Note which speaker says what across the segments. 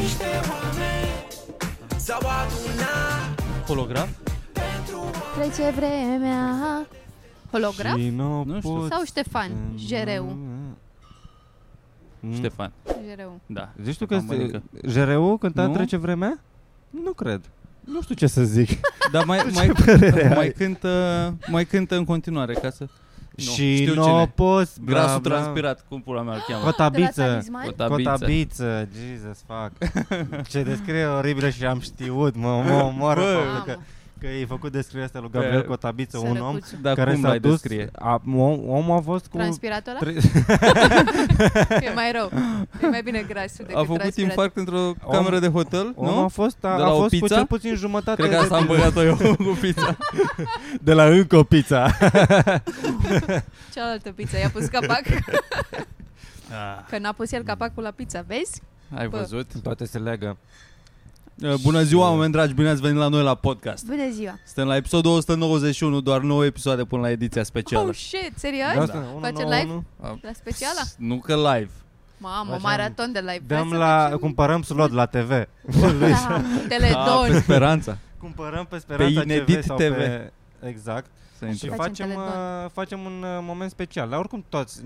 Speaker 1: niște oameni S-au adunat
Speaker 2: Holograf?
Speaker 3: Trece vremea Holograf?
Speaker 4: Și n-o
Speaker 2: Nu știu.
Speaker 4: pot
Speaker 3: Sau
Speaker 2: um,
Speaker 3: Ștefan?
Speaker 4: să-
Speaker 3: Jereu
Speaker 4: Mm.
Speaker 2: Ștefan,
Speaker 3: Jereu
Speaker 2: da.
Speaker 4: Zici tu că
Speaker 2: Am
Speaker 4: este
Speaker 2: bănuit
Speaker 4: Jereu cânta
Speaker 2: Nu?
Speaker 4: Trece vremea? Nu cred. Nu știu ce să zic.
Speaker 2: Dar Da, mai, mai,
Speaker 4: părere
Speaker 2: mai,
Speaker 4: ai?
Speaker 2: cântă, mai cântă în continuare ca să... Nu,
Speaker 4: Și
Speaker 2: știu
Speaker 4: n-o
Speaker 2: cine.
Speaker 4: poți bla,
Speaker 2: Grasul
Speaker 4: bla.
Speaker 2: transpirat, cum pula mea îl cheamă?
Speaker 3: De la
Speaker 4: Cotabiță.
Speaker 3: talisman?
Speaker 2: Cotabiță.
Speaker 4: Cotabiță, Jesus, fuck. Ce descrie oribilă și am știut, mă, mă omoră
Speaker 2: Bă.
Speaker 4: faptul că, că i-ai făcut descrierea asta lui Gabriel
Speaker 2: Pe-
Speaker 4: Cotabiță, un om
Speaker 3: Sărăcuțu.
Speaker 2: Dar
Speaker 4: care
Speaker 2: Da, cum
Speaker 4: s-a
Speaker 2: l-ai
Speaker 4: dus,
Speaker 2: descrie?
Speaker 4: A, om, omul a fost cu...
Speaker 3: Transpiratul ăla?
Speaker 4: tre-
Speaker 3: E mai rău E mai bine grasul decât
Speaker 2: A făcut
Speaker 3: transpirat.
Speaker 2: infarct într-o
Speaker 4: Om-
Speaker 2: cameră de hotel,
Speaker 4: omul a
Speaker 2: nu?
Speaker 4: fost, a,
Speaker 2: De
Speaker 4: a
Speaker 2: la o
Speaker 4: fost cu
Speaker 2: pizza?
Speaker 4: cel puțin jumătate
Speaker 2: Cred că asta am
Speaker 4: timp.
Speaker 2: băgat-o eu cu pizza.
Speaker 4: De la încă o pizza.
Speaker 3: Cealaltă pizza i-a pus capac
Speaker 4: Da.
Speaker 3: Că n-a pus el capacul la pizza, vezi?
Speaker 2: Ai
Speaker 3: Bă.
Speaker 2: văzut?
Speaker 4: Toate se legă.
Speaker 2: Da. Uh, Bună ziua, oameni dragi, bine ați venit la noi la podcast.
Speaker 3: Bună ziua
Speaker 2: Suntem la episodul 191, doar 9 episoade până la ediția specială.
Speaker 3: Oh shit, serios?
Speaker 4: De asta, unu,
Speaker 3: Face
Speaker 4: nouă,
Speaker 3: live?
Speaker 4: unu.
Speaker 3: La speciala?
Speaker 2: Pss, Nu că live.
Speaker 3: Mamă,
Speaker 4: Facem-
Speaker 3: maraton de live
Speaker 4: Dăm
Speaker 3: Hai să
Speaker 4: la,
Speaker 3: facem-
Speaker 4: cumpărăm slot la TV.
Speaker 3: Da,
Speaker 2: Da, pe
Speaker 3: Teledon
Speaker 2: speranța.
Speaker 4: Cumpărăm pe Speranța
Speaker 2: Inedit
Speaker 4: TV sau
Speaker 2: TV.
Speaker 4: pe... Exact.
Speaker 2: Să
Speaker 4: Și
Speaker 2: intrăm.
Speaker 3: Facem
Speaker 4: facem,
Speaker 3: Teledon.
Speaker 4: uh, facem un uh, moment special. Dar oricum toți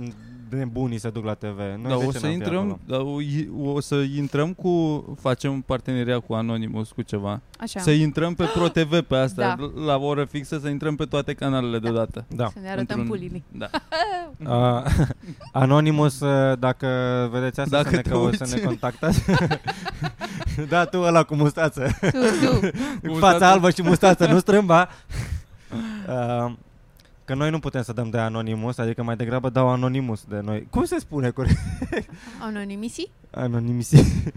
Speaker 4: nebunii se duc la TV. Noi
Speaker 2: Da,
Speaker 4: de
Speaker 2: o să
Speaker 4: ce n-am fi
Speaker 2: intrăm,
Speaker 4: acolo?
Speaker 2: da, o, i- o să intrăm cu facem parteneria cu Anonymous cu ceva.
Speaker 3: Așa,
Speaker 2: Să intrăm pe Pro TV pe asta,
Speaker 3: Da.
Speaker 2: la o oră fixă să intrăm pe toate canalele deodată.
Speaker 4: Da.
Speaker 3: să ne arătăm
Speaker 2: Într-un-
Speaker 3: pulile
Speaker 2: Da.
Speaker 4: Uh, Anonymous, uh, dacă vedeți asta,
Speaker 2: Dacă
Speaker 4: să ne,
Speaker 2: te
Speaker 4: că, o să
Speaker 2: uiți.
Speaker 4: ne contactați. da, tu ăla cu mustață.
Speaker 3: Tu,
Speaker 2: Cu
Speaker 3: tu,
Speaker 4: Cu fața
Speaker 2: mustață.
Speaker 4: albă și mustață, nu strâmba. Uh, Că noi nu putem să dăm de Anonymous, adică mai degrabă dau Anonymous de noi. Cum se spune corect?
Speaker 3: anonimisi?
Speaker 4: Anonymous.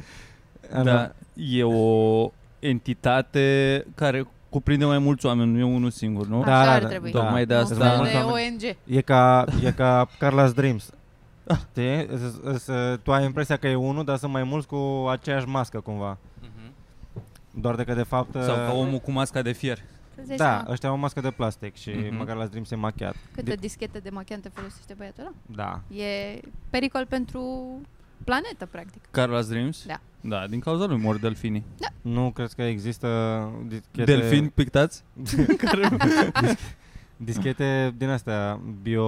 Speaker 2: Da, e o entitate care cuprinde mai mulți oameni, nu e unul singur, nu?
Speaker 3: Da. Așa ar trebui.
Speaker 2: Tocmai de
Speaker 3: Un
Speaker 2: asta-
Speaker 3: fel
Speaker 2: Da.
Speaker 3: de ONG
Speaker 4: E ca, e ca Carla's Dreams.
Speaker 2: Ah.
Speaker 4: Știi? S- s- Tu ai impresia că e unul, dar sunt mai mulți cu aceeași mască cumva. Doar de că de fapt...
Speaker 2: Mhm. Sau ca
Speaker 4: uh,
Speaker 2: omul cu masca de fier.
Speaker 3: Îți
Speaker 4: Da,
Speaker 3: da.
Speaker 4: ăștia au o mască de plastic și
Speaker 2: Mhm.
Speaker 4: măcar la Dreams e machiat.
Speaker 3: Câtă dischetă de machiantă folosește băiatul ăla?
Speaker 4: Da.
Speaker 3: E pericol pentru planetă, practic.
Speaker 2: Carlos Dreams?
Speaker 3: Da.
Speaker 2: Da, din cauza lui mor delfinii.
Speaker 4: Nu crezi că există dischete,
Speaker 2: Delfini pictați? care...
Speaker 4: dischete din astea bio...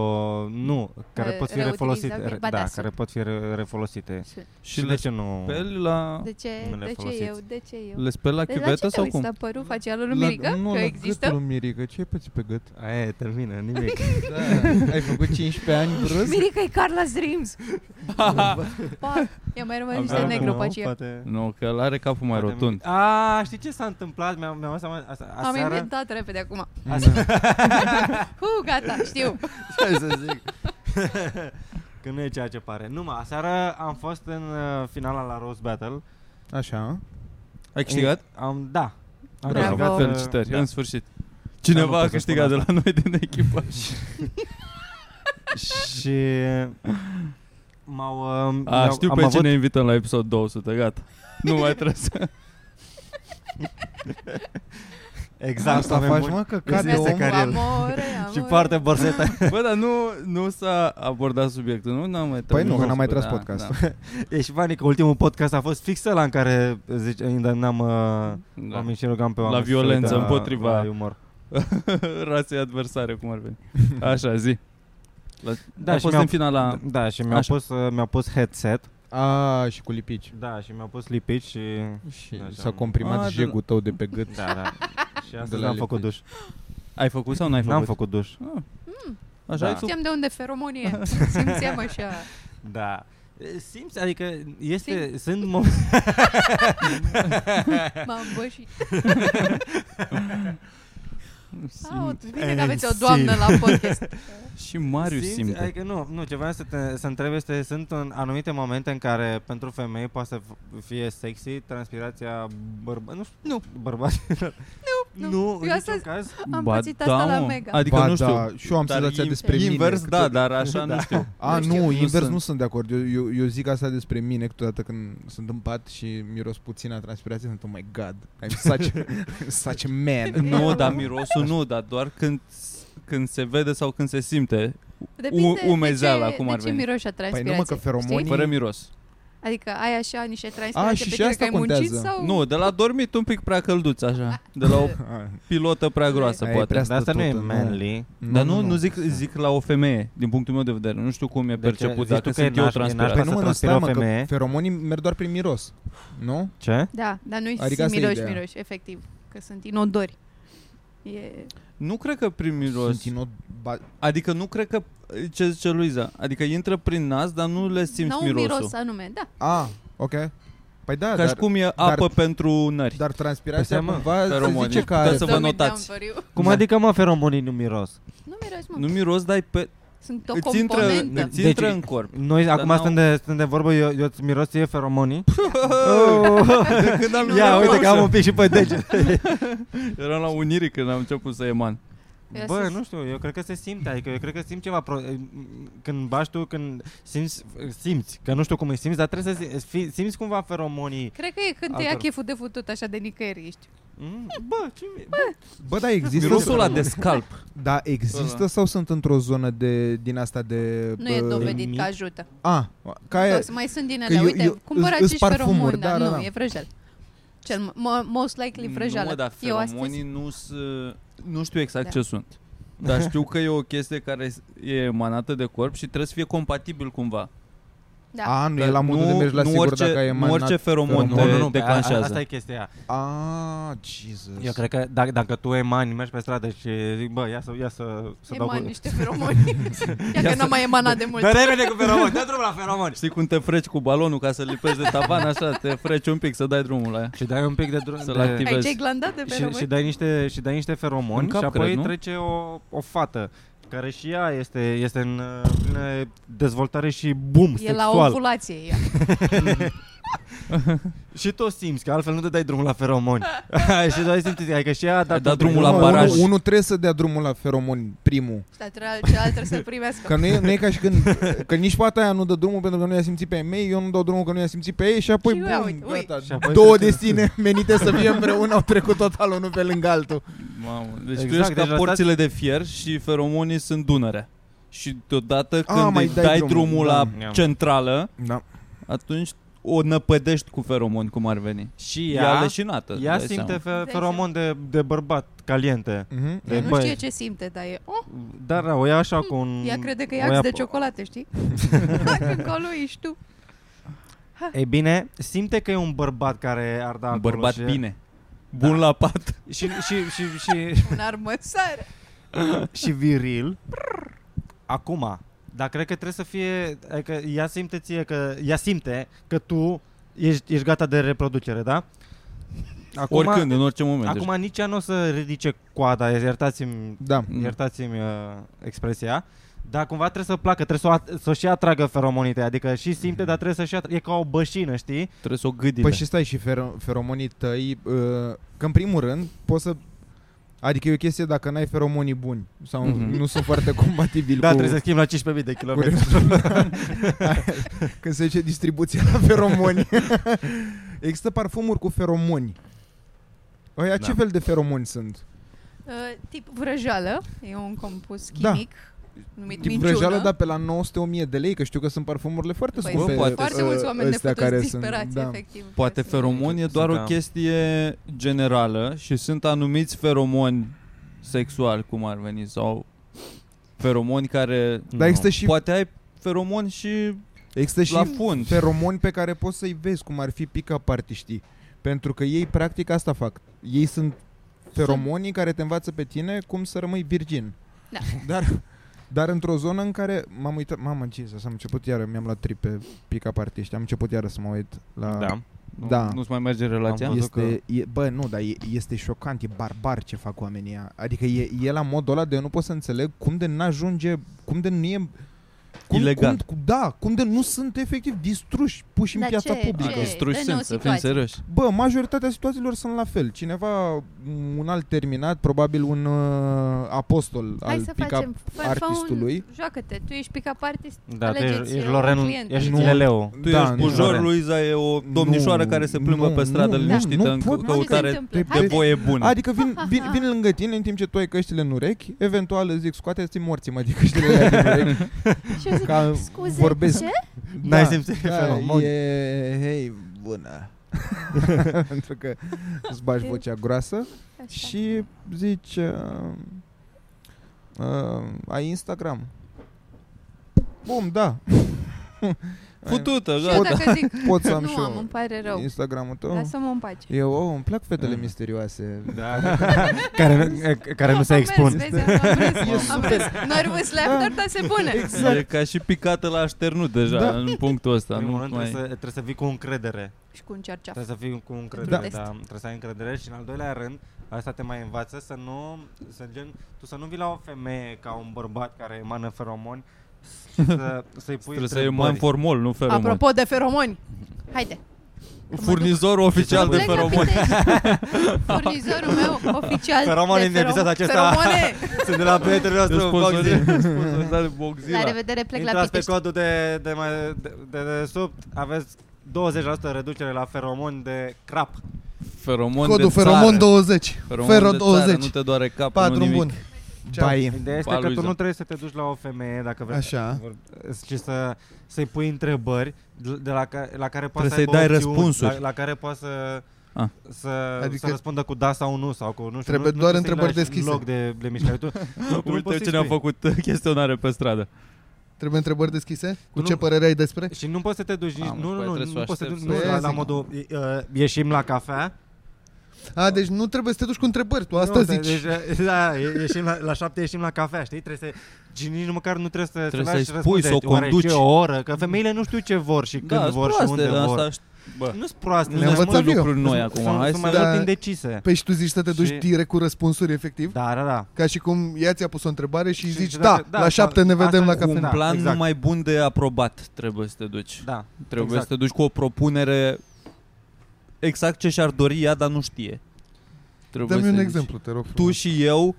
Speaker 4: Nu, care
Speaker 3: Re-
Speaker 4: pot fi refolosite.
Speaker 3: reutilizabile?
Speaker 4: Re-
Speaker 3: Ba
Speaker 4: da,
Speaker 3: da,
Speaker 4: care
Speaker 3: sunt.
Speaker 4: pot fi re- refolosite.
Speaker 2: și
Speaker 4: Și deci
Speaker 2: le
Speaker 4: de ce nu...
Speaker 2: speli la...
Speaker 3: Deci, De ce,
Speaker 4: Nu le
Speaker 3: de ce
Speaker 4: folosiți.
Speaker 3: eu? De ce eu?
Speaker 2: Le speli la
Speaker 3: Deci la ce
Speaker 2: chiuvetă
Speaker 3: te
Speaker 2: sau
Speaker 3: uiți?
Speaker 2: cum?
Speaker 3: La părul facialul lui Mirica?
Speaker 5: nu,
Speaker 3: Că
Speaker 5: la
Speaker 3: există?
Speaker 5: gâtul lui Mirica. Ce ai pățit pe gât?
Speaker 4: Aia, termină, nimic.
Speaker 5: Da, ai făcut 15 ani brus?
Speaker 3: Mirica e Carla Dreams! Pa, i-a mai rămas niște
Speaker 2: Aveam
Speaker 3: negru pe aceea.
Speaker 4: Poate...
Speaker 2: Nu, că el are capul mai
Speaker 4: Poate
Speaker 2: rotund.
Speaker 4: mi- A, știi ce s-a întâmplat? Mi-am mi-am dat seama asta,
Speaker 3: Am
Speaker 4: aseară,
Speaker 3: inventat repede acum.
Speaker 4: aseară
Speaker 2: Da.
Speaker 3: Hu, gata, știu.
Speaker 4: ce să zic. Că nu e ceea ce pare. Nu, mă, aseară am fost în uh, finala la Rose Battle.
Speaker 5: Așa.
Speaker 2: Ai câștigat?
Speaker 4: Am, da. Am
Speaker 3: Bravo.
Speaker 4: câștigat, uh,
Speaker 2: Felicitări,
Speaker 4: da.
Speaker 2: în sfârșit.
Speaker 4: Da, nu
Speaker 2: Cineva
Speaker 4: pot
Speaker 2: a
Speaker 4: să
Speaker 2: câștigat de
Speaker 4: spun
Speaker 2: la noi din echipaj.
Speaker 4: Și uh, m-au... Uh,
Speaker 2: A,
Speaker 4: mi-au-
Speaker 2: știu
Speaker 4: am
Speaker 2: pe
Speaker 4: avut-
Speaker 2: cine invităm la episod 200, gata. Nu mai trebuie să...
Speaker 4: Exact,
Speaker 5: Asta
Speaker 4: oameni
Speaker 5: faci,
Speaker 4: buni.
Speaker 5: mă, că cade
Speaker 4: Este
Speaker 5: omul.
Speaker 4: care- el.
Speaker 3: Amore, amore.
Speaker 4: Și foarte borseta.
Speaker 2: Bă, dar nu, nu s-a abordat subiectul, nu? N-am mai
Speaker 5: Păi
Speaker 2: tras-
Speaker 5: nu, că n-am mai
Speaker 2: da,
Speaker 5: tras podcast.
Speaker 2: da,
Speaker 4: e și funny că ultimul podcast a fost fix la în care zice, îndemnam uh,
Speaker 2: da.
Speaker 4: oamenii și rugam pe
Speaker 2: La
Speaker 4: oameni să se
Speaker 2: violență
Speaker 4: uite la-
Speaker 2: împotriva-
Speaker 4: la umor.
Speaker 2: Rasei adversare, cum ar veni. Așa, zi. La,
Speaker 4: Da,
Speaker 2: da, a
Speaker 4: și
Speaker 2: fost
Speaker 4: mi-am-
Speaker 2: în finala...
Speaker 4: Da, și mi-au
Speaker 2: Așa.
Speaker 4: pus, uh, mi-au pus headset.
Speaker 5: A, și cu lipici.
Speaker 4: Da, și mi-au pus lipici și...
Speaker 5: Și
Speaker 4: Așa.
Speaker 5: s-a comprimat
Speaker 2: A, de-
Speaker 5: jegul tău de pe gât.
Speaker 4: Da, da. și
Speaker 5: De
Speaker 4: astăzi
Speaker 5: la
Speaker 4: am făcut duș.
Speaker 2: Ai făcut sau n-ai făcut?
Speaker 4: N-am făcut duș.
Speaker 2: Ah. Așa
Speaker 4: Da.
Speaker 2: ai tu?
Speaker 3: Știam de unde feromonie. Simțeam așa.
Speaker 4: Da. Simți, adică este, sunt momente...
Speaker 3: M-am bășit.
Speaker 2: Sim-
Speaker 3: Au, bine că aveți o doamnă la podcast.
Speaker 2: Și Marius simte.
Speaker 4: Adică nu, nu, ce vreau să te să întreb este, sunt în anumite momente în care pentru femei poate să f- fie sexy transpirația bărba... Nu știu,
Speaker 3: Nu.
Speaker 4: bărbaților.
Speaker 3: nu.
Speaker 4: Nu, în
Speaker 3: Eu
Speaker 4: niciun
Speaker 3: asta-
Speaker 4: caz.
Speaker 3: Am
Speaker 2: Ba
Speaker 3: pățit asta la
Speaker 2: mă.
Speaker 3: Mega.
Speaker 2: Adică
Speaker 5: Ba
Speaker 2: nu știu.
Speaker 5: da, și eu am
Speaker 2: Dar
Speaker 5: senzația
Speaker 2: in-
Speaker 5: despre mine,
Speaker 2: Invers,
Speaker 5: că
Speaker 2: da,
Speaker 5: tot-
Speaker 2: dar așa nu știu.
Speaker 5: A,
Speaker 3: Nu
Speaker 5: nu,
Speaker 3: știu.
Speaker 2: Nu
Speaker 5: invers
Speaker 2: sunt.
Speaker 5: nu sunt de acord. Eu, eu, eu zic asta despre mine câteodată când sunt în pat și miros puțin a transpirație, sunt, oh my god, I'm such, I'm such a man.
Speaker 3: da.
Speaker 2: Nu, dar mirosul nu, dar doar când, când se vede sau când se simte.
Speaker 3: Depinde
Speaker 2: U- umezeala,
Speaker 3: de ce,
Speaker 2: cum
Speaker 3: de
Speaker 2: ar
Speaker 3: ce
Speaker 2: veni.
Speaker 3: miroși a
Speaker 5: Păi
Speaker 3: transpirație.
Speaker 5: nu mă, că feromonii...
Speaker 2: Fără miros.
Speaker 3: Adică ai așa niște
Speaker 5: A,
Speaker 3: transpirație
Speaker 5: și
Speaker 3: pe
Speaker 5: și
Speaker 3: tine că
Speaker 5: asta
Speaker 3: ai muncit
Speaker 5: contează.
Speaker 3: sau...
Speaker 2: Nu, de la dormit un pic prea călduț așa. De la o pilotă prea groasă,
Speaker 5: Aia e
Speaker 2: poate.
Speaker 5: prea
Speaker 4: Dar asta nu e
Speaker 5: stătută, nu.
Speaker 4: manly.
Speaker 2: Dar nu, nu zic, zic la o femeie, din punctul meu de vedere. Nu știu cum e
Speaker 4: De ce?
Speaker 2: perceput
Speaker 4: Zici tu
Speaker 2: dacă
Speaker 4: că
Speaker 2: sunt
Speaker 4: e
Speaker 2: eu
Speaker 4: naș- e
Speaker 2: transpirat.
Speaker 5: Păi
Speaker 4: Asta
Speaker 5: nu mă, nu
Speaker 4: transpiră
Speaker 5: stai, mă,
Speaker 4: femeie.
Speaker 5: că feromonii merg doar prin miros. Nu?
Speaker 4: Ce?
Speaker 3: Da, dar nu-i
Speaker 5: Adică
Speaker 3: adică
Speaker 5: asta e
Speaker 3: miroși,
Speaker 5: ideea.
Speaker 3: miroși, efectiv. Că sunt inodori. E...
Speaker 2: Nu cred că prin miros.
Speaker 5: Sunt inod... ba-
Speaker 2: Adică nu cred că, ce zice Luiza, adică intră prin nas, dar nu le simți
Speaker 3: N-au un
Speaker 2: mirosul.
Speaker 3: miros anume, da.
Speaker 5: A, ok. Păi da,
Speaker 2: Ca și
Speaker 5: dar,
Speaker 2: cum e apă pentru nări.
Speaker 5: dar transpirația
Speaker 4: Păi stai, mă,
Speaker 5: cumva se
Speaker 2: feromonii.
Speaker 5: zice că
Speaker 2: Puteți
Speaker 5: are...
Speaker 2: să vă
Speaker 3: Dumb and
Speaker 2: notați.
Speaker 3: down for you.
Speaker 4: Cum
Speaker 5: Da.
Speaker 4: adică mă feromonii nu miros?
Speaker 3: Nu miros, mă.
Speaker 2: Nu miros, dar e pe,
Speaker 3: Sunt o
Speaker 2: îți intră,
Speaker 3: componentă.
Speaker 2: îți intră
Speaker 4: Deci-
Speaker 2: în corp.
Speaker 4: Noi
Speaker 2: Dar
Speaker 4: acum
Speaker 2: n-au-
Speaker 4: stăm de, stăm de vorbă, eu, eu îți miros ție feromonii?
Speaker 5: Păi!
Speaker 2: De când am
Speaker 4: Deci- Ia,
Speaker 2: la
Speaker 4: uite că am
Speaker 2: ușă.
Speaker 4: un pic și pe deget.
Speaker 2: Eram la unirii când am început să eman.
Speaker 3: Eu
Speaker 4: Bă,
Speaker 3: sunt-
Speaker 4: nu știu, eu cred că se simte, adică eu cred că simți ceva pro... Când bași tu, când simți, simți, că nu știu cum îi simți, dar trebuie să simți, fi- simți cumva feromonii.
Speaker 3: Cred că e când te ia
Speaker 4: Altor.
Speaker 3: cheful de futut așa de nicăieri, ești.
Speaker 4: Mm, Bă, ce mi- bă,
Speaker 5: Bă, da, există...
Speaker 2: Mirosul ăla de scalp.
Speaker 5: Da, există
Speaker 2: Ăla.
Speaker 5: sau sunt într-o zonă de, din asta de...
Speaker 3: Nu e
Speaker 5: bă,
Speaker 4: mic?
Speaker 3: dovedit că ajută.
Speaker 5: A, ca aia...
Speaker 3: Toți, mai sunt din
Speaker 5: că
Speaker 3: ele.
Speaker 5: eu-
Speaker 3: Uite,
Speaker 5: eu-
Speaker 3: cumpărați
Speaker 5: îs- îs
Speaker 3: și
Speaker 5: parfumuri,
Speaker 3: feromoni,
Speaker 5: da,
Speaker 3: dar
Speaker 5: da,
Speaker 3: nu,
Speaker 5: da.
Speaker 3: e vrăjel. Cel mo- most likely
Speaker 2: Nu,
Speaker 3: vrăjeală.
Speaker 2: mă, dar
Speaker 3: Eu astăzi
Speaker 2: feromonii nu sunt- nu știu exact
Speaker 3: Da.
Speaker 2: ce sunt. Dar știu că e o chestie care e emanată de corp și trebuie să fie compatibil cumva.
Speaker 3: Da.
Speaker 5: A, nu e
Speaker 2: Dar
Speaker 5: la modul de mergi la
Speaker 2: nu
Speaker 5: sigur
Speaker 2: orice,
Speaker 5: dacă e
Speaker 2: nu
Speaker 5: emanat.
Speaker 2: orice feromon
Speaker 5: feromon.
Speaker 2: te
Speaker 5: Nu, nu,
Speaker 4: pe a- a-
Speaker 2: declanșează.
Speaker 4: Asta e chestia.
Speaker 5: A, Jesus.
Speaker 4: Eu cred că dacă, dacă tu emani, mergi pe stradă și zic, bă, ia să, ia să, să dau
Speaker 3: Eman
Speaker 4: cu...
Speaker 3: niște feromoni. Ia că n-am mai emanat de mult.
Speaker 4: Dă repede cu feromoni, dă drumul la feromoni.
Speaker 2: Știi cum te freci cu balonul ca să lipești de tavan așa, te freci un pic să dai drumul la ea.
Speaker 4: Și dai un pic de drum.
Speaker 2: Să-l
Speaker 4: de-
Speaker 2: activezi.
Speaker 3: Ai
Speaker 2: vezi.
Speaker 3: ce glandat de
Speaker 4: și, și,
Speaker 3: feromoni?
Speaker 4: dai niște, și dai niște feromoni
Speaker 2: În cap,
Speaker 4: și apoi
Speaker 2: cred, nu?
Speaker 4: trece o, o fată care și ea este, este în uh, plină dezvoltare și boom
Speaker 3: E la
Speaker 4: sexual.
Speaker 3: ovulație ea.
Speaker 4: Și tu o simți, că altfel nu te dai drumul la feromoni. și tu ai simțit, adică și ea a dat,
Speaker 2: dat drumul
Speaker 5: Nu,
Speaker 2: la
Speaker 5: mă,
Speaker 2: baraj.
Speaker 5: Unul, unul trebuie să dea drumul la feromoni, primul.
Speaker 3: Și dar celălalt celălalt trebuie să-l primească.
Speaker 5: Că nu e, nu e ca și când... Că nici fata aia nu dă drumul pentru că nu i-a simțit pe ai mei, eu nu dau drumul că nu i-a simțit pe ei și apoi,
Speaker 3: Și
Speaker 5: bum,
Speaker 3: ia uite, uite.
Speaker 5: gata.
Speaker 4: Și apoi
Speaker 5: Două
Speaker 4: trece-
Speaker 5: destine menite să fie împreună au trecut total unul pe lângă altul.
Speaker 2: Mamă, deci
Speaker 4: Exact,
Speaker 2: tu ești
Speaker 4: deci
Speaker 2: ca
Speaker 4: lăsați-
Speaker 2: porțile de fier și feromonii sunt Dunărea. Și deodată când
Speaker 5: Ah, mai
Speaker 2: îi
Speaker 5: dai
Speaker 2: dai,
Speaker 5: drumul,
Speaker 2: drumul,
Speaker 5: da.
Speaker 2: la
Speaker 4: Ia.
Speaker 2: centrală,
Speaker 5: Da.
Speaker 2: atunci o năpădești cu feromoni cum ar veni.
Speaker 4: Și
Speaker 2: Ea, ea
Speaker 4: ea,
Speaker 2: leșinată. îți
Speaker 4: ea
Speaker 2: dai
Speaker 4: simte
Speaker 2: seama.
Speaker 4: fe-
Speaker 3: Deci-
Speaker 4: feromon de, de bărbat caliente.
Speaker 5: Mhm.
Speaker 4: E,
Speaker 3: Ea nu
Speaker 4: băi.
Speaker 3: știe ce simte, dar e... Oh,
Speaker 4: Dar da, o ia așa cu un...
Speaker 5: Mm,
Speaker 3: ea crede că
Speaker 4: o
Speaker 3: e
Speaker 4: ia
Speaker 3: ax de
Speaker 4: pe-
Speaker 3: ciocolată, știi? Acolo ești tu.
Speaker 4: Ei bine, simte că e un bărbat care ar da
Speaker 2: Un
Speaker 4: acolo
Speaker 2: bărbat
Speaker 4: și, Da.
Speaker 2: bine. Bun la pat.
Speaker 4: Și, și, și, și,
Speaker 3: Un armăsar.
Speaker 4: și viril. Acum, dar cred că trebuie să fie... Adică ea simte ție că... Ea simte că tu ești, ești gata de reproducere, da? Acum,
Speaker 2: Oricând, în orice moment. Deci
Speaker 4: Acum
Speaker 2: Acum,
Speaker 4: nici ea nu o să ridice coada, iertați-mi,
Speaker 5: Da.
Speaker 2: Mm.
Speaker 4: iertați-mi uh, expresia, dar cumva trebuie să placă, trebuie să o at- să-și atragă feromonii tăi, adică și simte, dar trebuie să-și atragă, e ca o bășină, știi?
Speaker 2: trebuie să o gâdile.
Speaker 5: Păi și stai și fer- feromonii tăi, uh, că în primul rând poți să... Adică e o chestie dacă n-ai feromonii buni sau
Speaker 2: Mhm.
Speaker 5: nu sunt foarte compatibili
Speaker 4: Da,
Speaker 5: cu...
Speaker 4: trebuie să schimbi la 15.000 de
Speaker 5: cu
Speaker 4: kilometri.
Speaker 5: restul. Când se zice distribuția la feromoni. Există parfumuri cu feromoni. Oia,
Speaker 4: Da.
Speaker 5: ce fel de feromoni sunt?
Speaker 3: Uh, Tip vrăjeală. E un compus
Speaker 5: Da.
Speaker 3: chimic. Numit
Speaker 5: Tip
Speaker 3: minciună.
Speaker 5: vrăjeală, dar pe la 900-1000 de lei, că știu că sunt parfumurile foarte
Speaker 3: Păi
Speaker 5: scumpe.
Speaker 2: Bă, poate
Speaker 3: Foarte
Speaker 5: uh,
Speaker 3: mulți oameni
Speaker 5: ăstea
Speaker 3: neputuți disperați,
Speaker 5: da.
Speaker 3: efectiv.
Speaker 2: Poate
Speaker 3: Că sunt-
Speaker 2: feromoni e doar
Speaker 4: Da.
Speaker 2: o chestie generală și sunt anumiți feromoni sexuali, cum ar veni, sau feromoni care...
Speaker 5: Dar există și,
Speaker 2: Poate ai feromoni și
Speaker 5: există și
Speaker 2: la fund.
Speaker 5: feromoni pe care poți să-i vezi, cum ar fi pica partiștii. Pentru că ei practic asta fac. Ei sunt feromonii care te învață pe tine cum să rămâi virgin.
Speaker 3: Da.
Speaker 5: Dar, dar într-o zonă în care m-am uitat, mamă, Jesus, am început iară, mi-am luat trip pe pica partiști, am început iară să mă uit la...
Speaker 4: Da.
Speaker 2: Nu,
Speaker 5: Da.
Speaker 2: Nu-ți mai merge relația?
Speaker 4: Am văzut.
Speaker 5: Este, e, bă, nu, dar e, este șocant, e barbar ce fac oamenii ăia. Adică e, e la modul ăla de eu nu pot să înțeleg cum de n-ajunge, cum de nu e... Cum,
Speaker 2: Ilegal.
Speaker 5: Cum, cum, da, cum de nu sunt efectiv distruși, puși în
Speaker 3: Dar
Speaker 5: piața
Speaker 3: ce-
Speaker 5: publică.
Speaker 2: Adică
Speaker 3: ce-
Speaker 2: distruși
Speaker 3: dă-ne o
Speaker 2: sunt, să fim
Speaker 3: situație.
Speaker 2: serioși.
Speaker 5: Bă, majoritatea situațiilor sunt la fel. Cineva, m, un alt terminat, probabil un uh, apostol
Speaker 3: Hai
Speaker 5: al
Speaker 3: să
Speaker 5: pica...
Speaker 3: facem. Fă- fă
Speaker 5: artistului.
Speaker 3: Un... Joacă-te. Tu ești pick-up artist.
Speaker 4: Da, tu ești,
Speaker 3: Alegeți,
Speaker 4: ești
Speaker 3: eu,
Speaker 4: Loren,
Speaker 3: client.
Speaker 4: ești
Speaker 5: Nu.
Speaker 4: Leleu.
Speaker 2: Tu
Speaker 5: Da,
Speaker 2: ești
Speaker 5: nu,
Speaker 2: bujor,
Speaker 4: nu.
Speaker 2: Luiza e o domnișoară
Speaker 5: Nu,
Speaker 2: care se plimbă
Speaker 5: nu,
Speaker 2: pe stradă
Speaker 5: nu, nu
Speaker 2: liniștită în
Speaker 5: pot,
Speaker 2: cău-
Speaker 5: nu
Speaker 3: Nu se
Speaker 2: căutare
Speaker 3: întâmplă.
Speaker 5: de
Speaker 3: Hai.
Speaker 2: de voie bună.
Speaker 5: Adică vin, vin, vin lângă tine în timp ce tu ai căștile în urechi, eventual îți zic, scoate-ți morții, mă, de căștile alea din urechi.
Speaker 3: Și eu zic,
Speaker 5: Ca
Speaker 3: scuze,
Speaker 5: vorbesc.
Speaker 3: ce?
Speaker 4: N-ai simțit
Speaker 5: da,
Speaker 4: feromoni?
Speaker 5: e, hei, bună. Pentru că îți bagi vocea groasă
Speaker 3: Așa.
Speaker 5: și zici, uh, uh, ai Instagram. Bum, da.
Speaker 2: Futută,
Speaker 3: Și
Speaker 2: gata.
Speaker 3: eu dacă zic,
Speaker 5: Pot să am
Speaker 3: nu
Speaker 5: și eu
Speaker 3: am, îmi pare rău.
Speaker 5: Instagramul tău.
Speaker 3: Lasă-mă în pace.
Speaker 5: Eu, oh, îmi plac fetele
Speaker 6: Mm.
Speaker 5: misterioase.
Speaker 4: Da. care, nu- care nu
Speaker 3: Mă,
Speaker 4: se
Speaker 3: am mers,
Speaker 4: expun. Da.
Speaker 3: vezi, am
Speaker 5: E
Speaker 3: râs, am râs. Nervous laughter, dar se pune.
Speaker 4: Exact.
Speaker 2: E ca și picată la așternut deja
Speaker 5: exact. Da.
Speaker 2: în punctul ăsta.
Speaker 4: În primul
Speaker 2: Nu
Speaker 4: rând
Speaker 2: mai...
Speaker 4: trebuie să, trebuie să vii cu încredere.
Speaker 3: Și cu un cerceaf.
Speaker 4: Trebuie să fii cu
Speaker 3: Da.
Speaker 4: încredere, da. da. Trebuie să ai încredere și în al doilea rând, asta te mai învață să nu, să gen, tu să nu vii la o femeie ca un bărbat care emană feromoni și să, să-i pui
Speaker 2: Trebuie să e mai
Speaker 4: întrebări.
Speaker 2: în formol, nu feromon.
Speaker 3: Apropo de feromoni, haide. mă
Speaker 2: Furnizorul oficial de
Speaker 3: Plec la
Speaker 2: feromoni.
Speaker 3: Pitești. Furnizorul meu oficial
Speaker 4: Feromoni
Speaker 3: de
Speaker 4: din episodul acesta.
Speaker 3: Feromone.
Speaker 4: Sunt de la prietenul
Speaker 2: De
Speaker 4: nostru,
Speaker 2: sponsorie.
Speaker 4: Boxy.
Speaker 2: Sponsorizare
Speaker 3: La
Speaker 2: Boxzilla.
Speaker 3: revedere, plec la
Speaker 4: Intrați pe
Speaker 3: Pitești.
Speaker 4: codul de, de, mai, de, de, de sub, aveți 20% reducere la feromoni de crap.
Speaker 2: Feromon
Speaker 6: Codul
Speaker 2: de țară.
Speaker 6: Feromon 20.
Speaker 2: Feromon
Speaker 6: Fero
Speaker 2: de țară,
Speaker 6: 20.
Speaker 2: Nu te doare capul, nu
Speaker 6: Patru
Speaker 2: nimic.
Speaker 6: bun.
Speaker 5: Bai.
Speaker 4: Ideea este
Speaker 2: Pa,
Speaker 4: că tu
Speaker 2: Luiza.
Speaker 4: nu trebuie să te duci la o femeie dacă vrei
Speaker 6: Așa.
Speaker 4: și să, să-i pui întrebări de- de la, ca, la care poate
Speaker 2: Trebuie
Speaker 4: să
Speaker 2: să-i dai
Speaker 4: aibă opțiuni,
Speaker 2: răspunsuri.
Speaker 4: La, la care poate să,
Speaker 2: Ah.
Speaker 4: să,
Speaker 6: Adică-
Speaker 4: adică să răspundă cu da sau nu. Sau cu, nu știu,
Speaker 6: Trebuie
Speaker 4: nu,
Speaker 6: doar
Speaker 4: nu
Speaker 6: întrebări
Speaker 4: să-i lași
Speaker 6: deschise.
Speaker 4: loc de, de mișcare. Tu, tu, tu nu poți
Speaker 2: Uite
Speaker 4: să-i
Speaker 2: ce ne-am
Speaker 4: spui.
Speaker 2: făcut uh, chestionare pe stradă.
Speaker 6: Trebuie întrebări deschise? Cu
Speaker 4: Nu.
Speaker 6: ce părere ai despre?
Speaker 4: Și nu poți să te duci nici...
Speaker 2: Mamă,
Speaker 4: Nu,
Speaker 2: păi
Speaker 4: nu, nu,
Speaker 2: trebuie să
Speaker 4: nu poți să te duci
Speaker 2: aștepți
Speaker 4: nu,
Speaker 6: să-
Speaker 4: la,
Speaker 6: Zic.
Speaker 4: la modul... Uh, ieșim la cafea,
Speaker 6: A, deci nu trebuie să te duci cu întrebări, tu asta
Speaker 4: Nu,
Speaker 6: zici.
Speaker 4: Deci, da, e- ieșim la, la șapte ieșim la cafea, știi? Trebuie să... Și nici măcar nu trebuie să
Speaker 2: Trebuie
Speaker 4: să
Speaker 2: să-i
Speaker 4: lași
Speaker 2: spui,
Speaker 4: răspunde,
Speaker 2: să o
Speaker 4: oare
Speaker 2: conduci. Da,
Speaker 4: Ce oră, că femeile nu știu ce vor și când
Speaker 2: sunt
Speaker 4: vor și
Speaker 2: proaste,
Speaker 4: unde
Speaker 2: dar
Speaker 4: vor.
Speaker 2: Asta... Bă,
Speaker 4: Nu sunt proaste,
Speaker 2: ne
Speaker 6: le-am
Speaker 4: sunt
Speaker 6: învățat
Speaker 2: învățăm
Speaker 6: eu.
Speaker 2: lucruri noi
Speaker 4: sunt-
Speaker 2: acum.
Speaker 4: sunt-
Speaker 2: Hai
Speaker 4: sunt mai
Speaker 2: să...
Speaker 6: da.
Speaker 4: mult indecise.
Speaker 6: Păi și tu zici să te duci
Speaker 4: Și-
Speaker 6: direct cu răspunsuri, efectiv?
Speaker 4: Da, da, da.
Speaker 6: Ca și cum ea ți-a pus o întrebare și,
Speaker 4: Și
Speaker 6: zici,
Speaker 4: zici,
Speaker 6: da,
Speaker 4: dacă- da,
Speaker 6: la șapte ne
Speaker 4: asta-
Speaker 6: vedem la
Speaker 4: asta-
Speaker 2: Cu
Speaker 6: cafea.
Speaker 2: un
Speaker 4: Da,
Speaker 2: plan
Speaker 4: exact.
Speaker 2: mai bun de aprobat trebuie să te duci.
Speaker 4: Da.
Speaker 2: Trebuie
Speaker 4: Exact.
Speaker 2: să te duci cu o propunere exact ce și-ar dori ea, dar nu știe. Trebuie
Speaker 6: Dă-mi
Speaker 2: să
Speaker 6: un
Speaker 2: zici.
Speaker 6: exemplu, te rog.
Speaker 2: Tu
Speaker 6: frumos.
Speaker 2: și eu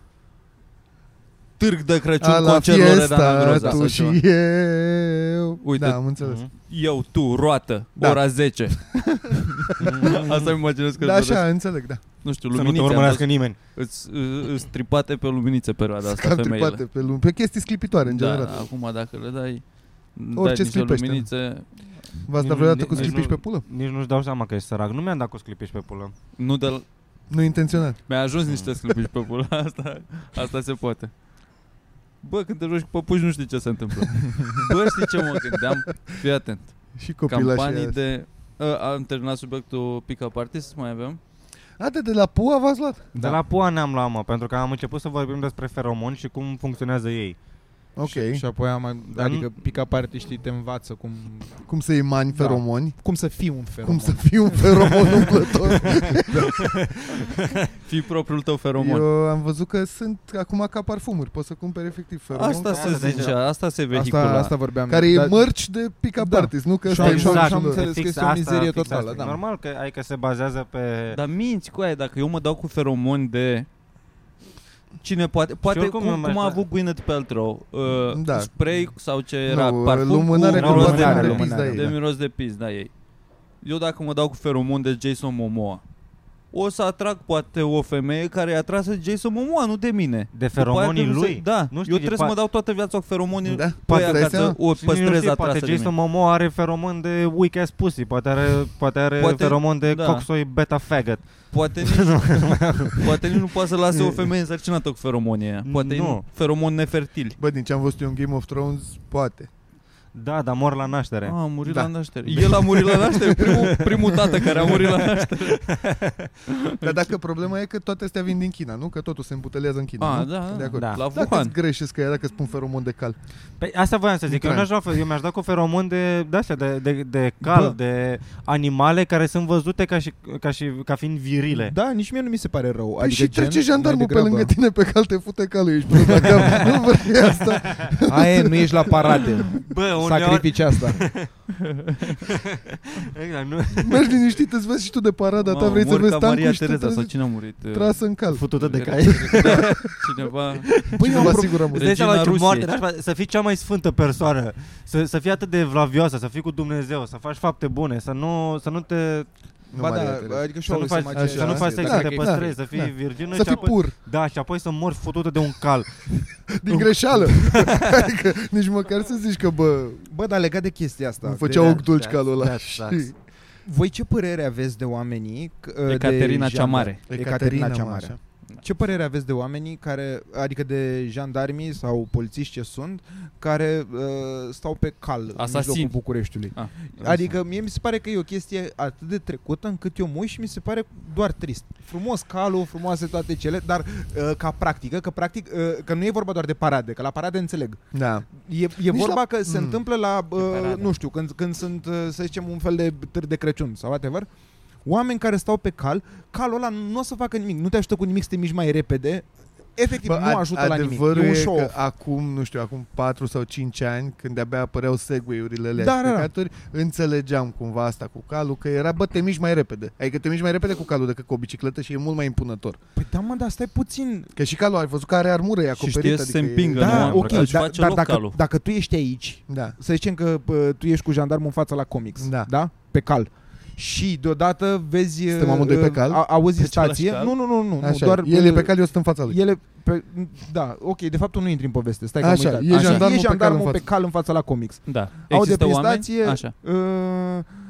Speaker 2: târg de Crăciun
Speaker 6: A,
Speaker 2: cu
Speaker 6: la
Speaker 2: la
Speaker 6: fiesta, tu
Speaker 2: sau ceva.
Speaker 6: și eu.
Speaker 2: Uite.
Speaker 6: Da, am înțeles.
Speaker 4: Mhm.
Speaker 2: Eu, tu, roată,
Speaker 6: Da.
Speaker 2: ora 10. Asta îmi imaginez că
Speaker 6: Da,
Speaker 2: își doresc.
Speaker 6: așa, înțeleg, da.
Speaker 2: Nu știu,
Speaker 4: Să nu te
Speaker 2: luminițe. am
Speaker 4: urmărească
Speaker 2: văzut.
Speaker 4: nimeni.
Speaker 2: Îți, î- îți tripate pe luminițe perioada asta
Speaker 6: Cam
Speaker 2: femeile.
Speaker 6: tripate pe lume. Pe chestii sclipitoare, în general.
Speaker 2: Da, acum dacă le dai...
Speaker 6: Orice
Speaker 2: dai niște
Speaker 6: sclipește.
Speaker 2: luminițe,
Speaker 6: V-ați
Speaker 4: Nici
Speaker 6: dat
Speaker 4: nu-
Speaker 6: vreodată cu
Speaker 4: nici
Speaker 6: sclipiști
Speaker 4: nu-
Speaker 6: pe pulă?
Speaker 4: Nici nu-și dau seama că ești sărac. Nu mi-am dat cu sclipiș pe pulă.
Speaker 2: nu de la-
Speaker 6: Nu intenționat.
Speaker 2: Mi-a ajuns niște sclipici pe pula asta, asta se poate. Bă, când te joci cu păpuși nu știi ce se întâmplă. Bă, știi ce mă gândeam? Fii atent.
Speaker 6: Și copilașii
Speaker 2: Campanii
Speaker 6: aia.
Speaker 2: de... A, am terminat subiectul pick-up artist, mai avem?
Speaker 6: A, de, de la Pua v-ați luat?
Speaker 5: Da.
Speaker 4: De la pua ne-am luat, mă, pentru că am început să vorbim despre feromoni și cum funcționează ei.
Speaker 6: Ok.
Speaker 5: Și, și apoi am, mai-
Speaker 4: Dar nu-
Speaker 5: adică pica parte, știi, te învață cum,
Speaker 6: Cum să
Speaker 5: Da.
Speaker 6: emani feromoni?
Speaker 5: cum să fii un feromon.
Speaker 6: Cum să fii un feromon umplător?
Speaker 2: Fii propriul tău feromon. Eu...
Speaker 6: Eu am văzut că sunt acum ca parfumuri. Poți să cumperi efectiv feromon.
Speaker 2: Asta
Speaker 4: Asta
Speaker 2: se
Speaker 4: deja.
Speaker 2: zicea, asta se vehicula.
Speaker 5: Asta, asta vorbeam.
Speaker 6: Care e
Speaker 5: Dar-
Speaker 6: mărci de pick-up
Speaker 5: Da.
Speaker 6: artist, nu? Că
Speaker 5: Și
Speaker 6: ăsta e
Speaker 5: am- și am-
Speaker 6: mărcul
Speaker 5: și am
Speaker 6: lor.
Speaker 5: înțeles. că este o mizerie
Speaker 4: Exact. fix
Speaker 5: totală, da.
Speaker 4: Normal că ai că se bazează pe...
Speaker 2: Dar minți cu aia, dacă eu mă dau cu feromon de... Cine poate, poate
Speaker 4: oricum
Speaker 2: cum, cum,
Speaker 4: nu
Speaker 2: a
Speaker 4: mai-
Speaker 2: avut Gwyneth Paltrow, uh,
Speaker 6: Da.
Speaker 2: spray sau ce
Speaker 6: Nu,
Speaker 2: era,
Speaker 6: uh,
Speaker 2: parfum
Speaker 6: lumânare
Speaker 2: cu
Speaker 4: cu
Speaker 2: miros de
Speaker 4: lumânare,
Speaker 2: miros.
Speaker 5: lumânare,
Speaker 6: da,
Speaker 2: de
Speaker 6: da.
Speaker 2: miros de pis, da, ei. Eu dacă mă dau cu feromon de Jason Momoa, o să atrag poate o femeie care e atrasă de Jason Momoa, nu de mine.
Speaker 4: De
Speaker 2: După aia
Speaker 4: feromonii
Speaker 2: trebuie
Speaker 4: lui?
Speaker 2: să- Da,
Speaker 4: Nu
Speaker 2: nu
Speaker 4: știi,
Speaker 2: știu, eu trebuie să
Speaker 4: poate-
Speaker 2: mă dau toată viața cu feromonii
Speaker 6: Da?
Speaker 2: da?
Speaker 6: Poate dai
Speaker 2: ca să
Speaker 6: seama?
Speaker 2: o
Speaker 4: Și nici nu
Speaker 2: păstrez
Speaker 4: știi,
Speaker 2: atrasă
Speaker 4: Poate
Speaker 2: de
Speaker 4: Jason
Speaker 2: mine.
Speaker 4: Momoa are feromon de weak ass pussy, poate are, poate are
Speaker 2: Poate-
Speaker 4: poate, feromon de
Speaker 2: da.
Speaker 4: da. coxoi beta faggot.
Speaker 2: Poate nici, poate nici nu poate să lase o femeie însărcinată cu feromonii aia. Poate
Speaker 4: Nu.
Speaker 2: nu. feromoni nefertili.
Speaker 6: Bă, din ce am văzut eu în Game of Thrones, poate.
Speaker 4: Da, dar mor la naștere.
Speaker 2: A, a murit
Speaker 6: Da.
Speaker 2: la naștere. El a murit la naștere, primul, primul tată care a murit la naștere.
Speaker 6: Dar
Speaker 2: Deci-
Speaker 6: dacă problema e că toate astea vin din China, nu? Că totul se îmbutelează în China,
Speaker 2: A,
Speaker 6: nu?
Speaker 2: da,
Speaker 6: De
Speaker 2: da.
Speaker 6: acord.
Speaker 4: Da.
Speaker 2: La
Speaker 6: Dacă îți
Speaker 2: Wuhan.
Speaker 6: greșesc că e dacă spun feromon de cal.
Speaker 4: Păi asta voiam să zic, eu,
Speaker 6: Ucraina.
Speaker 4: mi-aș da, eu mi-aș da cu feromon de, de astea, de, de, de cal,
Speaker 5: Bă.
Speaker 4: de animale care sunt văzute ca și, ca și ca fiind virile.
Speaker 5: Da, nici mie nu mi se pare rău.
Speaker 6: Păi
Speaker 5: adică
Speaker 6: și trece
Speaker 5: gen,
Speaker 6: jandarmul
Speaker 5: mai
Speaker 6: pe lângă
Speaker 5: degrabă-
Speaker 6: tine pe cal, te fute calul, ești prost la cap. Nu vrei asta.
Speaker 5: Aia e, nu ești la parade.
Speaker 4: Bă,
Speaker 5: Sacrifici asta.
Speaker 4: Exact, nu,
Speaker 6: Mergi liniștit, îți vezi și tu de parada ta,
Speaker 2: Mamă,
Speaker 6: vrei să
Speaker 2: mor
Speaker 6: vezi
Speaker 2: ca Maria
Speaker 6: tancul și tu
Speaker 2: Tereza sau
Speaker 6: trezi,
Speaker 2: cine a murit? Uh,
Speaker 6: trasă în cal.
Speaker 4: futută de
Speaker 2: Era-
Speaker 4: cai.
Speaker 2: Da, cineva...
Speaker 6: Păi eu sigur am
Speaker 4: Îți
Speaker 6: văzut.
Speaker 4: dai
Speaker 2: Regina
Speaker 4: seama ce
Speaker 2: Rusiei.
Speaker 4: moarte n-aș face- să fii cea mai sfântă persoană, să, să fii atât de vlavioasă, să fii cu Dumnezeu, să faci fapte bune, să nu, să nu te
Speaker 5: Ba da, adică și
Speaker 4: să nu faci,
Speaker 6: imagine
Speaker 5: Exact,
Speaker 4: să nu faci sex,
Speaker 6: da,
Speaker 4: să te
Speaker 6: da,
Speaker 4: păstrezi,
Speaker 6: da,
Speaker 4: să fii
Speaker 6: da.
Speaker 4: virgină
Speaker 6: Să
Speaker 4: și
Speaker 6: fii
Speaker 4: apoi,
Speaker 6: pur.
Speaker 4: da, și apoi să mori futută de un cal.
Speaker 6: din greșeală. adică nici măcar să zici că, bă,
Speaker 5: Bă, dar legat de chestia asta.
Speaker 6: da,
Speaker 5: de-
Speaker 6: făceau ochi dulci calul ăla.
Speaker 4: da,
Speaker 6: și...
Speaker 4: da.
Speaker 5: Voi ce părere aveți de oamenii c- de
Speaker 2: Ecaterina cea
Speaker 5: jandarmi?
Speaker 2: Mare.
Speaker 5: Ecaterina cea
Speaker 6: mă,
Speaker 5: Mare.
Speaker 6: așa.
Speaker 5: Ce părere aveți de oamenii care, adică de jandarmii sau polițiști ce sunt, care uh, stau pe cal
Speaker 2: Asasini.
Speaker 5: în mijlocul Bucureștiului?
Speaker 2: Ah,
Speaker 5: adică mie mi se pare că e o chestie atât de trecută încât eu mui și mi se pare doar trist. Frumos calul, frumoase toate cele, dar uh, ca practică, că practic, uh, că nu e vorba doar de parade, că la parade înțeleg.
Speaker 6: Da.
Speaker 5: E, e
Speaker 6: Nici
Speaker 5: vorba
Speaker 6: la-
Speaker 5: la... că se
Speaker 6: Mm.
Speaker 5: întâmplă la, uh,
Speaker 2: parada.
Speaker 5: nu știu, când, când sunt, uh, să zicem, un fel de târg de Crăciun sau whatever, oameni care stau pe cal, calul ăla nu o să facă nimic, nu te ajută cu nimic să te miști mai repede, efectiv nu
Speaker 6: ad-
Speaker 5: ajută la nimic,
Speaker 6: adevărul
Speaker 5: e un
Speaker 6: e
Speaker 5: show
Speaker 6: că acum, nu știu, acum 4 sau 5 ani, când de-abia apăreau segway-urile alea
Speaker 5: Da,
Speaker 6: și
Speaker 5: da, da.
Speaker 6: căcaturi, înțelegeam cumva asta cu calul, că era, bă, te miști mai repede. Adică te miști mai repede cu calul decât cu o bicicletă și e mult mai impunător.
Speaker 5: Păi da mă, dar stai puțin,
Speaker 6: Că și calul ai văzut că are armură, e acoperită.
Speaker 2: știe să se
Speaker 6: adică e-
Speaker 2: împingă, Că nu,
Speaker 5: da,
Speaker 2: mă,
Speaker 5: ok,
Speaker 2: că își
Speaker 5: dar,
Speaker 2: face
Speaker 5: dar
Speaker 2: loc
Speaker 5: dacă,
Speaker 2: calul.
Speaker 5: dacă tu ești aici,
Speaker 6: Da.
Speaker 5: să zicem că bă, tu ești cu jandarmul în fața la comics,
Speaker 6: Da.
Speaker 5: da? Pe cal. Și deodată vezi
Speaker 6: Suntem
Speaker 5: uh,
Speaker 6: amândoi pe cal?
Speaker 5: a, Auzi
Speaker 2: Pe
Speaker 5: stație
Speaker 2: același
Speaker 5: Nu,
Speaker 2: cal?
Speaker 5: nu, nu, nu, nu
Speaker 6: Așa,
Speaker 5: doar
Speaker 6: el e pe
Speaker 5: uh,
Speaker 6: cal, eu sunt în fața lui.
Speaker 5: Ele pe, da, ok, de fapt tu nu intri în poveste, stai că
Speaker 6: Așa,
Speaker 5: am uitat.
Speaker 6: e jandarmul
Speaker 5: e
Speaker 6: pe cal
Speaker 5: jandarmul
Speaker 6: în
Speaker 5: pe,
Speaker 6: față.
Speaker 5: cal în fața la comics.
Speaker 2: Da.
Speaker 5: Au de
Speaker 2: Există
Speaker 5: prin
Speaker 2: oameni?
Speaker 5: stație
Speaker 2: Așa.
Speaker 5: Uh, uh,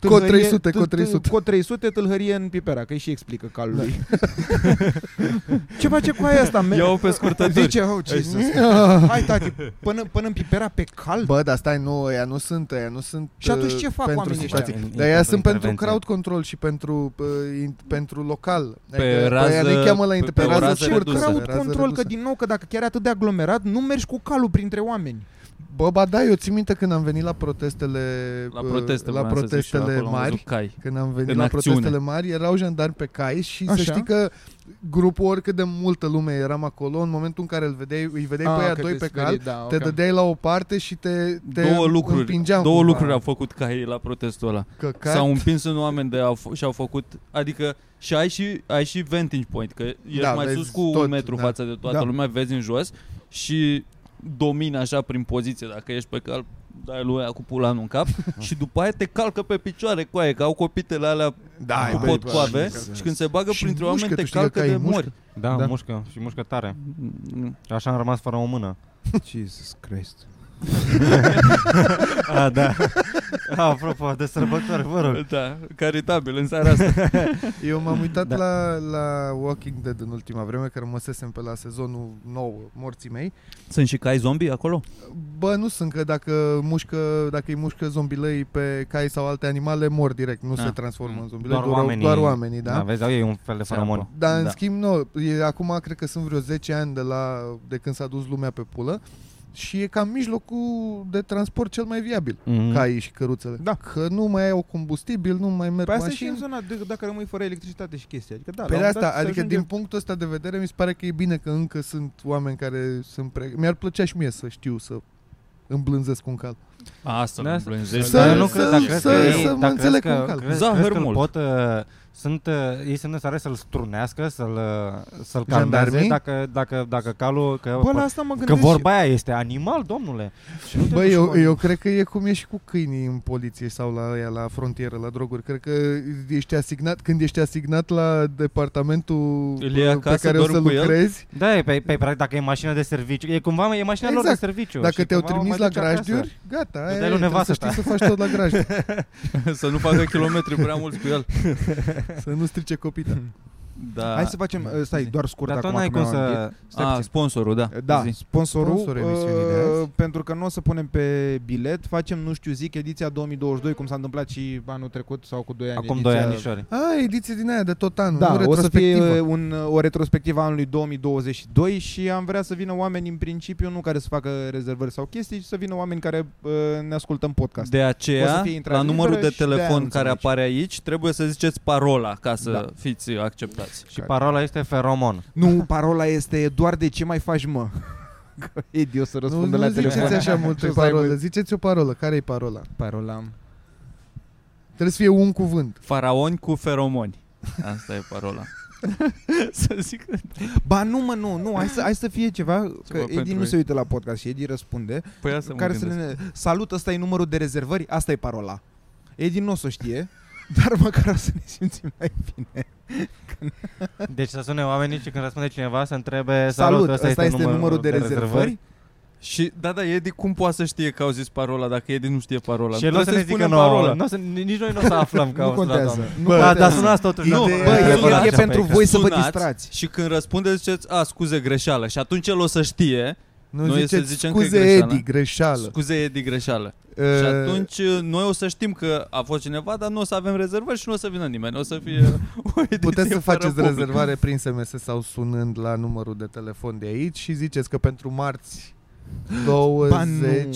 Speaker 6: Cod
Speaker 5: tâlhărie-
Speaker 6: 300,
Speaker 5: t-
Speaker 6: cod
Speaker 5: t-
Speaker 6: 300.
Speaker 5: Cod 300, tâlhărie în Pipera, că îi și explică
Speaker 6: Da.
Speaker 5: calului. ce face cu aia asta, men?
Speaker 2: Iau pe scurtături.
Speaker 5: Zice, oh, Jesus. Hai, tati, până, până în Pipera pe cal?
Speaker 6: Bă, dar stai, nu, ea nu sunt, ea nu sunt
Speaker 5: Și atunci
Speaker 6: uh,
Speaker 5: ce fac
Speaker 6: pentru
Speaker 5: oamenii
Speaker 6: situații.
Speaker 2: ăștia?
Speaker 6: Dar ea
Speaker 2: Pentru
Speaker 6: sunt pentru
Speaker 2: intervenție.
Speaker 6: crowd control și pentru, uh, in, pentru local.
Speaker 2: Pe
Speaker 6: Adică
Speaker 2: rază-
Speaker 6: ea ne cheamă la inter-
Speaker 2: pe- pe
Speaker 6: pe,
Speaker 2: o
Speaker 6: rază
Speaker 2: rază
Speaker 5: ce
Speaker 6: scurtă,
Speaker 2: redusă.
Speaker 5: crowd
Speaker 6: rază
Speaker 5: control, că
Speaker 6: redusă.
Speaker 5: din nou, că dacă chiar e atât de aglomerat, nu mergi cu calul printre oameni.
Speaker 6: Bă, ba da, eu țin minte când am venit la protestele
Speaker 2: La
Speaker 6: uh,
Speaker 2: proteste,
Speaker 6: la protestele mari,
Speaker 2: Cai.
Speaker 6: când am venit
Speaker 2: În
Speaker 6: la
Speaker 2: acțiune.
Speaker 6: protestele mari, erau jandarmi pe cai și
Speaker 5: Așa.
Speaker 6: să știi că grupul, oricât de multă lume eram acolo, în momentul în care îl vedeai, îi vedeai pe aia
Speaker 5: că
Speaker 6: doi
Speaker 5: Ah, te
Speaker 6: pe
Speaker 5: sperii,
Speaker 6: cal,
Speaker 5: da,
Speaker 6: te
Speaker 5: ok.
Speaker 6: dădeai la o parte și te, te
Speaker 2: Două lucruri,
Speaker 6: împingeam
Speaker 2: două
Speaker 6: cumva.
Speaker 2: lucruri au făcut cai la protestul ăla.
Speaker 6: Căcat.
Speaker 2: S-au împins în oameni de au f- și-au făcut, adică și ai și, ai și vantage point, că ești
Speaker 6: Da,
Speaker 2: mai
Speaker 6: vezi
Speaker 2: sus cu
Speaker 6: tot,
Speaker 2: un metru
Speaker 6: da.
Speaker 2: față de toată
Speaker 5: Da.
Speaker 2: lumea, vezi în jos și domini așa prin poziție, dacă ești pe cal, dai lui aia cu pulanul în cap și după aia te calcă pe picioare cu aia, că au copitele alea
Speaker 6: Da,
Speaker 2: cu
Speaker 6: bă,
Speaker 2: pot
Speaker 6: bă,
Speaker 2: coave
Speaker 6: bă,
Speaker 2: și când se bagă
Speaker 6: Și
Speaker 2: printre
Speaker 6: mușcă,
Speaker 2: oameni te
Speaker 6: tu știi că
Speaker 2: calcă
Speaker 6: caii
Speaker 2: de
Speaker 6: mușcă.
Speaker 2: mori.
Speaker 4: Da,
Speaker 5: Da.
Speaker 4: mușcă și mușcă tare. Și așa am rămas fără o mână.
Speaker 5: Jesus Christ.
Speaker 4: A, da. Apropo, de sărbători, vă rog.
Speaker 2: Da, caritabil în seara asta.
Speaker 6: Eu m-am uitat
Speaker 4: Da.
Speaker 6: da. la, la Walking Dead în ultima vreme, că rămăsesem pe la sezonul 9 morții mei.
Speaker 2: Sunt și cai zombie acolo?
Speaker 6: Bă, nu sunt că dacă, mușcă, dacă îi mușcă zombilei pe cai sau alte animale, mor direct, nu
Speaker 2: Ah.
Speaker 6: se transformă în zombilei,
Speaker 4: Doar oamenii.
Speaker 6: doar oamenii da?
Speaker 4: Da, vezi, au ei un fel de
Speaker 2: Se
Speaker 4: feromon.
Speaker 2: află.
Speaker 6: Dar în
Speaker 2: Da.
Speaker 6: schimb, nu, e, acum cred că sunt vreo 10 ani de, la, de când s-a dus lumea pe pulă și e cam mijlocul de transport cel mai viabil.
Speaker 4: Mhm.
Speaker 6: Caii și căruțele.
Speaker 5: Da.
Speaker 6: Că nu mai au combustibil, nu mai merg
Speaker 5: Păi asta e și
Speaker 6: mașini.
Speaker 5: în zona de, dacă rămâi fără electricitate și chestii. Adică da,
Speaker 6: Pe
Speaker 5: la
Speaker 6: de
Speaker 5: un moment
Speaker 6: asta,
Speaker 5: dat se
Speaker 6: adică
Speaker 5: ajunge-
Speaker 6: din punctul ăsta de vedere, mi se pare că e bine că încă sunt oameni care sunt pre... Mi-ar plăcea și mie să știu să îmblânzesc un cal.
Speaker 2: Asta
Speaker 4: Da,
Speaker 2: da,
Speaker 4: să-
Speaker 6: Să-
Speaker 4: Dar eu nu cred,
Speaker 6: să-
Speaker 4: dar crezi
Speaker 6: să-
Speaker 4: că ei-
Speaker 6: să
Speaker 4: dar
Speaker 6: mă
Speaker 4: crezi
Speaker 6: înțeleg
Speaker 4: că-
Speaker 6: cu un cal.
Speaker 4: crezi-
Speaker 2: Zahăr
Speaker 4: crezi că îl
Speaker 2: mult.
Speaker 4: Pot, uh, sunt, uh, ei sunt în stare să-l strunească, să-l, uh, să-l calmeze,
Speaker 6: Jandarmii?
Speaker 4: dacă, dacă, dacă calul... Că,
Speaker 5: Bă, la asta mă
Speaker 4: că
Speaker 5: gândesc și-
Speaker 4: vorba aia este animal, domnule. Și nu te
Speaker 6: Bă,
Speaker 4: duci,
Speaker 6: eu,
Speaker 4: mă.
Speaker 6: eu cred că e cum e și cu câinii în poliție sau la aia, la frontieră, la droguri. Cred că ești asignat, când ești asignat la departamentul
Speaker 2: Îl iei
Speaker 6: pe
Speaker 2: acasă,
Speaker 6: care o
Speaker 2: dormi
Speaker 6: să
Speaker 2: cu el?
Speaker 6: lucrezi,
Speaker 4: Da, e, pe, pe, practic, dacă e mașină de serviciu, e cumva e mașina lor de
Speaker 6: Exact.
Speaker 4: serviciu.
Speaker 6: dacă
Speaker 4: și
Speaker 6: te-au
Speaker 4: cumva o
Speaker 6: trimis
Speaker 4: mai
Speaker 6: la
Speaker 4: duci acasă.
Speaker 6: grajduri, gata, aia
Speaker 4: dai lui
Speaker 6: e, trebuie
Speaker 4: nevastă
Speaker 6: să știi
Speaker 4: ta.
Speaker 6: să faci tot la grajduri,
Speaker 2: să nu facă kilometri prea mulți cu el.
Speaker 6: să nu strice copiii. tăi.
Speaker 2: Da.
Speaker 5: Hai să facem, uh, stai, doar scurt
Speaker 4: Dar tu
Speaker 5: acum
Speaker 4: n-ai Ah,
Speaker 5: că
Speaker 4: cum
Speaker 5: mi-am amintit.
Speaker 4: să...
Speaker 5: Stai
Speaker 2: A,
Speaker 5: puțin.
Speaker 2: sponsorul, da.
Speaker 5: Da,
Speaker 2: Zi.
Speaker 5: sponsorul,
Speaker 6: Sponsorul emisiunii de
Speaker 5: uh,
Speaker 6: azi.
Speaker 5: pentru că nu o să punem pe bilet, facem, nu știu, zic, ediția 2022, cum s-a întâmplat și anul trecut sau cu 2 ani.
Speaker 4: Acum
Speaker 5: ediția-
Speaker 4: doi anișori.
Speaker 6: A, ediție din aia de tot anul,
Speaker 5: Da,
Speaker 6: nu
Speaker 5: o să
Speaker 6: retrospectivă.
Speaker 5: fie un, uh, o retrospectivă a anului 2022 și am vrea să vină oameni în principiu, nu care să facă rezervări sau chestii, ci să vină oameni care uh, ne ascultă în podcast.
Speaker 2: De
Speaker 5: O să
Speaker 2: aceea,
Speaker 5: fie intrare
Speaker 2: la numărul
Speaker 5: liberă
Speaker 2: de
Speaker 5: și de-aia
Speaker 2: telefon
Speaker 5: nu
Speaker 2: care
Speaker 5: înțelegi.
Speaker 2: apare aici, trebuie să ziceți parola ca să
Speaker 5: Da.
Speaker 2: fiți acceptați.
Speaker 4: Și parola este feromon.
Speaker 5: Nu, parola este doar de ce mai faci, mă? Că Edi o să
Speaker 6: Nu,
Speaker 5: răspundă
Speaker 6: nu
Speaker 5: la
Speaker 6: ziceți
Speaker 5: telefon.
Speaker 6: așa
Speaker 5: Și
Speaker 6: multe
Speaker 5: o să aibă-
Speaker 6: parole, ziceți o parolă, care e parola?
Speaker 5: Parola.
Speaker 6: Trebuie să fie un cuvânt.
Speaker 2: Faraoni cu feromoni. Asta e parola. să zic
Speaker 5: Ba nu mă, nu, nu, hai să, hai să fie ceva, că
Speaker 2: pentru
Speaker 5: Edi nu
Speaker 2: ei.
Speaker 5: se uită la podcast și Edi răspunde.
Speaker 2: Păi asta
Speaker 5: care să ne... Salut, ăsta e numărul de rezervări, asta e parola. Edi nu o să o știe, Dar măcar o să ne simțim mai bine.
Speaker 4: Deci să sune oamenii și când răspunde cineva să întrebe
Speaker 5: Salut,
Speaker 4: Salut,
Speaker 5: ăsta este numărul de rezervări.
Speaker 2: Și, da, da, Edi cum poate să știe că au zis parola dacă Edi nu știe parola?
Speaker 4: Și el nu o să ne
Speaker 2: Trebuie
Speaker 4: zică
Speaker 2: spunem
Speaker 4: nouă.
Speaker 2: parola.
Speaker 4: N-o să, nici noi nu o să aflăm că
Speaker 5: Nu
Speaker 4: au
Speaker 5: contează.
Speaker 4: contează.
Speaker 5: Nu
Speaker 6: Bă,
Speaker 4: Da,
Speaker 5: contează.
Speaker 4: dar sunați totuși. Da,
Speaker 2: Nu,
Speaker 4: la-
Speaker 2: bă,
Speaker 4: la-
Speaker 5: Bă,
Speaker 4: la-
Speaker 5: e,
Speaker 4: la-
Speaker 5: e
Speaker 4: la- la-
Speaker 5: pentru
Speaker 4: la-
Speaker 5: voi să vă
Speaker 2: Sunați
Speaker 5: distrați.
Speaker 2: Și când răspunde ziceți, a, scuze, greșeală. Și atunci el o să știe,
Speaker 6: Nu
Speaker 2: Noi să
Speaker 6: ziceți,
Speaker 2: zicem că e
Speaker 6: scuze
Speaker 2: greșeală."
Speaker 6: Edi, greșeală.
Speaker 2: scuze, Edi, greșeală.
Speaker 6: Uh,
Speaker 2: Și atunci uh, noi o să știm că a fost cineva, dar nu o să avem rezervări și nu o să vină nimeni. O să fie o ediție
Speaker 6: Puteți să
Speaker 2: fără
Speaker 6: faceți
Speaker 2: public.
Speaker 6: rezervare prin SMS sau sunând la numărul de telefon de aici și ziceți că pentru marți 20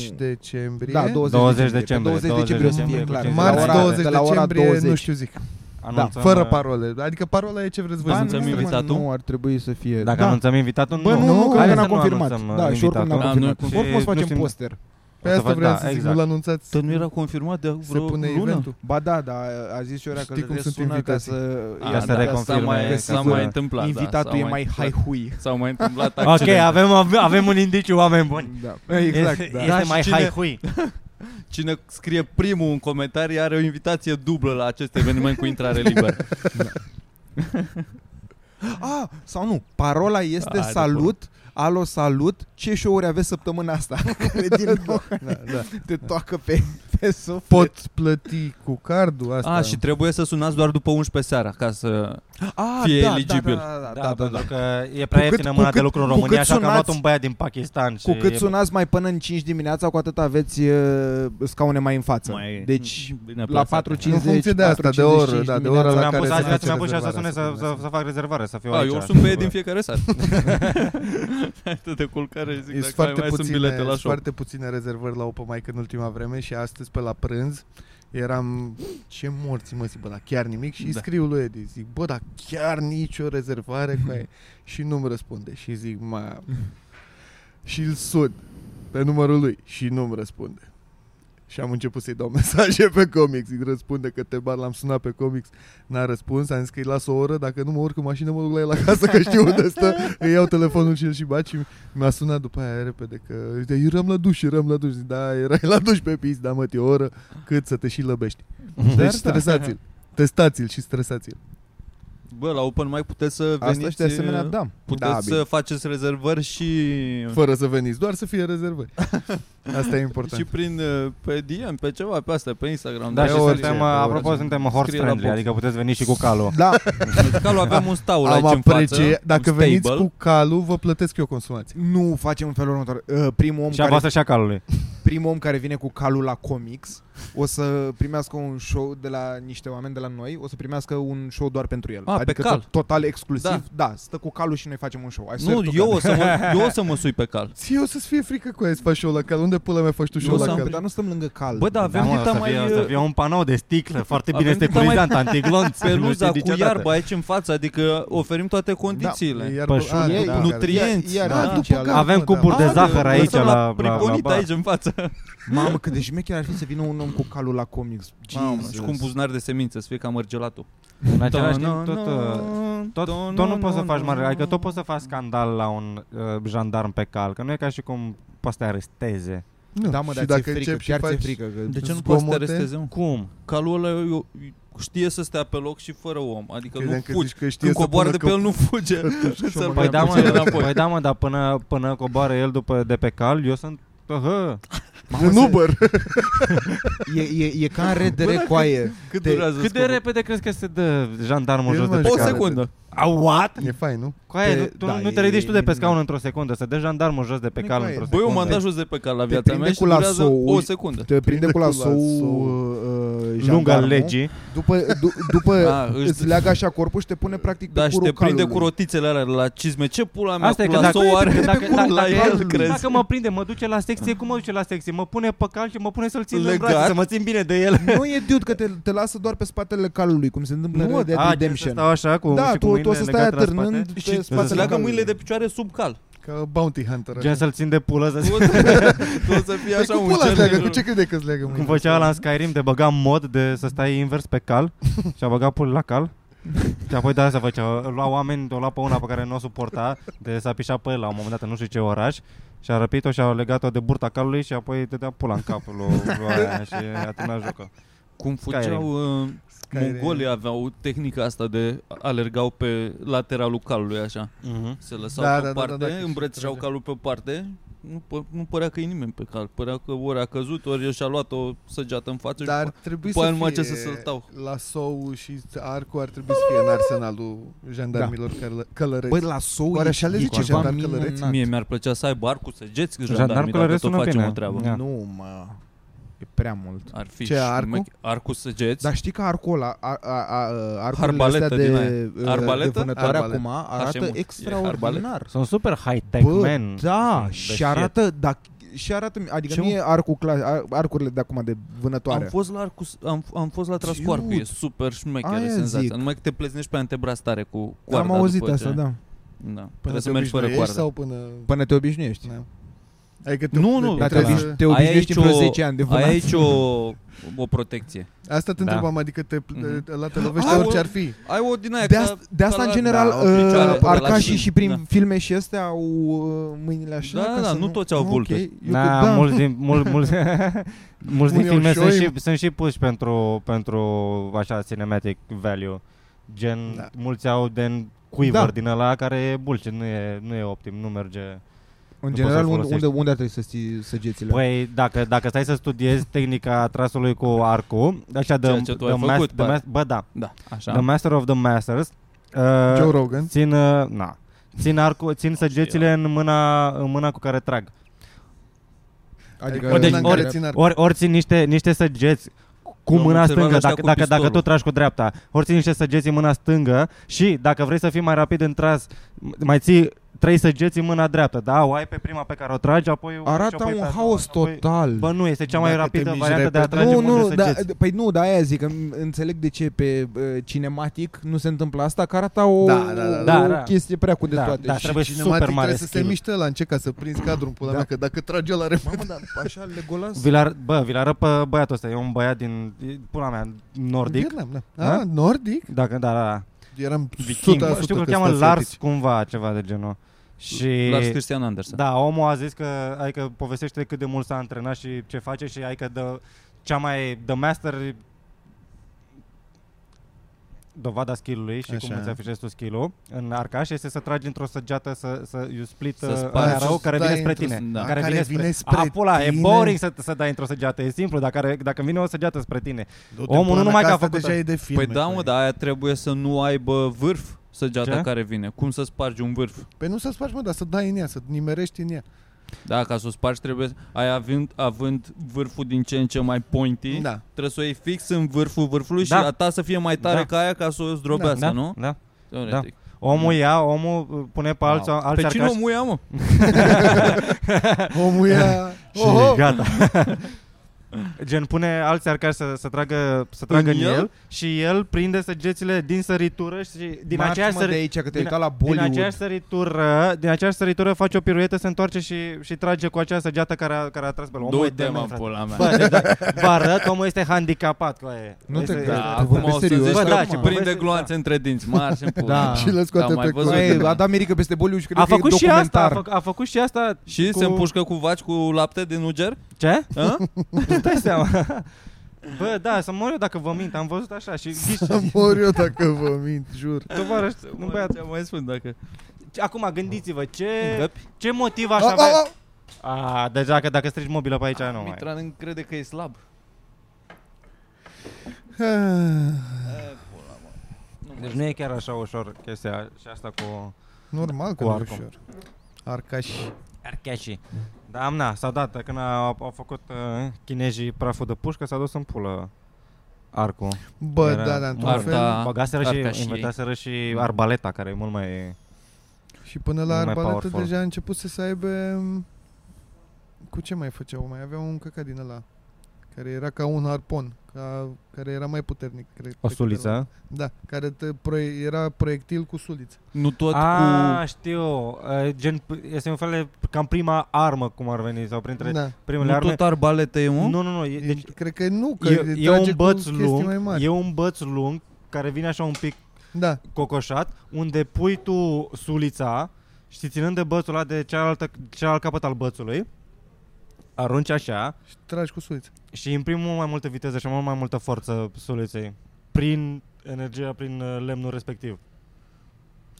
Speaker 5: nu.
Speaker 6: decembrie.
Speaker 5: Da, 20,
Speaker 4: 20
Speaker 5: decembrie.
Speaker 4: decembrie,
Speaker 5: 20 decembrie o să fie
Speaker 4: 20
Speaker 5: clar.
Speaker 4: decembrie,
Speaker 5: De
Speaker 6: Marți
Speaker 5: la
Speaker 4: ora-
Speaker 6: 20
Speaker 5: de la ora
Speaker 6: decembrie,
Speaker 5: 20.
Speaker 6: nu știu zic.
Speaker 5: Da,
Speaker 2: Da.
Speaker 4: anunțăm,
Speaker 6: Fără
Speaker 4: uh,
Speaker 6: parole. Adică parola e ce vreți voi.
Speaker 2: Ba,
Speaker 6: să
Speaker 2: nu.
Speaker 6: ziceți.
Speaker 2: anunțăm invitatul?
Speaker 5: Nu, ar trebui să fie...
Speaker 4: Dacă
Speaker 5: da.
Speaker 4: anunțăm invitatul,
Speaker 5: Bă, nu, nu, că
Speaker 4: Hai
Speaker 5: încă
Speaker 4: să
Speaker 5: n-am
Speaker 4: nu
Speaker 5: confirmat.
Speaker 4: anunțăm,
Speaker 5: Da,
Speaker 4: uh,
Speaker 5: și oricum
Speaker 4: invitatul.
Speaker 5: n-am
Speaker 2: Da,
Speaker 5: confirmat.
Speaker 2: nu e
Speaker 5: Oricum o să
Speaker 4: confirmat.
Speaker 5: facem
Speaker 4: Nu știm-
Speaker 5: poster.
Speaker 6: Pe
Speaker 4: O să
Speaker 6: asta
Speaker 4: fac-
Speaker 6: vreau
Speaker 4: da,
Speaker 6: să zic,
Speaker 4: exact.
Speaker 6: nu l-anunțați.
Speaker 2: Dar nu era confirmat de
Speaker 6: se
Speaker 2: vreo
Speaker 6: pune
Speaker 2: lună.
Speaker 6: eventul.
Speaker 5: Ba da, da, a zis și eu că
Speaker 6: Știi cum
Speaker 5: le
Speaker 6: sunt
Speaker 5: sună ca
Speaker 6: invitații.
Speaker 5: să...
Speaker 2: Ah,
Speaker 5: ia-
Speaker 4: să
Speaker 5: ca
Speaker 2: s-a
Speaker 4: reconfirme
Speaker 2: mai,
Speaker 5: ca
Speaker 2: s-a
Speaker 5: să-
Speaker 2: mai întâmplat. da,
Speaker 5: Invitatul
Speaker 2: s-a
Speaker 5: e
Speaker 2: mai
Speaker 5: mai
Speaker 2: întâmplat.
Speaker 5: haihui.
Speaker 2: S-au mai întâmplat
Speaker 4: Ok,
Speaker 2: accidente.
Speaker 4: avem, ave- avem un indiciu, oameni buni.
Speaker 5: Da, exact,
Speaker 4: este,
Speaker 5: da.
Speaker 4: este
Speaker 2: și
Speaker 4: mai
Speaker 2: cine-
Speaker 4: haihui.
Speaker 2: Cine scrie primul în comentarii are o invitație dublă la acest eveniment cu intrare liberă.
Speaker 5: Ah, sau nu, parola este
Speaker 2: Hai de
Speaker 5: salut, alo salut, ce show-uri aveți săptămâna asta? Care din nou
Speaker 6: Da, da.
Speaker 5: te toacă pe, pe suflet.
Speaker 6: Pot plăti cu cardul asta.
Speaker 2: A, Ah, și trebuie să sunați doar după 11 seara ca să...
Speaker 5: ah,
Speaker 2: fie
Speaker 5: da,
Speaker 2: eligibil.
Speaker 5: Da, da, da,
Speaker 4: Da,
Speaker 5: da, da, da.
Speaker 4: pentru că e prea
Speaker 5: Cu cât-
Speaker 4: ieftină mâna de
Speaker 5: cu cât-
Speaker 4: lucru în
Speaker 5: cu
Speaker 4: România,
Speaker 5: cât
Speaker 4: așa că am luat
Speaker 5: sunați-
Speaker 4: un băiat din Pakistan. și
Speaker 5: Cu cât
Speaker 4: e-
Speaker 5: sunați mai până în 5 dimineața, cu atât aveți uh, scaune mai în față.
Speaker 2: Mai-
Speaker 5: Deci
Speaker 2: Bine
Speaker 5: la
Speaker 2: plasate.
Speaker 5: 4.50,
Speaker 6: În funcție de asta, de
Speaker 5: 4.55
Speaker 6: oră, da, de
Speaker 5: dimineața.
Speaker 6: oră la
Speaker 4: Mi-am
Speaker 6: care
Speaker 4: pus
Speaker 6: să
Speaker 4: azi viața,
Speaker 6: faci
Speaker 4: mi-am pus și azi să
Speaker 6: rezervarea,
Speaker 4: sune să,
Speaker 6: să
Speaker 4: să, să fac rezervare, să fiu
Speaker 2: A,
Speaker 4: aici.
Speaker 2: eu sunt pe Edi în fiecare seară. Atât de culcare zic,
Speaker 6: Sunt
Speaker 2: dacă mai,
Speaker 6: foarte,
Speaker 2: mai sunt bilete
Speaker 6: puține,
Speaker 2: la
Speaker 6: sunt
Speaker 2: show.
Speaker 6: foarte puține rezervări la Open Mic în ultima vreme și astăzi pe la prânz eram ce morți mă zic, bă, dar chiar nimic și
Speaker 2: Da.
Speaker 6: da. scriu lui Edi, zic, bă, dar chiar nicio rezervare cu aia. și nu-mi răspunde și zic, mă, și îl sun pe numărul lui și nu-mi răspunde. Și am început să-i dau mesaje pe comics, zic, răspunde că te bat, l-am sunat pe comics, n-a răspuns, am zis că îi las o oră, dacă nu mă urc în mașină, mă duc la el acasă, că știu unde stă, îi iau telefonul și îl și bat și mi-a sunat după aia repede că uite, eram la duș, eram la duș. Zic, Da, erai la duș pe pis, da mă, te o oră cât să te și lăbești. Deci
Speaker 5: da.
Speaker 6: stresați-l. Testați-l și stresați-l.
Speaker 2: Bă, la open mic puteți să veniți...
Speaker 5: Asta și de asemenea, da.
Speaker 2: Puteți
Speaker 6: Da, bine.
Speaker 2: să faceți rezervări și...
Speaker 6: Fără să veniți, doar să fie rezervări. Asta e important.
Speaker 2: Și prin uh, pe DM, pe ceva, pe astea, pe Instagram.
Speaker 4: Da,
Speaker 2: pe
Speaker 4: și
Speaker 6: orice,
Speaker 4: suntem,
Speaker 6: pe
Speaker 4: apropo,
Speaker 6: orice.
Speaker 4: suntem horse
Speaker 2: Scrie la
Speaker 4: friendly,
Speaker 2: box.
Speaker 4: adică puteți veni și cu calul.
Speaker 5: Da,
Speaker 2: Calul aveam un staul
Speaker 6: Am
Speaker 2: aici în față.
Speaker 6: aprecie- dacă
Speaker 2: un
Speaker 6: veniți
Speaker 2: stable.
Speaker 6: cu calul, vă plătesc eu consumație.
Speaker 5: nu facem în felul următor. Uh, primul, om
Speaker 4: Și a
Speaker 5: care,
Speaker 4: voastră și a calului.
Speaker 5: primul om care vine cu calul la comics o să primească un show de la niște oameni de la noi, o să primească un show doar pentru el.
Speaker 2: A, pe
Speaker 5: adică
Speaker 2: cal.
Speaker 5: tot- total exclusiv. Da. da, stă cu calul și noi facem un show. I swear
Speaker 2: Nu,
Speaker 5: to
Speaker 2: eu
Speaker 5: God.
Speaker 2: o, să mă, eu o să mă sui pe cal.
Speaker 6: Ție o să-ți fie frică cu aia să faci show la cal. Unde pula mea faci tu show
Speaker 2: Nu
Speaker 6: la
Speaker 2: s-am
Speaker 6: cal?
Speaker 5: Dar nu stăm lângă cal.
Speaker 2: Bă, da, aveam
Speaker 4: mă,
Speaker 2: dita
Speaker 4: o să
Speaker 2: mai...
Speaker 4: fie- o să fie
Speaker 2: uh,
Speaker 4: un panou de sticlă, foarte bine
Speaker 2: Avem dita mai-
Speaker 4: sterilizant, antiglonț.
Speaker 2: Peluza cu iarbă aici în față, adică oferim toate condițiile.
Speaker 6: Iar-
Speaker 4: Pășune,
Speaker 6: Ah,
Speaker 5: E-
Speaker 6: da.
Speaker 2: Nutrienți.
Speaker 5: Iar-
Speaker 2: da.
Speaker 5: iar-
Speaker 6: Da, după
Speaker 5: artificial.
Speaker 6: cal,
Speaker 4: Avem
Speaker 6: mă, da.
Speaker 4: cuburi de
Speaker 2: Ah,
Speaker 4: zahăr
Speaker 2: lăsăm
Speaker 4: aici la- la-
Speaker 2: prigonit
Speaker 4: la bar.
Speaker 2: aici în față.
Speaker 5: Mamă, cât de șmecher ar fi să vină un om cu calul la comics.
Speaker 2: Mamă,
Speaker 5: Jesus.
Speaker 2: și cu un buzunar de semințe, să fie ca mărgelatul.
Speaker 4: În același timp, tot... uh, Tot, tot nu poți să faci mare, adică tot poți să faci scandal la un uh, jandarm pe cal, că nu e ca și cum poți să te aresteze.
Speaker 6: Nu.
Speaker 5: Da, mă,
Speaker 6: Și
Speaker 5: dar ți-e
Speaker 6: dacă
Speaker 5: frică,
Speaker 6: începi și
Speaker 5: chiar ți-e
Speaker 6: faci-
Speaker 5: frică. Că...
Speaker 2: De ce nu poți
Speaker 6: Zgomote?
Speaker 2: să te aresteze? mă?
Speaker 4: Cum?
Speaker 2: Calul ăla eu- eu- știe să stea pe loc și fără om, adică
Speaker 6: Credeam
Speaker 2: nu
Speaker 6: că
Speaker 2: fugi.
Speaker 6: zici că știe
Speaker 2: Când
Speaker 6: să
Speaker 2: coboară
Speaker 6: pună
Speaker 2: de pe el
Speaker 6: căpul.
Speaker 2: nu fuge. Să-l
Speaker 4: Păi
Speaker 2: mai
Speaker 4: da,
Speaker 2: puțin
Speaker 4: mă,
Speaker 2: înapoi.
Speaker 4: păi da, mă, dar până, până coboară el după, de pe cal, eu sunt... Aha.
Speaker 5: Mamă,
Speaker 6: În
Speaker 5: se-
Speaker 6: Uber.
Speaker 5: E, e, e ca în RDR coaie.
Speaker 2: Cât
Speaker 5: Te-
Speaker 2: durează
Speaker 4: Cât de
Speaker 2: scopul?
Speaker 4: repede crezi că se dă jandarmul
Speaker 6: El
Speaker 4: jos de
Speaker 6: mă
Speaker 4: pe
Speaker 2: O
Speaker 6: care-
Speaker 4: cal?
Speaker 2: secundă.
Speaker 4: A, what?
Speaker 6: E fain, nu?
Speaker 4: Cu aia,
Speaker 5: Te-
Speaker 4: nu, tu
Speaker 5: da,
Speaker 4: nu te
Speaker 5: e-
Speaker 4: ridici tu de pe
Speaker 5: e-
Speaker 4: scaun într-o secundă, să dă jandarmul jos de pe
Speaker 6: Nu-i
Speaker 4: cal
Speaker 6: cu aia.
Speaker 4: într-o
Speaker 2: Băi,
Speaker 4: secundă.
Speaker 2: eu m-am dat jos de pe cal la viața
Speaker 5: prinde
Speaker 2: mea și
Speaker 5: cu lasso,
Speaker 2: durează o
Speaker 5: uite.
Speaker 2: secundă.
Speaker 5: Te prinde cu lasou
Speaker 6: lasou,
Speaker 5: uh, uh,
Speaker 4: Lunga
Speaker 5: jandarmul,
Speaker 4: legii.
Speaker 5: După, du, după
Speaker 2: Da, își-
Speaker 5: îți leagă așa corpul și te pune practic
Speaker 2: Da,
Speaker 5: pe
Speaker 2: și
Speaker 5: curul
Speaker 2: te prinde cu
Speaker 5: calului.
Speaker 2: rotițele alea la cizme. Ce pula mea
Speaker 4: Asta e
Speaker 2: cu
Speaker 4: că dacă,
Speaker 2: lasso are?
Speaker 4: dacă,
Speaker 2: Dacă-
Speaker 4: dacă, dacă,
Speaker 2: la el,
Speaker 4: dacă,
Speaker 2: crezi.
Speaker 4: dacă mă prinde, mă duce la secție, cum mă duce la secție? Mă pune pe cal și mă pune să-l țin în
Speaker 2: Legat.
Speaker 4: brațe, să mă țin bine de el.
Speaker 5: Nu e dude că te, te lasă doar pe spatele calului, cum se întâmplă în Red Dead
Speaker 4: A, gen, să
Speaker 5: Redemption.
Speaker 4: stau așa cu,
Speaker 5: Da,
Speaker 4: și cu
Speaker 5: tu, tu o să
Speaker 4: mâinile
Speaker 5: stai
Speaker 4: legate la spate?
Speaker 5: atârnând
Speaker 2: Și
Speaker 5: pe
Speaker 2: îți
Speaker 5: spatele
Speaker 2: leagă
Speaker 5: calului.
Speaker 2: mâinile de picioare sub cal.
Speaker 6: Ca bounty hunter.
Speaker 4: Gen
Speaker 6: așa.
Speaker 4: să-l țin de pulă să
Speaker 2: Tu o să, tu o să fii
Speaker 6: Păi
Speaker 2: așa
Speaker 6: cu
Speaker 2: un
Speaker 6: pula
Speaker 2: cer
Speaker 6: îți leagă,
Speaker 2: în-
Speaker 6: cu ce credeai că îți leagă mâinile?
Speaker 4: Cum făcea la în Skyrim de băga mod de să stai invers pe cal și a băgat pul la cal. Și apoi de asta făcea, lua oameni, o lua pe una pe care nu o suporta, de s-a pișat pe el la un moment dat în nu știu ce oraș și a răpit-o și a legat-o de burta calului și apoi dădea pula în capul lui, lui aia și a terminat jocul.
Speaker 2: Cum
Speaker 4: Skyrim.
Speaker 2: fugeau... Uh,
Speaker 6: Skyrim.
Speaker 2: mongolii aveau tehnica asta de alergau pe lateralul calului așa.
Speaker 4: Mm-hmm.
Speaker 2: Se lăsau
Speaker 6: Da,
Speaker 2: da, pe
Speaker 6: da,
Speaker 2: da,
Speaker 6: da,
Speaker 2: parte, da,
Speaker 6: da, da,
Speaker 2: da,
Speaker 6: că
Speaker 2: îmbrățișau
Speaker 6: se trage.
Speaker 2: calul pe parte. Nu, pă, nu părea că e nimeni pe cal. Părea că ori a căzut, ori și-a luat o săgeată în față.
Speaker 6: Dar
Speaker 2: și,
Speaker 6: ar trebui
Speaker 2: după
Speaker 6: să
Speaker 2: aia numai
Speaker 6: fie
Speaker 2: Păi ce să săltau.
Speaker 6: la sou și arcul ar trebui să fie în arsenalul jandarmilor da. călăreți.
Speaker 2: Păi
Speaker 5: Bă, la sou
Speaker 6: Oare
Speaker 5: e-
Speaker 6: și alege
Speaker 5: e
Speaker 6: ceva
Speaker 5: ceva
Speaker 6: în călăreți?
Speaker 5: minunat.
Speaker 2: mie mi-ar plăcea să aibă arcul săgeți cu
Speaker 4: Jandarmii,
Speaker 2: jandarmii
Speaker 4: care
Speaker 2: dacă tot
Speaker 4: sună
Speaker 2: facem
Speaker 4: bine.
Speaker 2: o treabă.
Speaker 4: Da.
Speaker 5: Nu, mă. E prea mult.
Speaker 2: Ar fi
Speaker 6: Ce,
Speaker 2: și
Speaker 6: arcul?
Speaker 2: mech- arcul săgeți.
Speaker 5: Dar știi că arcul ăla, a, a, a, arcurile
Speaker 2: Arbaletă
Speaker 5: astea
Speaker 2: din aia.
Speaker 5: de, uh,
Speaker 2: Arbaletă?
Speaker 5: de vânătoare
Speaker 6: Arbaletă.
Speaker 5: acum arată
Speaker 2: HM-ul. E
Speaker 5: extraordinar.
Speaker 4: Sunt super high-tech,
Speaker 5: Bă,
Speaker 4: man.
Speaker 5: da,
Speaker 4: Sunt
Speaker 5: și
Speaker 4: the
Speaker 5: arată, da, și arată, adică
Speaker 4: Ce
Speaker 5: nu e arcul, cla- ar- arcurile de acum de vânătoare.
Speaker 2: Am fost la, arcul, am, am fost la trascoarpie,
Speaker 5: Dude.
Speaker 2: e super șmecheră
Speaker 5: Aia
Speaker 2: senzația.
Speaker 5: zic.
Speaker 2: Numai că te pleznești pe antebras tare cu coarda
Speaker 5: Am auzit
Speaker 2: după
Speaker 5: asta,
Speaker 2: ce...
Speaker 5: da.
Speaker 2: da. Trebuie să mergi fără
Speaker 6: obișnuiești
Speaker 2: coardă.
Speaker 6: sau până...
Speaker 4: Păi,
Speaker 5: Până te obișnuiești.
Speaker 6: Da. Adică te,
Speaker 2: Nu, nu,
Speaker 6: te-
Speaker 5: Dar te,
Speaker 2: Dacă
Speaker 6: trebuie
Speaker 5: obiș-
Speaker 6: să-
Speaker 5: te
Speaker 2: Ai
Speaker 5: obișnuiești în vreo 10 ani de
Speaker 2: Ai
Speaker 5: vânat.
Speaker 2: aici o, o protecție.
Speaker 6: Asta
Speaker 4: Da. Adică
Speaker 6: te întrebam, adică te,
Speaker 2: Mhm.
Speaker 6: la te lovește
Speaker 2: Ah,
Speaker 6: orice
Speaker 2: o-
Speaker 6: ar fi.
Speaker 2: Ai o din aia
Speaker 5: De,
Speaker 2: ca-
Speaker 5: asta, de asta
Speaker 2: ca
Speaker 5: în
Speaker 2: la-
Speaker 5: general,
Speaker 6: da, o picioară
Speaker 5: uh,
Speaker 6: pe la
Speaker 5: arcașii
Speaker 2: șin.
Speaker 5: și prin
Speaker 2: Da.
Speaker 5: filme și astea au uh, mâinile așa.
Speaker 2: Da,
Speaker 5: ca
Speaker 2: da,
Speaker 5: să
Speaker 2: nu toți au
Speaker 5: Ah,
Speaker 2: vulturi.
Speaker 5: ok. Eu cred-
Speaker 4: Da,
Speaker 5: da.
Speaker 4: mulți din, mul, mulți, mulți din
Speaker 6: Unii au
Speaker 4: filme sunt
Speaker 6: șoim.
Speaker 4: și, sunt și puși pentru, pentru așa cinematic value. Gen,
Speaker 6: Da.
Speaker 4: da. mulți au den Quiver
Speaker 5: Da.
Speaker 4: da. din ăla care e bullshit, nu e, nu e optim, nu merge.
Speaker 5: În
Speaker 4: Nu
Speaker 5: general,
Speaker 4: poți să-l
Speaker 5: unde, unde, unde ar trebui să ții săgețile?
Speaker 4: Păi, dacă, dacă stai să studiezi tehnica trasului cu arcul, așa de,
Speaker 2: Ceea ce tu ai făcut,
Speaker 4: the
Speaker 2: pare.
Speaker 4: mas- bă, da,
Speaker 2: Da, așa.
Speaker 4: the master of the masters,
Speaker 6: Joe
Speaker 4: uh,
Speaker 6: Rogan.
Speaker 4: țin, uh, na, țin, arcul, țin săgețile în mâna, în mâna cu care trag.
Speaker 5: Adică,
Speaker 6: Ori-
Speaker 4: deci,
Speaker 6: în care
Speaker 4: ori,
Speaker 6: țin arcul.
Speaker 4: ori, ori țin niște, niște săgeți cu
Speaker 2: Eu am
Speaker 4: mâna
Speaker 2: observat
Speaker 4: stângă,
Speaker 2: ăștia
Speaker 4: dacă,
Speaker 2: cu
Speaker 4: dacă, dacă
Speaker 2: pistolul.
Speaker 4: tu tragi cu dreapta, ori ții niște săgeți în mâna stângă și dacă vrei să fii mai rapid în tras, m- mai ții trei săgeți în mâna dreaptă, da? O ai pe prima pe care o tragi, apoi... o- și
Speaker 5: arată
Speaker 4: apoi pe
Speaker 5: un
Speaker 4: a doua,
Speaker 5: haos
Speaker 4: apoi-
Speaker 5: total.
Speaker 4: Bă, nu, este cea mai
Speaker 6: Dacă te
Speaker 4: rapidă
Speaker 6: miști
Speaker 4: variantă de a
Speaker 6: repede.
Speaker 4: trage
Speaker 5: nu,
Speaker 4: multe
Speaker 5: nu, da,
Speaker 4: săgeți.
Speaker 5: d- păi nu, da, aia zic, îmi- înțeleg de ce pe uh, cinematic nu se întâmplă asta, că arată o,
Speaker 6: Da, da, da,
Speaker 5: o
Speaker 4: da. Da,
Speaker 5: chestie prea cu de
Speaker 4: da,
Speaker 5: toate.
Speaker 4: da,
Speaker 5: Și-
Speaker 4: trebuie
Speaker 6: Cinematic
Speaker 4: super mare
Speaker 6: trebuie să se
Speaker 4: skill.
Speaker 6: miște la încerca să prinzi cadrul în pula
Speaker 5: Da.
Speaker 6: mea, că dacă trage la repede...
Speaker 5: Mamă, dar așa Legolas...
Speaker 4: Vi-l ar- bă, vi-l arăt pe băiatul ăsta, e un băiat din, e- pula mea, nordic.
Speaker 6: Vietnam, da.
Speaker 4: Da?
Speaker 6: Ah, nordic?
Speaker 4: Dacă, da, da, da.
Speaker 6: Eram 100%
Speaker 4: Viking. Bă, Știu că îl
Speaker 6: că
Speaker 4: cheamă
Speaker 6: sunt
Speaker 4: Lars
Speaker 6: asiatici.
Speaker 4: cumva, ceva de genul. Și...
Speaker 2: Lars Christian Andersen.
Speaker 4: Da, omul a zis că, adică povestește cât de mult s-a antrenat și ce face și adică dă cea mai, the master dovada skill-ului și Așa.
Speaker 6: Așa.
Speaker 4: cum îți afișezi tu skill-ul în arcaș este să tragi într-o săgeată să, să you split
Speaker 2: Să
Speaker 4: să
Speaker 2: spargi.
Speaker 4: aia rău
Speaker 6: Să
Speaker 4: care vine
Speaker 6: dai
Speaker 4: spre
Speaker 6: într-o-
Speaker 4: tine.
Speaker 2: da.
Speaker 6: Care vine spre
Speaker 4: Apula, e
Speaker 6: tine.
Speaker 4: boring să, să dai într-o săgeată, e simplu, dacă, are, dacă vine o săgeată spre tine.
Speaker 6: Du-te,
Speaker 4: Omul
Speaker 6: pula
Speaker 4: nu
Speaker 6: mea,
Speaker 4: numai că a
Speaker 6: asta
Speaker 4: făcut-
Speaker 6: deja e de filme.
Speaker 2: Păi da, mă,
Speaker 6: frate.
Speaker 2: dar aia trebuie să nu aibă vârf săgeata
Speaker 4: Ce?
Speaker 2: care vine. Cum să spargi un vârf?
Speaker 6: Păi nu să spargi, mă, dar să dai în ea, să nimerești în ea.
Speaker 2: Da, ca să o spargi trebuie... Aia având, având vârful din ce în ce mai pointy,
Speaker 6: Da.
Speaker 2: trebuie să o iei fix în vârful vârfului și
Speaker 4: Da.
Speaker 2: a ta să fie mai tare
Speaker 4: Da.
Speaker 2: ca aia ca să o zdrobească,
Speaker 4: da?
Speaker 2: nu?
Speaker 4: Da.
Speaker 2: Teoretic.
Speaker 4: Omul ia, omul uh, pune pe alți, wow. alți
Speaker 2: Pe cine
Speaker 4: arcași
Speaker 2: o muia, mă?
Speaker 6: Omul e...
Speaker 4: Și Oho! gata. Gen, pune alți arcași să, să tragă, să tragă în,
Speaker 2: el?
Speaker 4: el? și el prinde săgețile din săritură și din
Speaker 5: Marci,
Speaker 4: aceeași,
Speaker 5: mă, de
Speaker 4: sări,
Speaker 5: aici, că te-ai
Speaker 4: din-
Speaker 5: uitat la
Speaker 4: din
Speaker 5: Bollywood.
Speaker 4: aceeași săritură, din aceeași săritură face o piruetă, se întoarce și, și trage cu acea săgeată care a, care a tras pe el. Omul e
Speaker 2: Du-te,
Speaker 4: demen,
Speaker 2: mă,
Speaker 4: frate.
Speaker 2: pula mea.
Speaker 4: Bă, deci, da, vă arăt, omul este handicapat, cu aia.
Speaker 5: Nu te
Speaker 4: Este-
Speaker 5: crezi.
Speaker 2: Da,
Speaker 5: Te
Speaker 2: acum
Speaker 5: vorbesc
Speaker 2: o să
Speaker 5: serios.
Speaker 2: zici
Speaker 4: Bă,
Speaker 2: că
Speaker 4: da,
Speaker 2: da,
Speaker 4: ce
Speaker 2: prinde
Speaker 4: poveste-
Speaker 2: gloanțe între dinți, marș în pula.
Speaker 5: Da.
Speaker 2: mea.
Speaker 6: Și le scoate
Speaker 2: Da, am mai
Speaker 6: pe
Speaker 2: văzut.
Speaker 5: Băi,
Speaker 6: coaie.
Speaker 5: a dat mirică peste Bollywood și cred
Speaker 4: A
Speaker 5: că e
Speaker 4: făcut și asta, a,
Speaker 5: documentar.
Speaker 4: făc, a făcut și asta.
Speaker 2: Și
Speaker 4: cu...
Speaker 2: se împușcă cu vaci cu lapte din Uger?
Speaker 4: Ce?
Speaker 2: A?
Speaker 4: Nu dai seama. Bă, da, să mor eu dacă vă mint, am văzut așa și ghici,
Speaker 6: Să mor eu dacă vă mint, jur.
Speaker 4: tovarăș, nu
Speaker 2: Mă,
Speaker 4: băiat,
Speaker 2: ce mai spun dacă...
Speaker 4: Acum gândiți-vă ce,
Speaker 2: Răpi?
Speaker 4: ce motiv aș
Speaker 6: Așa, a,
Speaker 4: avea
Speaker 6: a,
Speaker 4: A, deci dacă, dacă strici mobilă pe aici Da, nu mai
Speaker 2: Mitran îmi crede că e slab.
Speaker 6: a.
Speaker 4: Deci nu e chiar așa ușor chestia și asta cu
Speaker 6: Normal că
Speaker 4: Cu
Speaker 6: nu e
Speaker 4: arcul.
Speaker 6: ușor. Arcaș.
Speaker 4: archeșii Da, am, na, s-a dat, când au, au făcut uh, chinezii praful de pușcă S-a dus în pulă arcul
Speaker 6: Bă,
Speaker 4: Era
Speaker 6: da, da, într-un
Speaker 2: arta.
Speaker 6: fel.
Speaker 4: Băgaseră și
Speaker 2: arcașii.
Speaker 4: inventaseră și arbaleta Care e mult mai...
Speaker 6: Și până la
Speaker 4: Mult mai
Speaker 6: arbaletă
Speaker 4: powerful.
Speaker 6: deja a început să se aibă... m, Cu ce mai făceau? Mai aveau un căcat din ăla. Care era ca un arpon. Ca, care era mai puternic, cred.
Speaker 4: O
Speaker 6: decât ăla.
Speaker 4: suliță
Speaker 6: Da, care te proie, era proiectil cu suliță.
Speaker 2: Nu tot
Speaker 4: A,
Speaker 2: cu...
Speaker 4: știu, uh, gen, este un fel de, cam prima armă cum ar veni Sau printre
Speaker 6: Da.
Speaker 4: primele
Speaker 2: Nu
Speaker 4: arme
Speaker 2: tot arbalete e, mă?
Speaker 4: Nu, nu, nu, e,
Speaker 6: Deci,
Speaker 4: deci
Speaker 6: cred că nu, că
Speaker 4: e, e un băț
Speaker 6: lung, mai
Speaker 4: lung,
Speaker 6: mari.
Speaker 4: e un băț lung care vine așa un pic
Speaker 6: Da,
Speaker 4: cocoșat, unde pui tu sulița și ținând de bățul ăla de cealaltă, cealalt capăt al bățului, arunci așa
Speaker 6: Și tragi cu suliță.
Speaker 4: și imprimi mult mai multă viteză și mult mai multă forță suliței prin energia, prin uh, lemnul respectiv.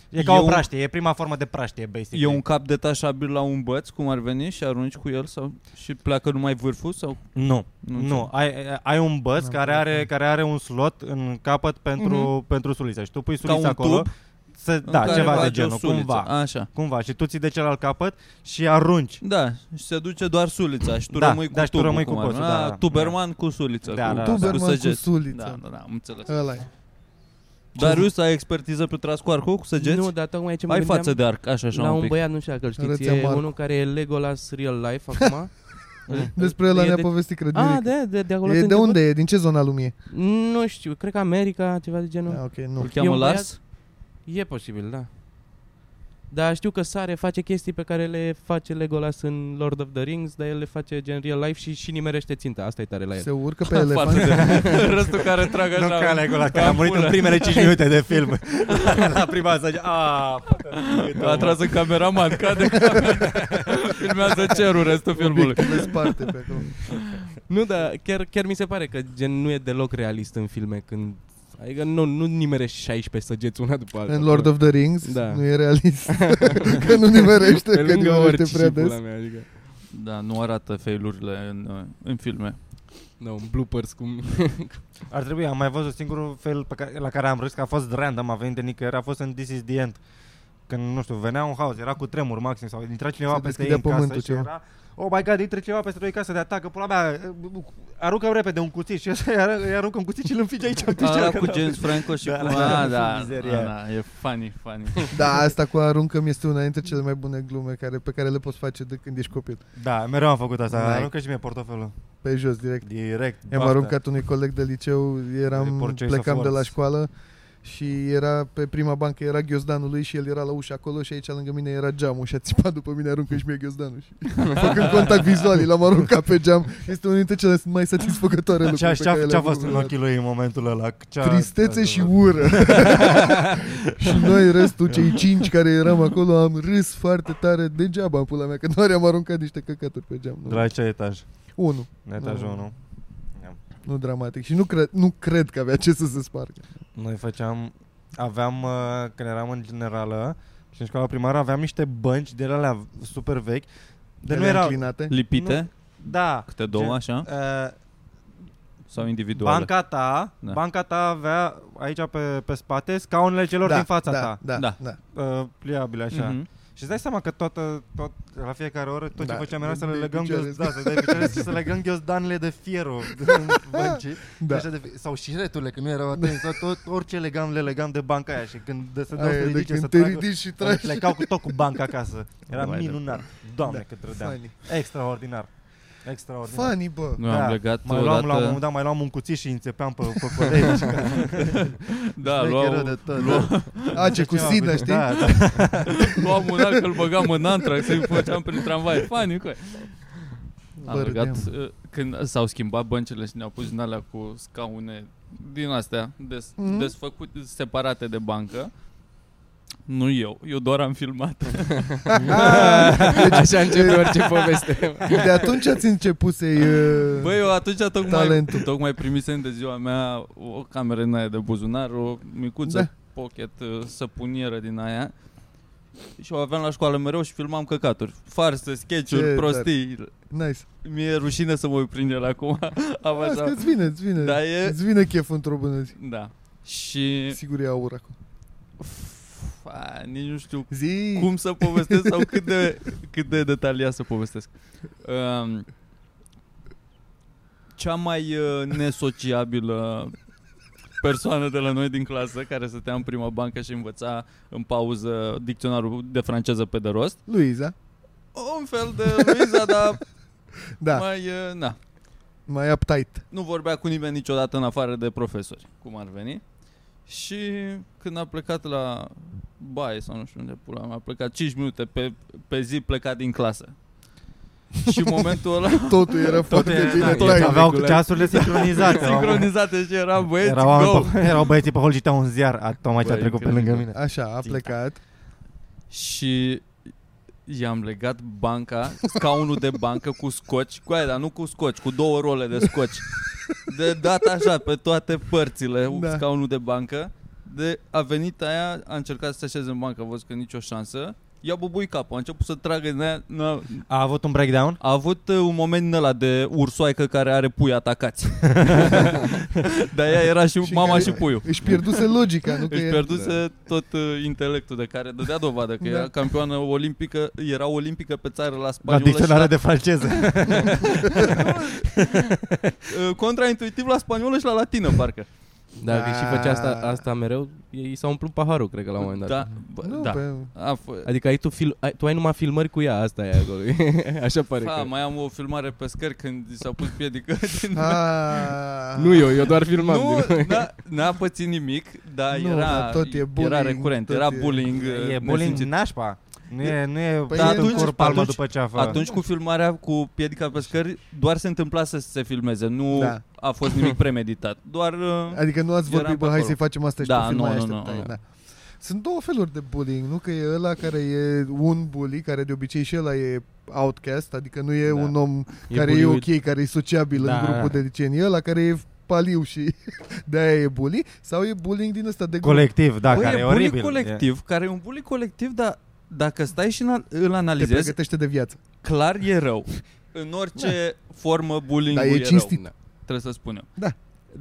Speaker 4: E ca
Speaker 2: E
Speaker 4: e o
Speaker 2: un-
Speaker 4: praștie, e prima formă de praștie, basic.
Speaker 2: E un cap detașabil la un băț, cum ar veni, și arunci cu el sau și pleacă numai vârful sau...
Speaker 4: Nu,
Speaker 2: Nu
Speaker 4: nu,
Speaker 2: înțeleg.
Speaker 4: nu. Ai, ai un băț
Speaker 5: N-am
Speaker 4: care
Speaker 5: putut.
Speaker 4: are, care are un slot în capăt pentru, mm-hmm. pentru sulița și tu pui sulița
Speaker 2: Mhm. un
Speaker 4: acolo.
Speaker 2: tub
Speaker 4: Să,
Speaker 2: în
Speaker 4: da,
Speaker 2: care
Speaker 4: ceva de
Speaker 2: bagi Ah. o
Speaker 4: genul,
Speaker 2: suliță.
Speaker 4: cumva.
Speaker 2: Așa.
Speaker 4: Cumva, și tu ții de celălalt capăt și arunci.
Speaker 2: Da, și se duce doar sulița și tu
Speaker 4: Da,
Speaker 2: rămâi cu
Speaker 4: da, și tu
Speaker 2: tubul,
Speaker 4: rămâi cu
Speaker 2: cum ar
Speaker 4: boțul,
Speaker 2: veni.
Speaker 4: da,
Speaker 2: Ah,
Speaker 4: da.
Speaker 2: Tuberman cu suliță,
Speaker 4: Da,
Speaker 2: cu,
Speaker 4: da, da.
Speaker 2: cu
Speaker 6: Tuberman cu
Speaker 2: săgeți.
Speaker 6: suliță.
Speaker 2: Da, da, da, am înțeles.
Speaker 6: Ăla e.
Speaker 2: Darius, ai expertiză pe trascoarcu cu săgeți?
Speaker 7: Nu, dar tocmai ce mă
Speaker 2: ai
Speaker 7: gândeam
Speaker 2: față de arc, așa, așa
Speaker 7: la
Speaker 2: un
Speaker 7: un
Speaker 2: pic.
Speaker 7: băiat, nu știu dacă îl știți,
Speaker 6: Arăți-am
Speaker 7: e
Speaker 6: arc.
Speaker 7: unul care e Legolas real life acum. Îl-
Speaker 6: Despre ăla
Speaker 7: e
Speaker 6: ne-a
Speaker 7: de-
Speaker 6: povestit Crădinic.
Speaker 7: Ah, de, de, de acolo.
Speaker 6: E
Speaker 7: te
Speaker 6: de
Speaker 7: întreb?
Speaker 6: unde e? Din ce zona lumii e?
Speaker 7: Nu știu, cred că America, ceva de genul.
Speaker 6: Ah, ok, nu.
Speaker 2: Îl cheamă
Speaker 7: un băiat-
Speaker 2: Lars?
Speaker 7: E posibil, da. Dar știu că sare, face chestii pe care le face Legolas în Lord of the Rings, dar el le face gen real life și, și nimerește ținta. Asta e tare la el.
Speaker 6: Se urcă pe
Speaker 2: Față
Speaker 6: elefant.
Speaker 2: de Răstul care trag
Speaker 4: Nu
Speaker 2: așa.
Speaker 4: ca alea acolo, care a murit în primele 5 minute de film. la prima să "Ah, a,
Speaker 2: A tras în cameraman, cade camera. Filmează cerul restul filmului.
Speaker 6: Obiective sparte pe acolo.
Speaker 7: Nu, dar chiar, chiar mi se pare că gen nu e deloc realist în filme când... Adică nu, nu nimerești 16 săgeți una după alta.
Speaker 6: În Lord of the Rings
Speaker 7: Da.
Speaker 6: nu e realist. că nu nimerește,
Speaker 7: Pe
Speaker 6: că
Speaker 7: lângă
Speaker 6: nimerește
Speaker 7: orice
Speaker 6: prea des.
Speaker 7: pula mea, adică...
Speaker 2: Da, nu arată failurile în, uh, în filme.
Speaker 7: Nu, în bloopers cum...
Speaker 4: Ar trebui, am mai văzut singurul fel pe care, la care am râs că a fost random, a venit de nicăieri, a fost în This is the End. Când, nu știu, venea un haos, era cu tremur maxim sau intra cineva
Speaker 6: Se
Speaker 4: peste ei
Speaker 6: deschidea
Speaker 4: în casă
Speaker 6: pământul
Speaker 4: și
Speaker 6: ceva.
Speaker 4: era Oh my god, intră cineva peste noi în casă de atacă, pula mea, aruncă repede un cuțit și ăsta îi ară- îi aruncă un cuțit și îl înfinge aici. în picioare,
Speaker 2: Ala
Speaker 4: că
Speaker 2: cu
Speaker 4: n-a-
Speaker 2: James Franco și
Speaker 4: Da,
Speaker 2: cu...
Speaker 4: da,
Speaker 2: Ah, Da,
Speaker 4: da,
Speaker 2: da,
Speaker 4: mizerie.
Speaker 2: da, da, e funny, funny.
Speaker 6: Da, asta cu aruncăm este una dintre cele mai bune glume care, pe care le poți face de când ești copil.
Speaker 4: Da, mereu am făcut asta,
Speaker 6: Like.
Speaker 4: aruncă și mie portofelul.
Speaker 6: Pe jos, direct.
Speaker 4: Direct.
Speaker 6: I-am
Speaker 4: baftă.
Speaker 6: aruncat unui coleg de liceu,
Speaker 4: De
Speaker 6: eram,
Speaker 4: Purchase of
Speaker 6: plecam de la
Speaker 4: Words.
Speaker 6: școală și era pe prima bancă era ghiozdanul lui și el era la ușa acolo și aici lângă mine era geamul și a țipat după mine aruncă și mie ghiozdanul și făcând contact vizual l-am aruncat pe geam este unul dintre cele mai satisfăcătoare lucruri
Speaker 4: Ce a,
Speaker 6: pe care
Speaker 4: ce-a,
Speaker 6: le-am
Speaker 4: ce-a
Speaker 6: făcut
Speaker 4: fost în
Speaker 6: vreodată.
Speaker 4: ochii lui în momentul ăla? Ce-a,
Speaker 6: Tristețe
Speaker 4: da.
Speaker 6: și ură Și noi restul cei cinci care eram acolo Am râs foarte tare degeaba pula mea Că doar am aruncat niște căcaturi pe geam
Speaker 4: De
Speaker 6: nu.
Speaker 4: la ce etaj?
Speaker 6: Unu,
Speaker 4: La etajul
Speaker 6: Nu.
Speaker 4: 1.
Speaker 6: nu dramatic Și nu cred, nu cred că avea ce să se spargă
Speaker 4: Noi făceam, aveam, uh, când eram în generală și în școala primară, aveam niște bănci de alea super vechi. De nu
Speaker 6: Ele
Speaker 4: erau,
Speaker 6: inclinate
Speaker 2: Lipite,
Speaker 4: da,
Speaker 2: câte două,
Speaker 4: Gen-
Speaker 2: așa,
Speaker 4: uh,
Speaker 2: sau individuale.
Speaker 4: banca ta,
Speaker 2: Da.
Speaker 4: banca ta avea aici pe, pe spate scaunele celor
Speaker 6: da,
Speaker 4: din fața
Speaker 6: da,
Speaker 4: ta,
Speaker 6: da,
Speaker 2: Da.
Speaker 6: da, da.
Speaker 4: uh, pliabile așa.
Speaker 2: Mhm.
Speaker 4: Și îți dai seama că toată, tot, la fiecare oră, tot ce
Speaker 6: Da.
Speaker 4: făceam era să le
Speaker 6: De- de
Speaker 4: legăm,
Speaker 6: picioare.
Speaker 4: ghiozd, da, să dai picioare și să legăm ghiozdanele de fierul în băncii.
Speaker 6: Da.
Speaker 4: Așa de, fi- sau șireturile, că nu erau atenți, sau tot, orice legam, le legam de banca aia și când de se dau să
Speaker 6: Aia, deci de
Speaker 4: ridice, să
Speaker 6: când te
Speaker 4: tragă,
Speaker 6: ridici și
Speaker 4: îmi
Speaker 6: tragi
Speaker 4: Adică plecau cu tot cu banca acasă. Era
Speaker 2: Vai de-
Speaker 4: minunat. Doamne, cât trădeam.
Speaker 6: Funny,
Speaker 4: Extraordinar. Extraordinar.
Speaker 6: funny bă
Speaker 2: Noi am legat
Speaker 4: mai luam, la un
Speaker 2: odată...
Speaker 4: moment dat, mai luam un cuțit și îi înțepeam pe, pe colegi.
Speaker 2: Da,
Speaker 6: Șmecher rău
Speaker 2: luam,
Speaker 6: de tot,
Speaker 2: luam-
Speaker 6: da. Ace cu sida, știi?
Speaker 4: Da, da.
Speaker 2: luam un alt, îl băgam în antrax, îi făceam prin tramvai. Funny, coi. Am
Speaker 4: da.
Speaker 6: Bă,
Speaker 2: legat,
Speaker 6: râdeam.
Speaker 2: uh, când s-au schimbat băncile și ne-au pus din alea cu scaune din astea, des, mm-hmm.
Speaker 6: Mhm.
Speaker 2: desfăcute, separate de bancă. Nu eu, eu doar am filmat.
Speaker 5: Ah.
Speaker 4: Deci
Speaker 7: Așa începe orice poveste.
Speaker 6: De atunci ați început să-i... uh,
Speaker 2: Băi, eu atunci tocmai,
Speaker 6: Talentul.
Speaker 2: tocmai primisem de ziua mea o cameră din aia de buzunar, o micuță da.
Speaker 6: Da.
Speaker 2: pocket uh, săpunieră din aia. Și o aveam la școală mereu și filmam căcaturi, farse,
Speaker 6: Ce
Speaker 2: sketch-uri,
Speaker 6: tare.
Speaker 2: prostii.
Speaker 6: Nice.
Speaker 2: Mi-e rușine să mă uit prin el acum. Am
Speaker 6: Asta
Speaker 2: așa.
Speaker 6: îți vine, îți vine.
Speaker 2: Da, e-
Speaker 6: Îți vine chef într-o bună zi.
Speaker 2: Da. Și
Speaker 6: Sigur e aur acum.
Speaker 2: Uf, a, nici nu știu
Speaker 6: Zi!
Speaker 2: cum să povestesc sau cât de, cât de detaliat să povestesc. Um, cea mai uh, nesociabilă persoană de la noi din clasă care stătea în prima bancă și învăța în pauză dicționarul de franceză pe de rost.
Speaker 6: Luiza.
Speaker 2: Un fel de Luiza, dar
Speaker 6: Da, mai,
Speaker 2: mai... Uh, na.
Speaker 6: mai uptight.
Speaker 2: nu vorbea cu nimeni niciodată în afară de profesori, cum ar veni. Și când a plecat la baie sau nu știu unde pula mea, a plecat 5 minute pe, pe zi plecat din clasă. Și în momentul ăla
Speaker 6: Totul era foarte
Speaker 4: Toate,
Speaker 6: bine.
Speaker 4: da,
Speaker 6: uptight.
Speaker 4: toți aveau ceasurile sincronizate.
Speaker 2: sincronizate și eram băieți,
Speaker 4: erau,
Speaker 2: Da. go!
Speaker 4: oameni pe, erau băieții pe hol și citeau un ziar. A, Toma ce a
Speaker 2: Băi,
Speaker 4: trecut pe
Speaker 2: incredibil.
Speaker 4: lângă mine.
Speaker 6: Așa, a
Speaker 2: Zi,
Speaker 6: plecat.
Speaker 2: Și I-am legat banca, scaunul de bancă cu scoci, cu aia, dar nu cu scoci, cu două role de scoci. De dat așa, pe toate părțile, da.
Speaker 6: Da.
Speaker 2: scaunul de bancă. De, a venit aia, a încercat să se așeze în bancă, a văzut că nicio șansă. I-a bubui capul, a început să tragă din aia, n-a-
Speaker 4: A avut un breakdown?
Speaker 2: a avut uh, un moment din ăla de ursoaică care are pui atacați. Dar ea era și,
Speaker 6: Și
Speaker 2: mama
Speaker 6: care-
Speaker 2: și puiul.
Speaker 6: Își pierduse logica, nu că
Speaker 2: da. Își
Speaker 6: era-
Speaker 2: pierduse tot uh, intelectul de care dădea dovadă că
Speaker 6: Da.
Speaker 2: era campioană olimpică, era olimpică pe țară la
Speaker 4: La
Speaker 2: spaniolă și
Speaker 4: dicționarea de franceză.
Speaker 2: la, uh, contraintuitiv la spaniolă și la latină, parcă.
Speaker 7: Dacă
Speaker 6: Da.
Speaker 7: și făcea asta, asta mereu, i s-a umplut paharul, cred că la un moment dat.
Speaker 2: da, bă,
Speaker 6: Nu,
Speaker 2: da.
Speaker 6: pe-
Speaker 2: A f-
Speaker 7: Adică ai tu, fil- ai, tu ai numai filmări cu ea, asta e acolo. Așa pare
Speaker 2: fa,
Speaker 7: că...
Speaker 2: mai am o filmare pe scări când i s-a pus piedică din...
Speaker 6: Ah.
Speaker 7: Nu eu, eu doar filmam
Speaker 2: nu,
Speaker 7: din
Speaker 2: n-a, n-a pățit nimic, dar
Speaker 6: Nu,
Speaker 2: era,
Speaker 6: dar tot e
Speaker 2: era
Speaker 6: bullying,
Speaker 2: recurent,
Speaker 6: tot
Speaker 2: era
Speaker 6: e-
Speaker 2: bullying. uh,
Speaker 4: E bullying
Speaker 2: nesimțit.
Speaker 4: nașpa. Nu e, nu e
Speaker 6: Păi
Speaker 4: dat în
Speaker 6: e-
Speaker 2: atunci-
Speaker 4: cor palma
Speaker 2: atunci-
Speaker 4: după ce a făcut.
Speaker 2: Atunci cu filmarea cu piedica pe scări doar se întâmpla să se filmeze, nu da.
Speaker 6: Da.
Speaker 2: a fost nimic premeditat. Doar uh,
Speaker 6: Adică nu ați
Speaker 2: Eram
Speaker 6: vorbit,
Speaker 2: pe
Speaker 6: bă, hai
Speaker 2: acolo.
Speaker 6: să-i facem asta și
Speaker 2: Da,
Speaker 6: tu film
Speaker 2: nu,
Speaker 6: mai
Speaker 2: nu, nu,
Speaker 6: așteptai.
Speaker 2: nu.
Speaker 6: Da. Sunt două feluri de bullying, nu? Că e ăla care e un bully, care de obicei și ăla e outcast, adică nu e
Speaker 4: Da.
Speaker 6: un om
Speaker 7: E
Speaker 6: care e
Speaker 7: bully-ul-
Speaker 6: ok, care e sociabil
Speaker 4: Da.
Speaker 6: în grupul de liceni, e ăla care e paliu și de-aia e bully, sau e bullying din ăsta de grup.
Speaker 4: Colectiv, da,
Speaker 2: bă,
Speaker 4: care
Speaker 2: e
Speaker 4: e
Speaker 2: bully
Speaker 4: oribil.
Speaker 2: colectiv, care e un bully colectiv, dar dacă stai și na- îl
Speaker 6: Te
Speaker 2: analizezi,
Speaker 6: pregătește de viață.
Speaker 2: clar e rău. În orice
Speaker 4: Da.
Speaker 2: formă bullying
Speaker 6: Dar
Speaker 2: e,
Speaker 6: e
Speaker 2: rău,
Speaker 6: cinstit.
Speaker 2: trebuie să spunem.
Speaker 6: Da.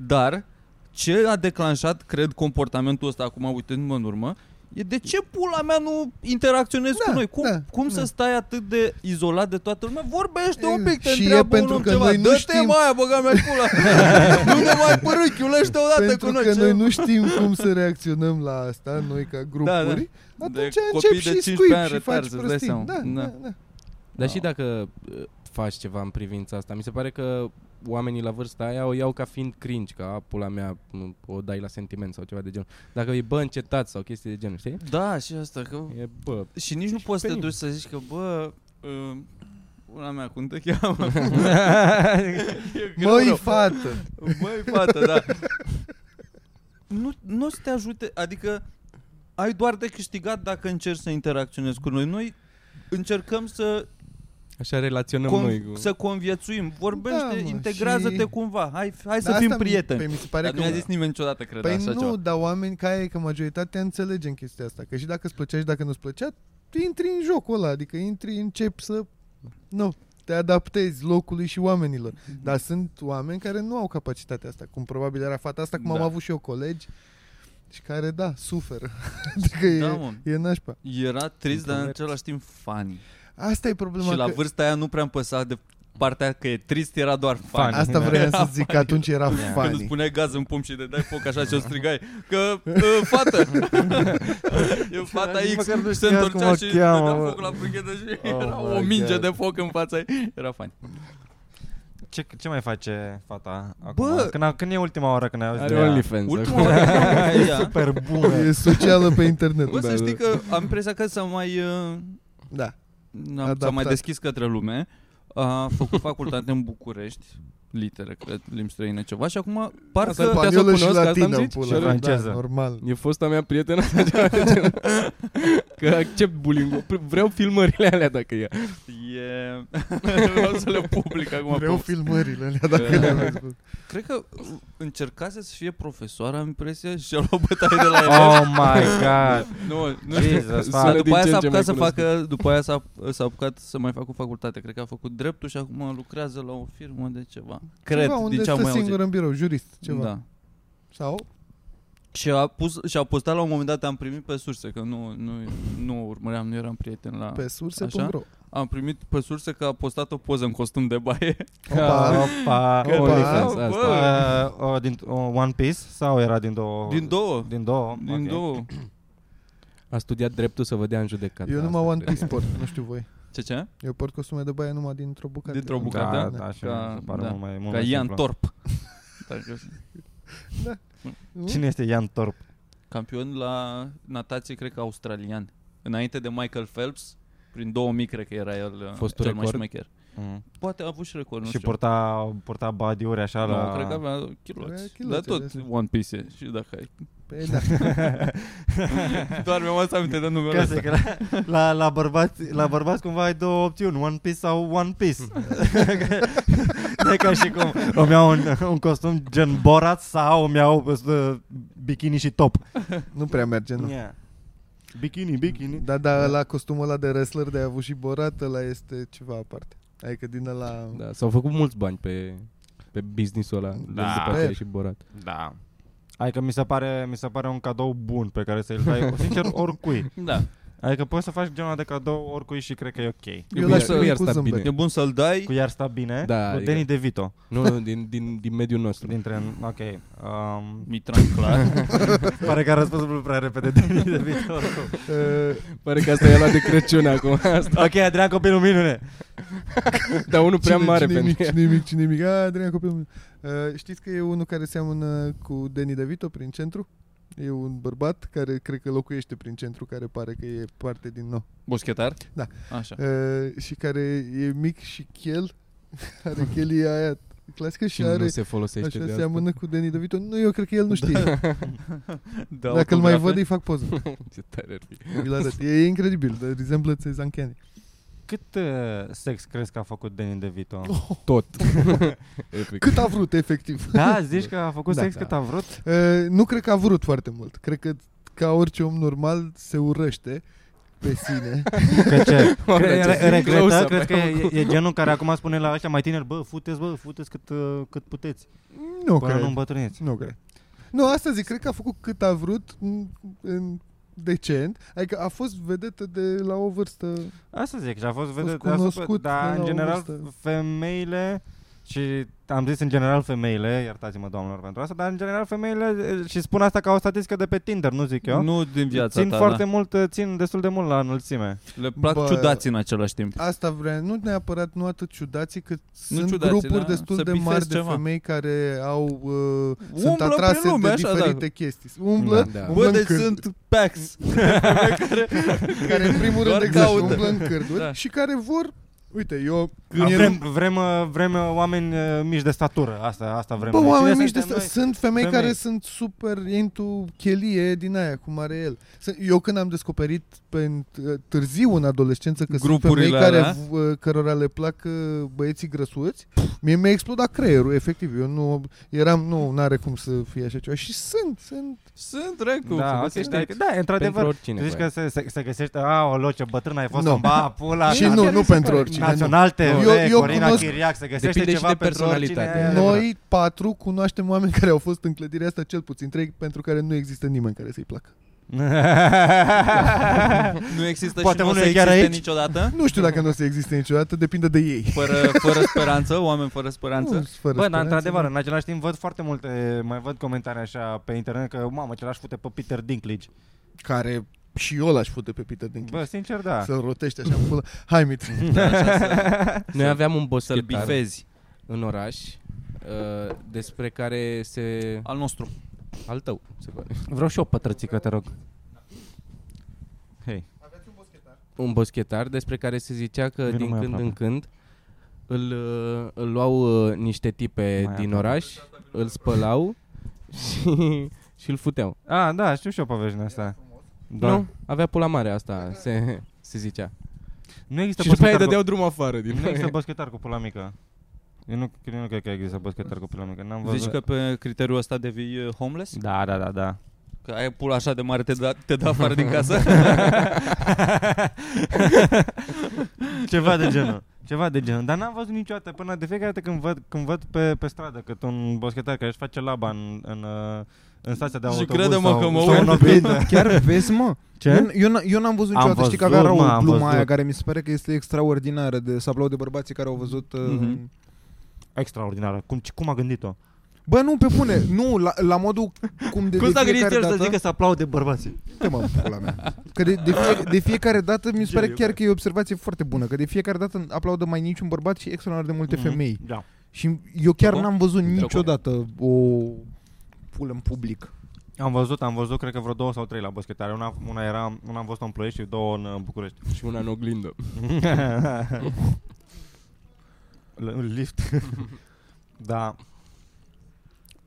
Speaker 2: Dar ce a declanșat, cred, comportamentul ăsta acum, uitându-mă în urmă, e de ce pula mea nu interacționezi
Speaker 6: Da,
Speaker 2: cu noi? Cum,
Speaker 6: da,
Speaker 2: cum
Speaker 6: da.
Speaker 2: să stai atât de izolat de toată lumea? Vorbește un
Speaker 6: E,
Speaker 2: pic, te
Speaker 6: și e
Speaker 2: întreabă
Speaker 6: pentru
Speaker 2: un om
Speaker 6: că
Speaker 2: ceva.
Speaker 6: noi nu
Speaker 2: Dă-te
Speaker 6: știm-
Speaker 2: mai aia, băga mea pula. nu ne mai părâchiulește odată
Speaker 6: Pentru
Speaker 2: cu noi.
Speaker 6: că
Speaker 2: ce-
Speaker 6: noi nu știm cum să reacționăm la asta, noi ca grupuri,
Speaker 2: da.
Speaker 6: atunci
Speaker 2: De
Speaker 6: încep
Speaker 2: copii de
Speaker 6: și
Speaker 2: 15
Speaker 6: scuip
Speaker 2: ani
Speaker 6: și
Speaker 2: retard,
Speaker 6: faci
Speaker 2: să-ți dai
Speaker 6: prostii.
Speaker 2: seama.
Speaker 6: Da,
Speaker 2: Da.
Speaker 6: da, da.
Speaker 7: Dar și dacă uh, faci ceva în privința asta, mi se pare că oamenii la vârsta aia o iau ca fiind cringe, ca "A, pula mea, m- o dai la sentiment sau ceva de genul. Dacă e bă încetați sau chestii de genul, știi?
Speaker 2: Da, și asta că...
Speaker 7: E bă,
Speaker 2: Și nici nu
Speaker 6: Deci,
Speaker 2: poți să te duci să zici că, bă, uh, una mea, cum te cheamă? E greu, rău.
Speaker 6: Măi, fată!
Speaker 2: Măi, fată, da. Nu, nu o să te ajute, adică ai doar de câștigat dacă încerci să interacționezi cu noi. Noi încercăm să,
Speaker 7: așa relaționăm noi
Speaker 2: con-
Speaker 7: cu...
Speaker 2: să conviețuim. Vorbește,
Speaker 6: Da, mă,
Speaker 2: integrează-te
Speaker 6: și-
Speaker 2: cumva. Hai, hai să
Speaker 6: Dar
Speaker 2: fim
Speaker 6: asta mi-
Speaker 2: prieteni.
Speaker 6: Păi mi se pare
Speaker 2: Dar nu
Speaker 6: că...
Speaker 2: mi-a zis nimeni niciodată, cred,
Speaker 6: Păi
Speaker 2: așa
Speaker 6: nu,
Speaker 2: ceva.
Speaker 6: dar oameni ca e că majoritatea înțelege în chestia asta. Că și dacă îți plăcea și dacă nu-ți plăcea, intri în jocul ăla. Adică intri, începi să... Nu, te adaptezi locului și oamenilor.
Speaker 2: Mhm.
Speaker 6: Dar sunt oameni care nu au capacitatea asta. Cum probabil era fata asta, cum
Speaker 2: Da.
Speaker 6: am avut și eu colegi. Și care, da, suferă. adică
Speaker 2: Da,
Speaker 6: e,
Speaker 2: mă.
Speaker 6: e nașpa.
Speaker 2: Era trist, dar în
Speaker 7: Introvert.
Speaker 2: același timp funny.
Speaker 6: Asta e problema.
Speaker 2: Și la
Speaker 6: că...
Speaker 2: vârsta aia nu prea îmi păsa de partea că e trist, era doar funny.
Speaker 4: Funny.
Speaker 6: Asta vreau
Speaker 2: Era
Speaker 6: să zic, că atunci era
Speaker 2: Când îți
Speaker 6: funny.
Speaker 2: puneai gaz în pumn și de dai foc așa și o strigai Că, uh, fată E fata
Speaker 4: Nici
Speaker 2: X
Speaker 4: măcar nu
Speaker 2: Se
Speaker 4: știam cum
Speaker 2: întorcea
Speaker 4: o
Speaker 2: și
Speaker 4: cheamă,
Speaker 2: dădea
Speaker 4: mă.
Speaker 2: foc la brighetă Și
Speaker 4: Oh
Speaker 2: era o
Speaker 4: my
Speaker 2: minge
Speaker 4: God.
Speaker 2: de foc în fața ei Era fain
Speaker 4: Ce, ce mai face fata acum?
Speaker 2: Bă!
Speaker 4: Când, a, când e ultima oară când ai auzit
Speaker 7: Are
Speaker 4: de ea?
Speaker 7: OnlyFans
Speaker 2: Da. Ultima
Speaker 7: acum.
Speaker 2: oară când am văzut
Speaker 4: E
Speaker 2: ea,
Speaker 4: super bună.
Speaker 6: E socială pe internet.
Speaker 2: Bă,
Speaker 6: da,
Speaker 2: să
Speaker 6: da.
Speaker 2: știi că am impresia că s-a mai uh,
Speaker 6: Da.
Speaker 2: n-a- S-a mai
Speaker 6: Adaptat.
Speaker 2: deschis către lume A făcut facultate în București Litere, cred, limbi străine, ceva Și acum
Speaker 7: Asta
Speaker 2: parcă
Speaker 7: e putea să
Speaker 6: Spaniolă și
Speaker 7: cunosc, asta îmi
Speaker 6: latină,
Speaker 7: zici? Și
Speaker 6: pula.
Speaker 7: are-
Speaker 6: mea,
Speaker 4: franceză.
Speaker 6: Da, normal.
Speaker 7: E fosta mea prietenă sau ceva de genul. Că accept bullying Vreau filmările alea dacă e
Speaker 2: E... Vreau să le public acum.
Speaker 6: Vreau
Speaker 2: pe-
Speaker 6: filmările alea, dacă le vezi. bă.
Speaker 2: Cred că încercase să fie profesoară, am impresia, și a luat bătaie de la el.
Speaker 4: Oh my god.
Speaker 2: Nu, nu știu.
Speaker 4: Jesus,
Speaker 2: Dar
Speaker 4: fuck.
Speaker 7: Sună din
Speaker 2: după aia
Speaker 7: ce
Speaker 2: s-a apucat să facă, după aia s-a,
Speaker 7: în ce mai cunoscut.
Speaker 2: s-a apucat să mai facă o facultate. Cred că a făcut dreptul și acum lucrează la o firmă de ceva. Cred,
Speaker 6: ceva unde
Speaker 2: din ce am
Speaker 6: stă
Speaker 2: mai
Speaker 6: singur
Speaker 2: auzit.
Speaker 6: în birou, jurist, ceva.
Speaker 2: Da.
Speaker 6: Sau?
Speaker 2: Și a, pus, și a postat la un moment dat, am primit pe surse, că nu, nu, nu urmăream, nu eram prieten la...
Speaker 6: Pe surse.ro
Speaker 2: Am primit pe surse că a postat o poză în costum de baie.
Speaker 6: Opa.
Speaker 4: Opa.
Speaker 6: Opa.
Speaker 7: OnlyFans
Speaker 2: Bă.
Speaker 7: asta
Speaker 4: Uh, o, din, o, One Piece sau era din două?
Speaker 2: Din două.
Speaker 4: Din două.
Speaker 2: Din
Speaker 4: ok.
Speaker 2: două.
Speaker 7: A studiat dreptul să vă dea în
Speaker 2: Da,
Speaker 7: judecată
Speaker 6: Eu
Speaker 7: asta
Speaker 6: numai One
Speaker 7: cred.
Speaker 6: Piece port, nu știu voi.
Speaker 2: Ce, ce?
Speaker 6: Eu port costume de baie numai dintr-o bucată.
Speaker 2: Dintr-o
Speaker 6: Da,
Speaker 2: bucată?
Speaker 4: Da,
Speaker 2: Bucata?
Speaker 4: da, și
Speaker 2: Ca-
Speaker 4: mi se pare
Speaker 2: da.
Speaker 4: mult mai mult.
Speaker 2: Ca
Speaker 4: mai
Speaker 2: Ian
Speaker 4: simplu.
Speaker 2: Torp. Dacă
Speaker 4: Cine este Ian Torp?
Speaker 2: Campion la natație, cred că australian. Înainte de Michael Phelps, prin 2000 cred că era el uh,
Speaker 7: Fost
Speaker 2: cel
Speaker 7: un
Speaker 2: mai
Speaker 7: record?
Speaker 2: șmecher.
Speaker 4: Mm.
Speaker 2: Poate a avut și record, nu
Speaker 4: Și
Speaker 2: știu.
Speaker 4: purta, purta body-uri așa
Speaker 2: nu,
Speaker 4: la...
Speaker 2: cred că avea
Speaker 6: Avea
Speaker 2: chiloți. Dar
Speaker 6: chiloți,
Speaker 2: tot
Speaker 6: avea asta.
Speaker 2: One Piece e, și dacă ai
Speaker 6: Păi da.
Speaker 2: Doar mi-am adus aminte de numele
Speaker 4: Ca să
Speaker 2: ăsta.
Speaker 4: că la, la, la, bărbați, la bărbați cumva ai două opțiuni, One Piece sau One Piece. e ca și cum îmi iau un, un costum gen Borat sau îmi iau uh, bikini și top.
Speaker 6: Nu prea merge,
Speaker 7: Da.
Speaker 6: nu.
Speaker 4: Yeah. Bikini, bikini.
Speaker 6: Da, da, la costumul ăla de wrestler de a avut și Borat, ăla este ceva aparte. Adică din ăla...
Speaker 7: Da, s-au făcut mulți bani pe, pe business-ul ăla.
Speaker 2: Da.
Speaker 7: Da. După aceea și borat.
Speaker 2: Da.
Speaker 4: Adică mi se, pare, mi se pare un cadou bun pe care să-l dai, sincer, oricui.
Speaker 2: Da.
Speaker 4: Adică poți să faci genul ăla de cadou oricui și cred că e ok.
Speaker 6: Eu
Speaker 7: bine,
Speaker 6: l-aș
Speaker 7: cu
Speaker 6: pune
Speaker 7: iar
Speaker 6: cu
Speaker 7: sta
Speaker 6: zâmbet.
Speaker 2: E bun să-l dai.
Speaker 4: Cu iar sta bine,
Speaker 7: Da,
Speaker 4: da,
Speaker 7: adică-
Speaker 4: Danny DeVito.
Speaker 7: Nu, nu, din, din, din mediul nostru.
Speaker 4: Dintre, ok. Um,
Speaker 2: Mitran clar.
Speaker 4: pare că a răspuns mult prea repede Danny DeVito. oricum.
Speaker 6: Uh,
Speaker 7: Pare că asta e la de Crăciun acum. Asta.
Speaker 4: Ok, Adrian Copilul Minune.
Speaker 7: Dar unul prea
Speaker 6: cine,
Speaker 7: mare
Speaker 6: cine e mic,
Speaker 7: pentru ea.
Speaker 6: cine e mic, cine e mic. A, Adrian copilul meu. Uh, știți că e unul care seamănă cu Danny DeVito prin centru? E un bărbat care cred că locuiește prin centru, care pare că e parte din nou.
Speaker 2: Boschetar?
Speaker 6: Da.
Speaker 2: Așa.
Speaker 6: Uh, și care e mic și chel. Are chelia aia clasică și
Speaker 7: Cine
Speaker 6: are...
Speaker 7: nu se folosește
Speaker 6: Așa
Speaker 7: de
Speaker 6: seamănă cu Danny DeVito. Nu, eu cred că el nu știe.
Speaker 2: Da,
Speaker 6: Dacă îl mai văd,
Speaker 2: autografe?
Speaker 6: îi fac poză.
Speaker 7: asta. Ce tare ar fi.
Speaker 6: Vi-l arăt. E incredibil. The resemblance is uncanny.
Speaker 4: Cât uh, sex crezi că a făcut Danny DeVito?
Speaker 7: Tot. Epic.
Speaker 6: Cât a vrut, efectiv.
Speaker 4: Da, zici că a făcut
Speaker 6: Da,
Speaker 4: sex
Speaker 6: da.
Speaker 4: cât a vrut?
Speaker 6: Uh, nu cred că a vrut foarte mult. Cred că ca orice om normal se urăște pe sine.
Speaker 4: Că ce?
Speaker 7: Oare
Speaker 4: Cre-
Speaker 7: ce
Speaker 4: re-
Speaker 7: zic
Speaker 4: regretă?
Speaker 7: close-up
Speaker 4: Cred că
Speaker 7: acum?
Speaker 4: e, e genul care acum spune la ăștia mai tineri, bă, futeți, bă, futeți cât, uh, cât puteți.
Speaker 6: nu
Speaker 4: Până nu
Speaker 6: cred.
Speaker 4: îmbătrâniți.
Speaker 6: Nu cred. Nu, asta zic, cred că a făcut cât a vrut în, în decent. Adică a fost vedetă de la o vârstă.
Speaker 4: Asta zic, și a fost
Speaker 6: fost
Speaker 4: vedetă deasupra,
Speaker 6: cunoscut de
Speaker 4: dar
Speaker 6: la
Speaker 4: în
Speaker 6: o
Speaker 4: general
Speaker 6: vârstă.
Speaker 4: femeile și am zis în general femeile, iertați-mă doamnelor pentru asta, dar în general femeile e, și spun asta ca o statistică de pe Tinder, nu zic eu.
Speaker 2: Nu din viața
Speaker 4: țin
Speaker 2: ta,
Speaker 4: foarte
Speaker 2: da.
Speaker 4: mult, uh, țin destul de mult la înălțime.
Speaker 2: Le plac
Speaker 6: Bă.
Speaker 2: ciudați în același timp.
Speaker 6: Asta vreau, nu neapărat nu atât ciudații, cât
Speaker 2: Nu
Speaker 6: sunt
Speaker 2: ciudații,
Speaker 6: grupuri
Speaker 2: da,
Speaker 6: destul
Speaker 2: să
Speaker 6: de
Speaker 2: bifezi
Speaker 6: mari de
Speaker 2: ceva.
Speaker 6: femei care au uh, sunt
Speaker 2: Umblă prin
Speaker 6: atrase
Speaker 2: lume,
Speaker 6: de
Speaker 2: așa, da.
Speaker 6: diferite chestii. Umblă,
Speaker 7: Da.
Speaker 6: umblă
Speaker 2: Bă,
Speaker 6: în
Speaker 2: deci
Speaker 6: cârd.
Speaker 2: sunt packs.
Speaker 6: care în primul
Speaker 2: Doar
Speaker 6: rând exact,
Speaker 2: caută.
Speaker 6: umblă în cârduri
Speaker 2: Da.
Speaker 6: da. și care vor, uite, eu
Speaker 4: Vrem, vrem, uh, vrem uh, oameni uh, mici de statură, asta, asta vrem.
Speaker 6: Bă,
Speaker 4: noi.
Speaker 6: oameni
Speaker 4: Cine
Speaker 6: mici de
Speaker 4: suntem
Speaker 6: sta- sunt femei,
Speaker 4: Femei.
Speaker 6: care sunt super into chelie din aia, cum are el. Sunt- Eu când am descoperit pe ă, târziu în adolescență că
Speaker 2: Grupurile
Speaker 6: sunt femei
Speaker 2: alea.
Speaker 6: care, v- ă, cărora le plac uh, băieții grăsuți, mie mi-a explodat creierul, efectiv. Eu nu eram, nu, n-are cum să fie așa ceva. Și sunt, sunt.
Speaker 2: Sunt recu.
Speaker 4: Da,
Speaker 2: să
Speaker 4: ok,
Speaker 2: găsești
Speaker 4: știi,
Speaker 2: aici.
Speaker 4: da,
Speaker 7: Pentru
Speaker 4: într-adevăr.
Speaker 7: oricine.
Speaker 4: Zici
Speaker 7: bă.
Speaker 4: că se, se, se găsește, a, o loce, bătrână, ai fost
Speaker 6: Nu.
Speaker 4: în ba, pula.
Speaker 6: și
Speaker 4: da,
Speaker 6: nu,
Speaker 4: chiar
Speaker 6: nu
Speaker 4: mi se
Speaker 6: pentru
Speaker 4: pare.
Speaker 6: oricine. nu.
Speaker 4: Național TV,
Speaker 6: Eu- eu
Speaker 4: Corina
Speaker 6: cunosc-
Speaker 4: Chiriac, se găsește
Speaker 7: Depinde și
Speaker 4: ceva
Speaker 7: de
Speaker 4: pentru oricine.
Speaker 7: personalitate.
Speaker 4: e adevărat.
Speaker 6: Noi patru cunoaștem oameni care au fost în clădirea asta cel puțin trei, pentru care nu există nimeni care să-i placă.
Speaker 2: Nu există
Speaker 4: Poate
Speaker 2: și nu o
Speaker 4: unul
Speaker 2: să
Speaker 4: e chiar
Speaker 2: existe
Speaker 4: aici?
Speaker 2: niciodată.
Speaker 6: Nu știu dacă nu o să existe niciodată, depinde de ei.
Speaker 2: Fără, fără speranță, oameni fără
Speaker 6: Nu,
Speaker 2: speranță.
Speaker 6: fără
Speaker 4: Bă, dar
Speaker 6: speranță,
Speaker 4: într-adevăr, în același timp văd foarte multe, mai văd comentarii așa pe internet că, mamă, ce l-aș fute pe Peter Dinklage.
Speaker 6: care și eu l-aș fute pe Peter Dinklage.
Speaker 4: Bă, sincer, da.
Speaker 6: Să rotește așa în pula. Hai, mit.
Speaker 2: Da, așa, să-
Speaker 7: Noi aveam un
Speaker 2: Să-l
Speaker 7: boschetar
Speaker 2: bifezi.
Speaker 7: în oraș uh, despre care se...
Speaker 2: Al nostru.
Speaker 7: Al tău, se pare.
Speaker 4: Vreau și o pătrățică, te rog. Hei.
Speaker 7: un boschetar despre care se zicea că
Speaker 4: Vino
Speaker 7: din
Speaker 4: mai
Speaker 7: când în
Speaker 4: aproape.
Speaker 7: când îl, uh, îl luau uh, niște tipe
Speaker 4: Mai
Speaker 7: din
Speaker 4: aproape.
Speaker 7: oraș, îl spălau și, și îl futeau.
Speaker 4: A, da, știu și eu poveștile asta.
Speaker 7: Da.
Speaker 4: Doar,
Speaker 7: Nu? Avea pula mare asta, se, se zicea.
Speaker 4: nu există
Speaker 7: Și după aia îi
Speaker 4: boschetar
Speaker 7: dădeau drum afară din
Speaker 4: cu, nu există boschetar cu pula mică. Eu nu, eu nu cred că există boschetar cu pula mică. N-am
Speaker 6: Deci
Speaker 4: văzut.
Speaker 2: Zici că pe criteriul ăsta devii uh, homeless?
Speaker 4: Da, da, da, da.
Speaker 2: Că ai pula așa de mare, te da, te da afară din casă?
Speaker 4: Ceva de genul. Ceva de genul. Dar n-am văzut niciodată până de fiecare dată când văd, când văd pe, pe stradă cât un boschetar care își face laba în, în, uh, în stația de
Speaker 2: Și
Speaker 4: autobuz
Speaker 2: crede-mă
Speaker 4: sau,
Speaker 2: că mă
Speaker 4: sau
Speaker 2: uit.
Speaker 4: în
Speaker 5: Vezi,
Speaker 4: oglindă.
Speaker 5: chiar vezi, mă? Eu, n- eu, n- eu n-am văzut
Speaker 4: Am
Speaker 5: niciodată, știi că
Speaker 4: văzut,
Speaker 5: avea
Speaker 4: mă,
Speaker 5: Raul
Speaker 4: am
Speaker 5: gluma aia
Speaker 4: văzut.
Speaker 5: care mi se pare că este extraordinară de să aplaude bărbații care au văzut uh,
Speaker 2: Mhm.
Speaker 4: Extraordinară. Cum, cum a gândit-o?
Speaker 5: Bă, nu, pe bune, nu, la, la modul cum de,
Speaker 4: Cum
Speaker 5: de
Speaker 4: s-a gândit
Speaker 5: fiecare
Speaker 4: el
Speaker 5: dată,
Speaker 4: să zică să aplaude bărbații?
Speaker 5: Te mă, în pula mea. Că de, de, fie, de fiecare dată mi se pare
Speaker 4: Geniu,
Speaker 5: chiar
Speaker 4: bă.
Speaker 5: că e o observație foarte bună, că de fiecare dată aplaudă mai niciun bărbat și extraordinar de multe
Speaker 4: Mhm.
Speaker 5: femei.
Speaker 4: Da.
Speaker 5: Și eu chiar
Speaker 2: Dopo?
Speaker 5: n-am văzut
Speaker 2: Dopo.
Speaker 5: niciodată o pulă în public.
Speaker 4: Am văzut, am văzut, cred că vreo două sau trei la boschetare. Una, una, era, una am văzut în Ploiești și două în uh, București.
Speaker 7: și una în oglindă.
Speaker 4: L- în lift. da.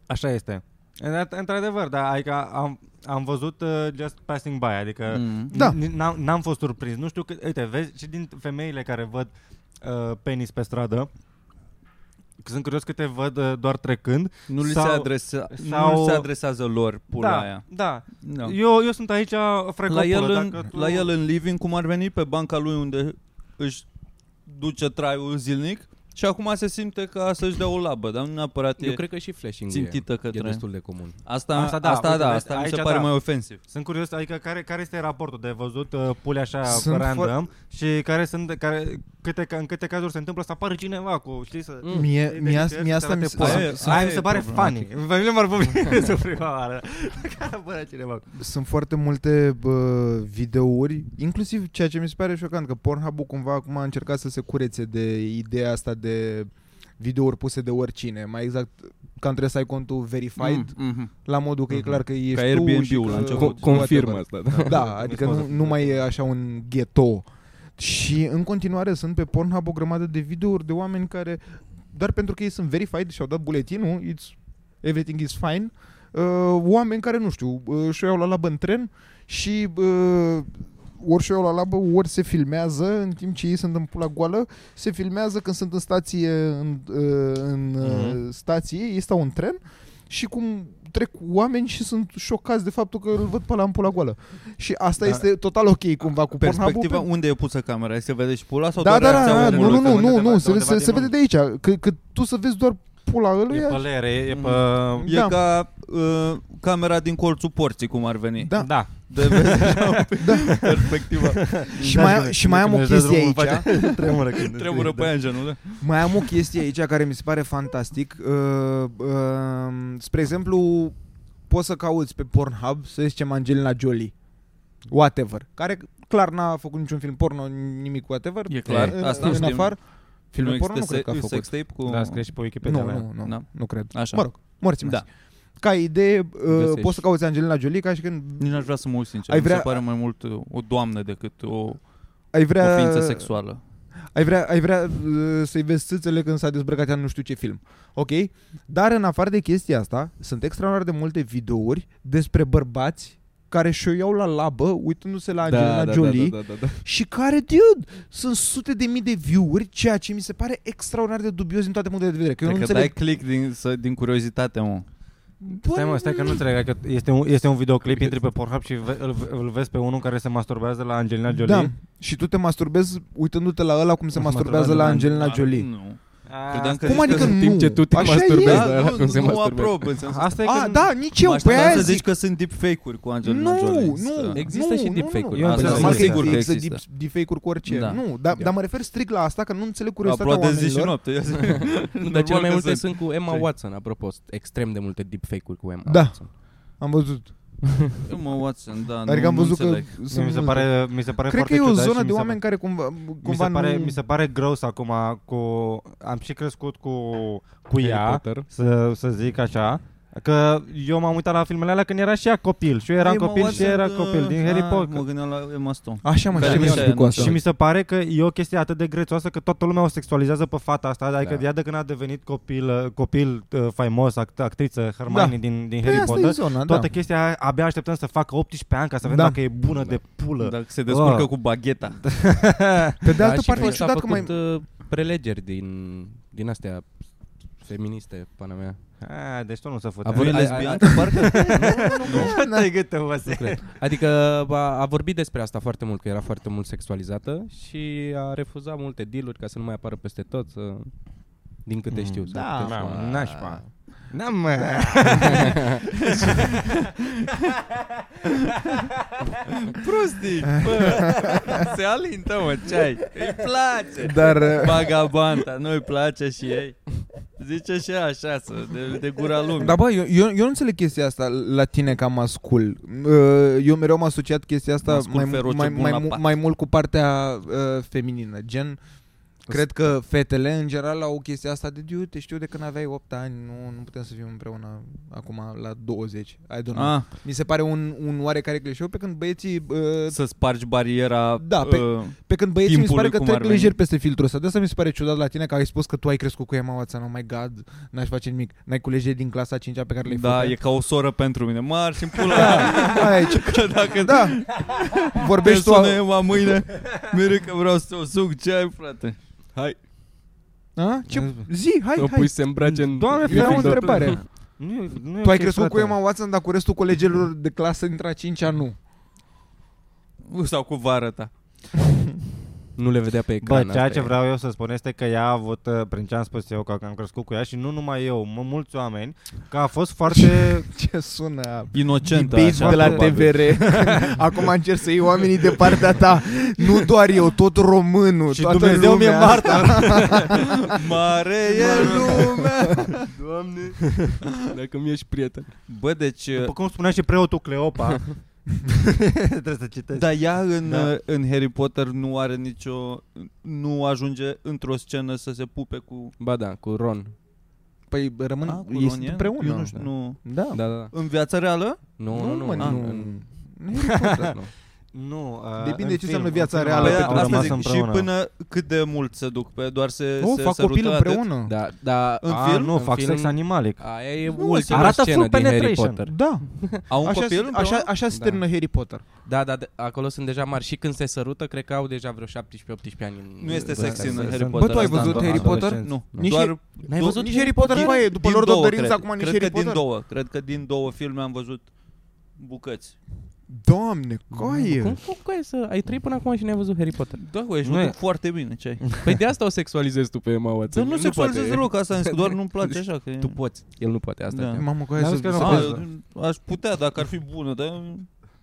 Speaker 4: Așa este. În- Într-adevăr, da, adică am, am văzut uh, just passing by, adică
Speaker 2: Mm.
Speaker 6: Da.
Speaker 4: n- n-am, n-am fost surprins. Nu știu că, uite, vezi, și din femeile care văd uh, penis pe stradă, sunt curios că te văd uh, doar trecând.
Speaker 2: Nu, li se
Speaker 4: Sau-
Speaker 2: adresa, sau... nu
Speaker 4: sau-
Speaker 2: li se adresează lor pula
Speaker 4: da,
Speaker 2: aia.
Speaker 4: da.
Speaker 2: Da.
Speaker 4: Eu, eu sunt aici uh,
Speaker 2: La, el
Speaker 4: frecopulă.
Speaker 2: în, la el în living, cum ar veni pe banca lui unde își duce traiul zilnic și acum se simte ca să-și dea o labă, dar nu neapărat
Speaker 7: Eu
Speaker 2: e
Speaker 7: cred că și flashing e,
Speaker 2: țintită
Speaker 7: e
Speaker 2: către...
Speaker 7: destul de comun.
Speaker 2: Asta,
Speaker 4: Asta
Speaker 2: asta
Speaker 4: da,
Speaker 2: da, asta,
Speaker 4: uite,
Speaker 2: da,
Speaker 4: vezi,
Speaker 2: asta mi se
Speaker 4: aici
Speaker 2: pare
Speaker 4: da.
Speaker 2: mai ofensiv.
Speaker 4: Sunt curios, adică care, care este raportul de văzut uh, pule așa
Speaker 5: Sunt
Speaker 4: sunt random și care sunt, care, câte, ca- în câte cazuri se întâmplă să apară cineva cu, știi, să...
Speaker 7: Mm.
Speaker 5: Mie,
Speaker 4: Ei, deci,
Speaker 5: mie, asta,
Speaker 4: bine,
Speaker 5: mie
Speaker 4: să
Speaker 5: asta mi
Speaker 4: arate
Speaker 5: se
Speaker 2: pula.
Speaker 5: sunt-
Speaker 2: Aia e-
Speaker 4: Aia mi se pare funny.
Speaker 2: problematic.
Speaker 4: Pe mine m-ar să prima oară. Care apărea cineva.
Speaker 5: Sunt foarte multe bă, videouri, inclusiv ceea ce mi se pare șocant, că Pornhub-ul cumva acum a încercat să se curețe de ideea asta de videouri puse de oricine, mai exact cam trebuie să ai contul verified mm.
Speaker 2: Mm, mhm.
Speaker 5: la modul că e
Speaker 7: Mhm.
Speaker 5: clar că ești
Speaker 2: Ca
Speaker 5: tu
Speaker 2: Airbnb-ul
Speaker 5: și că,
Speaker 2: la început.
Speaker 7: Co- confirm
Speaker 5: whatever.
Speaker 7: asta, da.
Speaker 5: Da, adică nu, nu mai e așa un ghetto. Și în continuare sunt pe Pornhub o grămadă de videouri de oameni care, doar pentru că ei sunt verified și au dat buletinul, it's, everything is fine, uh, oameni care, nu știu, uh, și iau la labă în tren și uh, ori și iau la labă, ori se filmează în timp ce ei sunt în pula goală, se filmează când sunt în stație, în, uh, în uh, stație, ei stau în tren și cum trec oameni și sunt șocați de faptul că îl văd pe la în pula goală. Și asta
Speaker 4: Da.
Speaker 5: este total ok cumva cu Pornhub-ul.
Speaker 2: Perspectiva,
Speaker 5: pe-
Speaker 2: unde e pusă camera? Se vede și pula sau
Speaker 5: Da,
Speaker 2: doar
Speaker 5: da, da,
Speaker 2: reacția
Speaker 5: da, nu,
Speaker 2: omului
Speaker 5: nu,
Speaker 4: de
Speaker 5: nu,
Speaker 4: undeva-
Speaker 5: nu,
Speaker 4: de
Speaker 5: nu, se,
Speaker 4: undeva
Speaker 5: se,
Speaker 4: din
Speaker 5: se vede
Speaker 4: om.
Speaker 5: de aici, că, că tu să vezi doar pula
Speaker 4: Păi E pe
Speaker 5: ăluia.
Speaker 4: lere, e pe...
Speaker 2: E
Speaker 5: Da.
Speaker 2: ca uh, camera din colțul porții, cum ar veni.
Speaker 5: Da.
Speaker 4: Da.
Speaker 2: De vezi așa un pic perspectiva.
Speaker 5: Și mai, și mai am o chestie aici.
Speaker 4: Tremură când
Speaker 2: Tremură pe ea în genunchi.
Speaker 5: Mai am o chestie aici care mi se pare fantastic. Uh, uh, spre exemplu, poți să cauți pe Pornhub, să zicem Angelina Jolie. Whatever. Care clar n-a făcut niciun film porno, nimic whatever.
Speaker 2: E clar,
Speaker 5: În,
Speaker 2: asta
Speaker 5: în
Speaker 2: știm.
Speaker 5: afară.
Speaker 2: Nu
Speaker 5: Filme porno nu
Speaker 2: există
Speaker 5: cred că a
Speaker 2: se-
Speaker 5: făcut.
Speaker 2: sex tape cu...
Speaker 4: Da, scrie și pe Wikipedia
Speaker 5: Nu,
Speaker 4: mea.
Speaker 5: nu, nu,
Speaker 2: Da.
Speaker 5: nu cred.
Speaker 2: Așa.
Speaker 5: Mă rog, morți
Speaker 2: da.
Speaker 5: da. Ca idee, uh,
Speaker 7: Găsești.
Speaker 5: poți să cauți Angelina Jolie ca și când
Speaker 2: Nici n-aș vrea să mă uit sincer.
Speaker 5: Ai
Speaker 2: Ai vrea...
Speaker 5: vrea-
Speaker 2: Mi se pare mai mult uh, o doamnă decât o, o
Speaker 5: ai vrea...
Speaker 2: ființă sexuală.
Speaker 5: Ai vrea, ai vrea uh, să-i vezi țâțele când s-a dezbrăcat ea în nu știu ce film. Ok? Dar în afară de chestia asta, sunt extraordinar de multe videouri despre bărbați care și-o iau la labă uitându-se la Angelina Jolie
Speaker 7: Da, da, da, da, da.
Speaker 5: și care, dude, sunt sute de mii de view-uri, ceea ce mi se pare extraordinar de dubios din toate punctele de vedere. Că eu nu
Speaker 2: Cred că dai
Speaker 5: înțeleg.
Speaker 2: click din, să, din curiozitate, mă.
Speaker 5: Bă,
Speaker 4: Păi Stai mă, stai că nu înțeleg, că este un, este un videoclip, intri pe Pornhub și ve, îl, îl, vezi pe unul care se masturbează la Angelina Jolie.
Speaker 5: Da. Și tu te masturbezi uitându-te la ăla cum se
Speaker 4: Mă
Speaker 5: masturbează
Speaker 4: masturbează
Speaker 5: la
Speaker 4: la
Speaker 5: Angelina
Speaker 2: Da,
Speaker 5: Jolie.
Speaker 2: Nu.
Speaker 4: A,
Speaker 2: Credeam că
Speaker 5: Cum
Speaker 2: zici
Speaker 5: adică
Speaker 2: că-
Speaker 5: nu?
Speaker 7: În timp ce tu te
Speaker 5: Așa
Speaker 7: masturbezi,
Speaker 5: e.
Speaker 7: da.
Speaker 2: Da,
Speaker 7: ăla
Speaker 2: nu,
Speaker 7: cum se
Speaker 2: nu, nu
Speaker 7: masturbează.
Speaker 2: aprob, în sensul
Speaker 4: Asta e
Speaker 5: A,
Speaker 4: când-
Speaker 5: da, nici eu,
Speaker 2: Mă
Speaker 5: pe
Speaker 2: așteptam
Speaker 5: aia
Speaker 2: să
Speaker 5: zic.
Speaker 2: zici că sunt deepfake-uri cu Angelina
Speaker 5: Nu,
Speaker 2: Jolie.
Speaker 5: nu,
Speaker 7: Există
Speaker 5: nu,
Speaker 7: și
Speaker 5: nu,
Speaker 7: deepfake-uri.
Speaker 4: nu. Eu
Speaker 5: Păi
Speaker 4: înțeleg,
Speaker 5: da,
Speaker 2: sunt
Speaker 5: mă,
Speaker 2: sigur
Speaker 5: că
Speaker 2: că
Speaker 5: există
Speaker 2: există.
Speaker 5: deep- deepfake-uri cu orice.
Speaker 2: Da.
Speaker 5: Nu, dar, dar mă refer strict la asta că nu înțeleg curiozitatea
Speaker 2: Aproape zi și
Speaker 5: oamenilor.
Speaker 2: noapte.
Speaker 7: Dar
Speaker 2: Normal
Speaker 7: cele mai
Speaker 2: că
Speaker 7: multe sunt cu Emma
Speaker 2: Știi.
Speaker 7: Watson, apropo, sunt extrem de multe deepfake-uri cu Emma
Speaker 5: Da.
Speaker 7: Watson.
Speaker 5: Am văzut.
Speaker 2: Mă, Watson, da,
Speaker 5: Adică
Speaker 2: nu,
Speaker 5: am
Speaker 2: nu
Speaker 5: văzut că
Speaker 2: înțeleg.
Speaker 5: sunt
Speaker 4: mi se
Speaker 5: multe.
Speaker 4: pare, mi se pare
Speaker 5: Cred
Speaker 4: foarte
Speaker 5: că e o
Speaker 4: ciudat și
Speaker 5: zonă
Speaker 4: mi
Speaker 5: de
Speaker 4: se
Speaker 5: oameni care cumva
Speaker 4: Mi se,
Speaker 5: cumva
Speaker 4: pare,
Speaker 5: nu-
Speaker 4: mi se pare greu să acum cu... Am și crescut cu, cu
Speaker 7: Harry
Speaker 4: ea,
Speaker 7: Potter.
Speaker 4: să, să zic așa, că eu m-am uitat la filmele alea când era și ea copil. Și eu
Speaker 5: Păi
Speaker 4: eram
Speaker 2: Emma
Speaker 4: copil și
Speaker 2: Watson,
Speaker 4: ea era
Speaker 2: uh,
Speaker 4: copil
Speaker 5: da,
Speaker 4: din
Speaker 2: a,
Speaker 4: Harry
Speaker 2: Mă
Speaker 4: Potter.
Speaker 2: gândeam la Emma Stone.
Speaker 5: Așa mă,
Speaker 7: Da,
Speaker 2: Care
Speaker 5: ce
Speaker 2: nu
Speaker 5: mi
Speaker 2: știu
Speaker 5: știu
Speaker 2: aia,
Speaker 5: cu
Speaker 2: nu
Speaker 5: asta.
Speaker 4: Și mi se pare că e o chestie atât de grețoasă că toată lumea o sexualizează pe fata asta, adică
Speaker 7: Da.
Speaker 4: ea de când a devenit copil, uh, copil uh, faimos, act- actriță Hermione
Speaker 5: Da.
Speaker 4: din, din
Speaker 5: Păi
Speaker 4: Harry
Speaker 5: asta e
Speaker 4: Potter,
Speaker 5: zona, da.
Speaker 4: toată chestia aia, abia așteptăm să facă 18 ani ca să vedem
Speaker 5: Da.
Speaker 4: dacă e bună de pulă.
Speaker 2: Dacă se descurcă
Speaker 4: Wow.
Speaker 2: cu bagheta.
Speaker 5: Pe de
Speaker 7: Da,
Speaker 5: altă
Speaker 7: și
Speaker 5: parte e
Speaker 7: Prince a
Speaker 5: ciudat că mai...
Speaker 7: făcut, uh, prelegeri din, din astea feministe, pana mea.
Speaker 4: A, deci tot nu se fute.
Speaker 7: A
Speaker 2: E
Speaker 7: vorbit-
Speaker 2: lesbiancă, parcă?
Speaker 4: Ai gâtă, Vasile.
Speaker 7: Adică a, a vorbit despre asta foarte mult, că era foarte mult sexualizată și a refuzat multe dealuri ca să nu mai apară peste tot, să, din câte
Speaker 4: Mm,
Speaker 7: știu. să
Speaker 4: da,
Speaker 7: puteți
Speaker 4: da,
Speaker 7: să-
Speaker 4: nașpa. Da, mă.
Speaker 2: Prostic, bă. Se alintă, mă, ce ai? Îi place.
Speaker 5: Dar uh,
Speaker 2: Vagabanta, nu-i place și ei. Zice și ea așa, să, de, de gura lumii.
Speaker 5: Dar bă, eu, eu, eu nu înțeleg chestia asta la tine ca mascul. Uh, Eu mereu am asociat chestia asta
Speaker 2: Mascul
Speaker 5: mai,
Speaker 2: feroce,
Speaker 5: mai,
Speaker 2: bun
Speaker 5: mai,
Speaker 2: la
Speaker 5: mu-
Speaker 2: pat.
Speaker 5: mai mult cu partea uh, feminină, gen Cred că fetele, în general, au chestia asta de diu, te știu de când aveai 8 ani, nu, nu putem să fim împreună acum la 20. I don't know.
Speaker 2: Ah,
Speaker 5: Mi se pare un, un oarecare clișeu, pe când băieții... Uh,
Speaker 2: să spargi bariera
Speaker 5: Da, pe-
Speaker 2: uh,
Speaker 5: pe când băieții mi se pare
Speaker 2: timpului
Speaker 5: că
Speaker 2: cum ar
Speaker 5: trec
Speaker 2: veni.
Speaker 5: lejer peste filtrul ăsta. De asta mi se pare ciudat la tine că ai spus că tu ai crescut cu Emma Watson. Oh my god, n-aș face nimic. N-ai cu lejerii din clasa 5 pe care le-ai
Speaker 2: Da,
Speaker 5: făcut.
Speaker 2: e ca o soră pentru mine. Mă și în
Speaker 5: Da,
Speaker 2: pula
Speaker 5: aici.
Speaker 2: Că dacă da,
Speaker 5: Da. Vorbești tu...
Speaker 2: sună Emma mâine, mereu că vreau să o suc, ce ai, frate? Hai.
Speaker 5: A? Ce? Zi, hai,
Speaker 7: O pui
Speaker 5: hai.
Speaker 7: să îmbrace în...
Speaker 5: Doamne,
Speaker 7: Gryffindor. Da.
Speaker 5: era o întrebare.
Speaker 4: Nu, e- nu e
Speaker 5: Tu ai
Speaker 4: ok,
Speaker 5: crescut
Speaker 4: frate.
Speaker 5: Păi cu Emma Watson, dar cu restul colegilor de clasă dintre a 5 nu.
Speaker 2: Sau cu vară ta.
Speaker 7: Nu le vedea pe ecran.
Speaker 4: Bă, ceea
Speaker 7: asta
Speaker 4: ce
Speaker 7: e.
Speaker 4: vreau eu să spun este că ea a avut, uh, prin ce am spus eu, că am crescut cu ea și nu numai eu, mă, mulți oameni, că a fost foarte...
Speaker 5: Ce sună a-
Speaker 2: Inocentă
Speaker 5: Debate
Speaker 2: da, așa.
Speaker 5: de la
Speaker 2: probabil.
Speaker 5: TVR. Acum încerc să iei oamenii de partea ta. Nu doar eu, tot românul,
Speaker 4: și
Speaker 5: toată
Speaker 4: Dumnezeu mi-e
Speaker 5: lumea.
Speaker 4: Marta!
Speaker 2: Mare e lumea.
Speaker 7: Doamne, dacă mi ești prieten.
Speaker 2: Bă, deci...
Speaker 4: După cum spunea și preotul Cleopa, trebuie să citesc.
Speaker 2: Dar ea în,
Speaker 4: Da.
Speaker 2: în Harry Potter nu are nicio... Nu ajunge într-o scenă să se pupe cu...
Speaker 7: Ba da, cu Ron.
Speaker 5: Păi rămân
Speaker 2: Ah, cu
Speaker 5: este
Speaker 2: Ron e?
Speaker 5: împreună.
Speaker 2: Eu nu știu. Nu.
Speaker 5: Da.
Speaker 7: Da, da, da.
Speaker 2: În viața reală?
Speaker 7: Nu, nu, nu.
Speaker 5: mă,
Speaker 7: a,
Speaker 5: nu.
Speaker 7: în- da,
Speaker 5: Nu e important.
Speaker 7: nu.
Speaker 4: Nu, uh,
Speaker 5: Depinde
Speaker 4: în
Speaker 5: ce înseamnă
Speaker 4: film,
Speaker 5: viața
Speaker 4: în film
Speaker 5: reală
Speaker 4: au-
Speaker 2: Păi,
Speaker 5: pe
Speaker 4: au
Speaker 5: care
Speaker 2: asta
Speaker 4: rămas
Speaker 2: zic,
Speaker 4: împreună.
Speaker 2: Și până cât de mult se duc pe... Doar se,
Speaker 5: Nu,
Speaker 2: se
Speaker 5: fac
Speaker 2: sărută
Speaker 5: copil
Speaker 2: atât?
Speaker 5: împreună.
Speaker 7: Da, da,
Speaker 2: În
Speaker 4: A,
Speaker 2: film?
Speaker 4: nu,
Speaker 7: În
Speaker 4: fac
Speaker 7: film-
Speaker 4: sex animalic.
Speaker 7: Aia e
Speaker 5: Nu,
Speaker 7: ultima
Speaker 4: arată
Speaker 7: scenă
Speaker 4: full
Speaker 7: din Harry
Speaker 4: penetration.
Speaker 7: Potter.
Speaker 5: Da.
Speaker 2: Au un
Speaker 5: Așa,
Speaker 2: copil
Speaker 5: se- așa,
Speaker 2: împreună?
Speaker 5: așa se
Speaker 7: Da.
Speaker 5: termină Harry Potter.
Speaker 7: Da, da, de, acolo sunt deja mari și când se sărută, cred că au deja vreo 17-18 ani. în-
Speaker 2: Nu este
Speaker 7: în-
Speaker 2: sexy în
Speaker 7: în-
Speaker 2: Harry
Speaker 7: sunt-
Speaker 2: Potter.
Speaker 5: da, Bă, tu ai
Speaker 2: asta,
Speaker 5: văzut
Speaker 2: da,
Speaker 5: Harry
Speaker 2: da, da.
Speaker 5: Potter?
Speaker 2: Nu.
Speaker 5: Nici
Speaker 2: Doar
Speaker 5: N-ai
Speaker 2: Do-
Speaker 5: văzut nici Harry Potter? Nu, e după Lord of the Rings
Speaker 2: cred.
Speaker 5: acum nici
Speaker 2: cred
Speaker 5: Harry
Speaker 2: că din
Speaker 5: Potter.
Speaker 2: două. Cred că din două filme am văzut bucăți.
Speaker 5: Doamne,
Speaker 7: Cum,
Speaker 5: coaie.
Speaker 7: cum, cum e să ai trăit până acum și n-ai văzut Harry Potter?
Speaker 2: Da, bă, ești
Speaker 4: Nu e.
Speaker 2: făcut foarte bine, ce ai.
Speaker 7: Păi de asta o sexualizezi tu pe Emma
Speaker 2: Dar
Speaker 7: Watson.
Speaker 4: Deci
Speaker 2: nu
Speaker 7: El
Speaker 2: sexualizez
Speaker 7: poate.
Speaker 2: deloc asta, am zis, doar nu-mi place așa. Că...
Speaker 7: Tu poți. El nu poate asta.
Speaker 2: Da.
Speaker 7: e treaba.
Speaker 5: Mamă, coaie
Speaker 4: N-am
Speaker 5: să
Speaker 4: zis că nu
Speaker 5: să-
Speaker 4: o
Speaker 2: A,
Speaker 4: poți,
Speaker 5: A,
Speaker 2: aș putea dacă ar fi bună, dar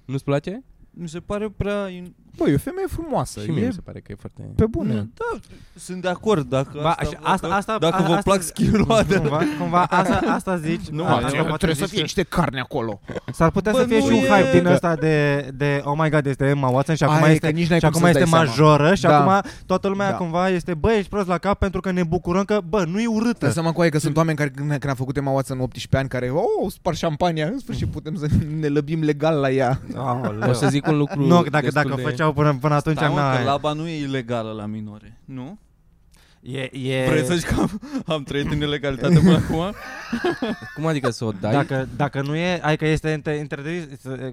Speaker 7: Nu-ți place?
Speaker 2: mi se pare prea... In...
Speaker 5: Băi, e o femeie frumoasă.
Speaker 7: Și mie
Speaker 5: E
Speaker 7: mi se pare că e foarte...
Speaker 5: pe bune.
Speaker 2: Da, sunt de acord dacă
Speaker 4: Ba,
Speaker 2: asta,
Speaker 4: așa,
Speaker 2: vă,
Speaker 4: asta, asta,
Speaker 2: dacă
Speaker 4: a-
Speaker 2: vă
Speaker 4: asta,
Speaker 2: plac skill
Speaker 4: Cumva, cumva asta, asta zici Nu,
Speaker 5: A,
Speaker 4: asta poate
Speaker 5: Trebuie să
Speaker 4: zici
Speaker 5: fie niște carne acolo.
Speaker 4: S-ar putea
Speaker 2: Bă,
Speaker 4: să fie
Speaker 2: nu
Speaker 4: și un
Speaker 2: e-
Speaker 4: hype din ăsta de, de Oh my god, este Emma Watson și acum
Speaker 5: Aia e că
Speaker 4: este,
Speaker 5: nici n-ai
Speaker 4: și
Speaker 5: cum
Speaker 4: acum
Speaker 5: să-ți
Speaker 4: este
Speaker 5: dai seama.
Speaker 4: majoră și
Speaker 5: Da.
Speaker 4: acum toată lumea
Speaker 5: Da.
Speaker 4: cumva este Bă, ești prost la cap pentru că ne bucurăm că Bă, nu e urâtă
Speaker 5: Dă seama cu aia că sunt oameni care când, când a făcut Emma Watson în 18 ani care, oh, au spart șampania, în sfârșit putem să ne lăbim legal la ea.
Speaker 4: Aoleu.
Speaker 7: O să zic un lucru
Speaker 4: Nu, că dacă,
Speaker 7: destul
Speaker 4: dacă
Speaker 7: de...
Speaker 4: făceau până, până atunci
Speaker 2: Stai, mă, că
Speaker 4: n-ai
Speaker 2: laba nu e ilegală la minore, nu?
Speaker 4: e, e...
Speaker 2: Vrei să zici că am, am trăit în ilegalitate până acum?
Speaker 7: Cum adică să o dai?
Speaker 4: dacă, dacă nu e, adică este inter- interzis,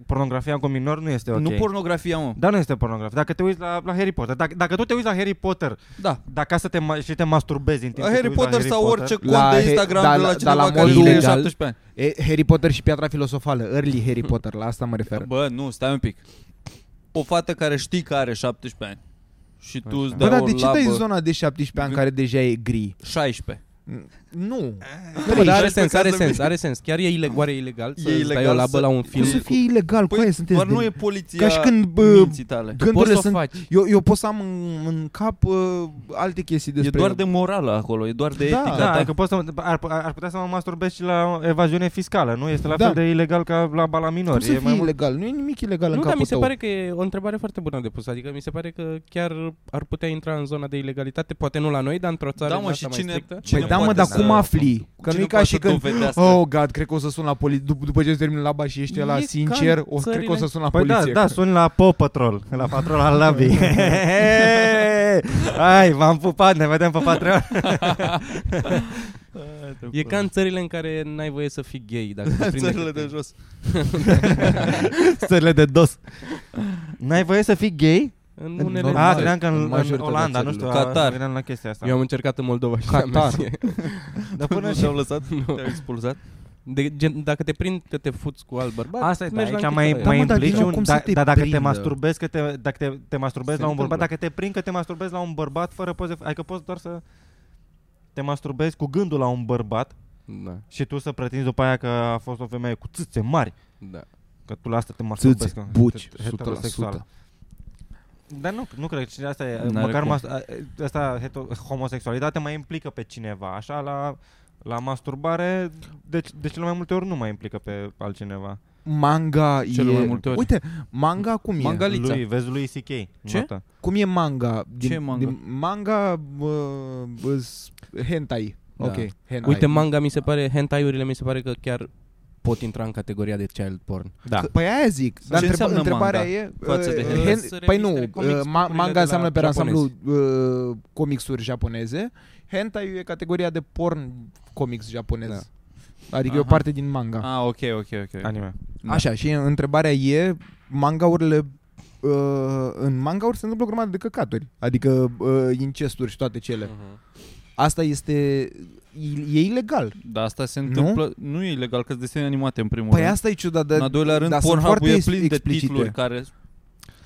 Speaker 4: pornografia cu minor nu este ok
Speaker 2: Nu pornografia, mă.
Speaker 4: Dar nu este pornografie. Dacă te uiți la, la Harry Potter, dacă, dacă tu te uiți la Harry Potter,
Speaker 2: Da.
Speaker 4: dacă să te ma- și te masturbezi în
Speaker 2: La
Speaker 4: timp ce te
Speaker 2: Harry
Speaker 4: uiți
Speaker 2: Potter
Speaker 4: la
Speaker 2: sau
Speaker 4: Harry
Speaker 2: orice
Speaker 4: Potter,
Speaker 2: cont
Speaker 5: La
Speaker 2: de
Speaker 5: he-
Speaker 2: Instagram
Speaker 5: da,
Speaker 2: de
Speaker 5: la-
Speaker 2: la
Speaker 5: da,
Speaker 2: cineva
Speaker 5: la
Speaker 2: care
Speaker 5: modul
Speaker 2: e
Speaker 5: ilegal.
Speaker 2: 17 ani.
Speaker 5: E, Harry Potter și Piatra Filosofală, Early Harry Potter, la asta mă refer.
Speaker 2: Bă, nu, stai un pic. O fată care știi că are 17 ani și tu îți
Speaker 5: Bă,
Speaker 2: dai
Speaker 5: dar
Speaker 2: o
Speaker 5: de ce
Speaker 2: labă
Speaker 5: dai zona de 17 ani
Speaker 2: Gând-
Speaker 5: care deja e gri?
Speaker 2: 16.
Speaker 5: Nu.
Speaker 7: Nu, bă, Păi, dar are
Speaker 2: Trei,
Speaker 7: sens, are
Speaker 2: pe care
Speaker 7: sens, are sens. Chiar e ilegal, e ilegal să
Speaker 2: E
Speaker 7: îți dai o
Speaker 2: ilegal
Speaker 7: labă
Speaker 2: să-
Speaker 7: la un
Speaker 5: Cum
Speaker 7: film.
Speaker 5: să fie ilegal? Păi, sunteți
Speaker 2: doar
Speaker 5: de...
Speaker 2: nu e poliția
Speaker 5: Ca și când, bă,
Speaker 2: minții tale.
Speaker 5: Gândurile
Speaker 7: Poți să o
Speaker 5: sunt...
Speaker 7: faci.
Speaker 5: Eu, eu pot să am în, în cap uh, alte chestii
Speaker 2: E
Speaker 5: despre...
Speaker 2: doar de morală acolo, e doar de
Speaker 5: Da.
Speaker 2: etica
Speaker 4: Da,
Speaker 2: ta.
Speaker 4: adică poți să, ar, ar putea să mă masturbez și la evaziune fiscală, nu? Este la
Speaker 5: Da.
Speaker 4: fel de ilegal ca la bala
Speaker 5: Cum
Speaker 4: minor.
Speaker 5: să fie
Speaker 4: mai mult-
Speaker 5: ilegal? Nu e nimic ilegal în
Speaker 7: Nu,
Speaker 5: capul
Speaker 7: dar mi se
Speaker 5: tău.
Speaker 7: pare că e o întrebare foarte bună de pus. Adică mi se pare că chiar ar putea intra în zona de ilegalitate, poate nu la noi, dar într-o țară
Speaker 2: Da,
Speaker 7: din
Speaker 2: mă,
Speaker 7: asta
Speaker 2: și
Speaker 7: mai
Speaker 2: cine-
Speaker 7: strictă.
Speaker 2: cine
Speaker 5: păi da, mă,
Speaker 2: poate
Speaker 5: dar
Speaker 2: să-
Speaker 5: cum afli? Că nu
Speaker 2: Cine
Speaker 5: e ca
Speaker 2: poate
Speaker 5: și
Speaker 2: să
Speaker 5: când...
Speaker 2: dovedească?
Speaker 5: Oh, God, cred că o să sun la poliție. Dup- după ce îți termin laba și ești
Speaker 7: E
Speaker 5: la
Speaker 7: ca
Speaker 5: sincer,
Speaker 7: în
Speaker 5: o, cred că o
Speaker 7: țările-
Speaker 5: să sun la
Speaker 4: Păi
Speaker 5: poliție.
Speaker 4: da, da, suni la Paw Patrol, la patrola labii. Hai, v-am pupat, ne vedem pe Patreon.
Speaker 7: E ca în țările în care n-ai voie să fii gay. Dacă te prinde
Speaker 2: țările
Speaker 7: câte-
Speaker 2: de jos.
Speaker 4: Țările de dos. N-ai voie să fii gay?
Speaker 7: În unele
Speaker 4: A,
Speaker 7: țări.
Speaker 4: credeam că
Speaker 5: în
Speaker 4: în, în
Speaker 5: majoritatea
Speaker 4: Olanda, nu știu,
Speaker 5: țărilor.
Speaker 2: Qatar.
Speaker 4: credeam la chestia asta.
Speaker 7: Da. Eu am încercat în Moldova și
Speaker 5: Qatar.
Speaker 7: Qatar.
Speaker 2: Până
Speaker 4: Dar până
Speaker 2: nu
Speaker 4: și
Speaker 2: te-au lăsat?
Speaker 7: Nu.
Speaker 2: Te-au expulzat?
Speaker 7: De, gen, dacă te prind că te fuți cu alt bărbat,
Speaker 4: Asta e, da,
Speaker 7: mergi la
Speaker 4: aici mai,
Speaker 7: închisoare.
Speaker 4: mai
Speaker 5: Da, mă, dar
Speaker 4: implici
Speaker 5: din nou,
Speaker 4: un...
Speaker 5: cum să
Speaker 4: Da,
Speaker 5: te
Speaker 4: da, dacă te
Speaker 5: prindă?
Speaker 4: masturbezi, că te, dacă te, te masturbezi
Speaker 7: Se
Speaker 4: la un bărbat,
Speaker 7: întâmplă.
Speaker 4: dacă te prind că te masturbezi la un bărbat fără poze, adică poți doar să te masturbezi cu gândul la un bărbat
Speaker 7: Da,
Speaker 4: și tu să pretinzi după aia că a fost o femeie cu țâțe mari,
Speaker 7: da.
Speaker 4: că tu la asta te masturbezi.
Speaker 5: Țâți,
Speaker 4: că-
Speaker 5: buci,
Speaker 4: het- heterosexuală.
Speaker 5: 100%.
Speaker 4: Dar nu, nu cred că asta e,
Speaker 2: N-are
Speaker 4: măcar
Speaker 2: cum.
Speaker 4: mas, a- asta heto- homosexualitatea mai implică pe cineva, deci, așa la la masturbare de, de cele mai multe ori nu mai implică pe altcineva.
Speaker 5: manga
Speaker 2: Cele
Speaker 5: e...
Speaker 2: mai multe ori.
Speaker 5: Uite, manga cum e?
Speaker 2: Manga- Galița.
Speaker 4: Lui, vezi lui C.K.
Speaker 2: Ce?
Speaker 4: Nota.
Speaker 5: Cum e manga? Din,
Speaker 2: Ce e manga?
Speaker 5: Din manga bă, bă, s- hentai.
Speaker 7: Da.
Speaker 5: Ok, hentai.
Speaker 7: Uite, manga mi se pare, hentai-urile mi se pare că chiar pot intra în categoria de child porn.
Speaker 4: Da.
Speaker 5: Păi aia zic. Dar
Speaker 2: Ce
Speaker 5: întreba-
Speaker 2: înseamnă
Speaker 5: întrebarea
Speaker 2: manga
Speaker 5: e...
Speaker 2: față de
Speaker 5: uh,
Speaker 2: hentai?
Speaker 5: hen-
Speaker 7: Sunt
Speaker 5: Păi nu,
Speaker 7: revistele comics,
Speaker 5: uh, ma-
Speaker 7: comicurile de
Speaker 5: manga
Speaker 7: la
Speaker 5: înseamnă pe
Speaker 7: japonezi.
Speaker 5: ansamblu uh, comicsuri japoneze. Hentai e categoria de porn comics japonez. Adică e
Speaker 2: Da.
Speaker 5: o
Speaker 2: Aha.
Speaker 5: parte din manga.
Speaker 2: Ah, ok, ok, ok.
Speaker 4: Anime.
Speaker 2: Da.
Speaker 5: Așa, și întrebarea e, mangaurile Uh, în mangauri se întâmplă o grămadă de căcaturi Adică uh, incesturi și toate cele Asta este E, e ilegal
Speaker 2: Dar asta se
Speaker 5: Nu?
Speaker 2: întâmplă, nu, nu e ilegal, că sunt desene animate în primul
Speaker 5: Păi
Speaker 2: rând.
Speaker 5: asta e ciudat
Speaker 2: în
Speaker 5: Dar,
Speaker 2: al doilea rând,
Speaker 5: dar sunt
Speaker 2: Pornhub
Speaker 5: foarte
Speaker 2: e plin de
Speaker 5: explicite.
Speaker 2: titluri care...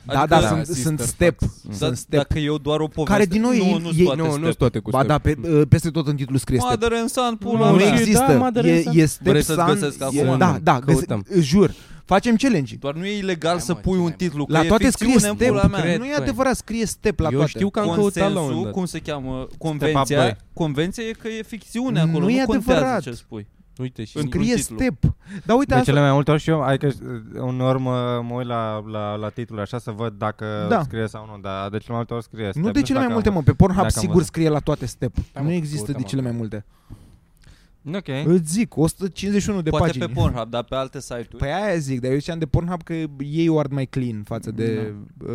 Speaker 5: da,
Speaker 2: adică
Speaker 5: da,
Speaker 7: da,
Speaker 5: sunt,
Speaker 7: sister
Speaker 5: sunt
Speaker 7: fucks.
Speaker 5: step
Speaker 2: da,
Speaker 5: sunt step.
Speaker 2: dacă eu doar o poveste...
Speaker 5: Care din nou
Speaker 2: nu,
Speaker 5: ei-
Speaker 2: nu
Speaker 5: ei-
Speaker 2: toate
Speaker 7: Nu, nu
Speaker 2: step.
Speaker 7: sunt toate cu
Speaker 5: Ba
Speaker 7: step.
Speaker 5: da, pe,
Speaker 2: Mm.
Speaker 5: uh, peste tot în titlu scrie step
Speaker 2: Mother and son, pula
Speaker 5: Nu
Speaker 2: mea.
Speaker 5: există
Speaker 7: da, mother
Speaker 5: e,
Speaker 7: and son.
Speaker 5: e step
Speaker 2: Vrei să-ți
Speaker 5: san,
Speaker 2: găsesc
Speaker 5: e,
Speaker 2: acum?
Speaker 5: Da, da, găse,
Speaker 7: Căutăm.
Speaker 5: jur Facem challenge
Speaker 2: Doar nu e ilegal
Speaker 7: Hai,
Speaker 2: să
Speaker 7: mă,
Speaker 2: pui
Speaker 7: ce
Speaker 2: un
Speaker 7: mai
Speaker 2: titlu, că
Speaker 5: La
Speaker 2: e
Speaker 5: toate scrie
Speaker 2: ficțiune,
Speaker 5: step
Speaker 2: pula mea.
Speaker 7: cred,
Speaker 5: Nu e
Speaker 7: băi.
Speaker 5: adevărat, scrie step la
Speaker 7: Eu
Speaker 5: toate
Speaker 7: știu că am căutat la
Speaker 2: Consensul,
Speaker 7: un moment dat.
Speaker 2: cum se cheamă,
Speaker 4: doi.
Speaker 2: convenția, convenția e că e ficțiune acolo,
Speaker 5: Nu
Speaker 2: nu,
Speaker 5: e
Speaker 2: contează
Speaker 5: adevărat.
Speaker 2: ce spui.
Speaker 7: Uite și...
Speaker 2: În-
Speaker 5: Scrie
Speaker 2: titlu.
Speaker 5: step Dar uite
Speaker 4: De
Speaker 5: asta
Speaker 4: cele mai multe ori și eu, adică uh, uneori mă, mă uit la, la, la titlul așa să văd dacă
Speaker 5: Da.
Speaker 4: scrie sau nu, dar de cele mai multe ori scrie.
Speaker 5: Nu
Speaker 4: step,
Speaker 5: de
Speaker 4: știu
Speaker 5: cele mai
Speaker 4: dacă
Speaker 5: multe,
Speaker 4: am-
Speaker 5: mă. Pe Pornhub
Speaker 4: dacă am
Speaker 5: sigur
Speaker 4: văzut.
Speaker 5: scrie la toate step.
Speaker 7: Da,
Speaker 5: nu
Speaker 7: mă,
Speaker 5: există de
Speaker 7: căutam
Speaker 5: cele mai
Speaker 7: acum.
Speaker 5: multe.
Speaker 4: Ok.
Speaker 5: Îți zic, 151 de
Speaker 2: Poate
Speaker 5: pagini.
Speaker 2: pe Pornhub, dar pe alte site-uri.
Speaker 5: Păi aia zic, dar eu ziceam de Pornhub că ei o ard mai clean
Speaker 2: Mm,
Speaker 5: față de uh,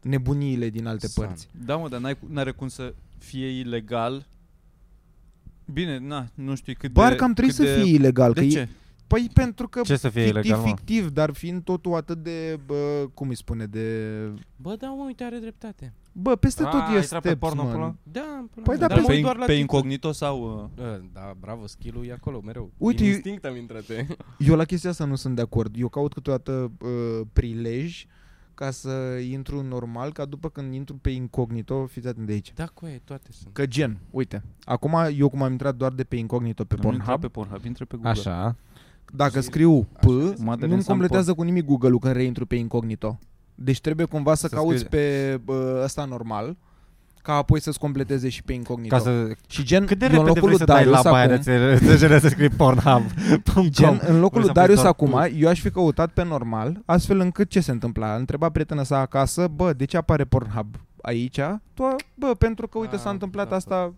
Speaker 5: nebuniile din alte
Speaker 7: San.
Speaker 5: părți.
Speaker 2: Da, mă, dar n-ai, n-are cum să fie ilegal. Bine, na, nu știu cât
Speaker 5: Bar
Speaker 2: de...
Speaker 5: că am trebuit
Speaker 2: cât
Speaker 5: să
Speaker 2: de...
Speaker 5: fie ilegal. că
Speaker 2: De
Speaker 5: e-
Speaker 2: ce?
Speaker 5: Păi pentru că
Speaker 4: Ce să fie
Speaker 5: fictiv,
Speaker 4: ilegal, mă?
Speaker 5: fictiv, dar fiind totul atât de, bă, cum îi spune, de...
Speaker 7: Bă, da, mă, uite, are dreptate.
Speaker 5: Bă, peste
Speaker 4: A,
Speaker 5: tot
Speaker 4: a
Speaker 5: e
Speaker 4: intrat pe
Speaker 5: steps,
Speaker 4: porno
Speaker 5: mă.
Speaker 4: până la-
Speaker 7: Da, până
Speaker 5: Păi
Speaker 7: la-
Speaker 5: da,
Speaker 7: dar mă
Speaker 2: pe,
Speaker 7: uit doar la
Speaker 2: pe
Speaker 7: titlu.
Speaker 2: incognito sau... Uh,
Speaker 7: Bă, Da, bravo, skill-ul e acolo mereu.
Speaker 5: Uite,
Speaker 7: Din
Speaker 5: eu-
Speaker 7: instinct am intrat. e.
Speaker 5: Eu la chestia asta nu sunt de acord. Eu caut câteodată uh, prilej ca să intru în normal, ca după când intru pe incognito, fiți atent de aici.
Speaker 7: Da, cu e, toate sunt.
Speaker 5: Că gen, uite, acum eu cum am intrat doar de pe incognito pe
Speaker 2: nu intră
Speaker 5: Pornhub,
Speaker 2: pe Pornhub, intră pe Google.
Speaker 7: Așa.
Speaker 5: dacă scriu P,
Speaker 2: Mother
Speaker 5: nu-mi
Speaker 2: and Son
Speaker 5: completează cu nimic Google-ul când reintru pe incognito. Deci trebuie cumva să,
Speaker 4: Să
Speaker 5: cauți
Speaker 4: scrii-
Speaker 5: pe uh, ăsta normal, ca apoi să-ți completeze și pe incognito.
Speaker 4: Ca să...
Speaker 5: Și gen,
Speaker 4: Cât de
Speaker 5: eu în
Speaker 4: repede vrei
Speaker 5: locul lui
Speaker 4: să dai
Speaker 5: Darius
Speaker 4: la baia de
Speaker 5: acum,
Speaker 4: țărăjele să scrii pornhub.com
Speaker 5: Gen, în locul
Speaker 4: Vrei
Speaker 5: lui
Speaker 4: să
Speaker 5: Darius
Speaker 4: apuci
Speaker 5: acum,
Speaker 4: doar
Speaker 5: eu aș fi căutat pe normal, astfel încât ce se întâmpla? Întreba prietena sa acasă, bă, de ce apare Pornhub aici? Tu, bă, pentru că, uite,
Speaker 7: Ah,
Speaker 5: s-a întâmplat
Speaker 7: da,
Speaker 5: asta...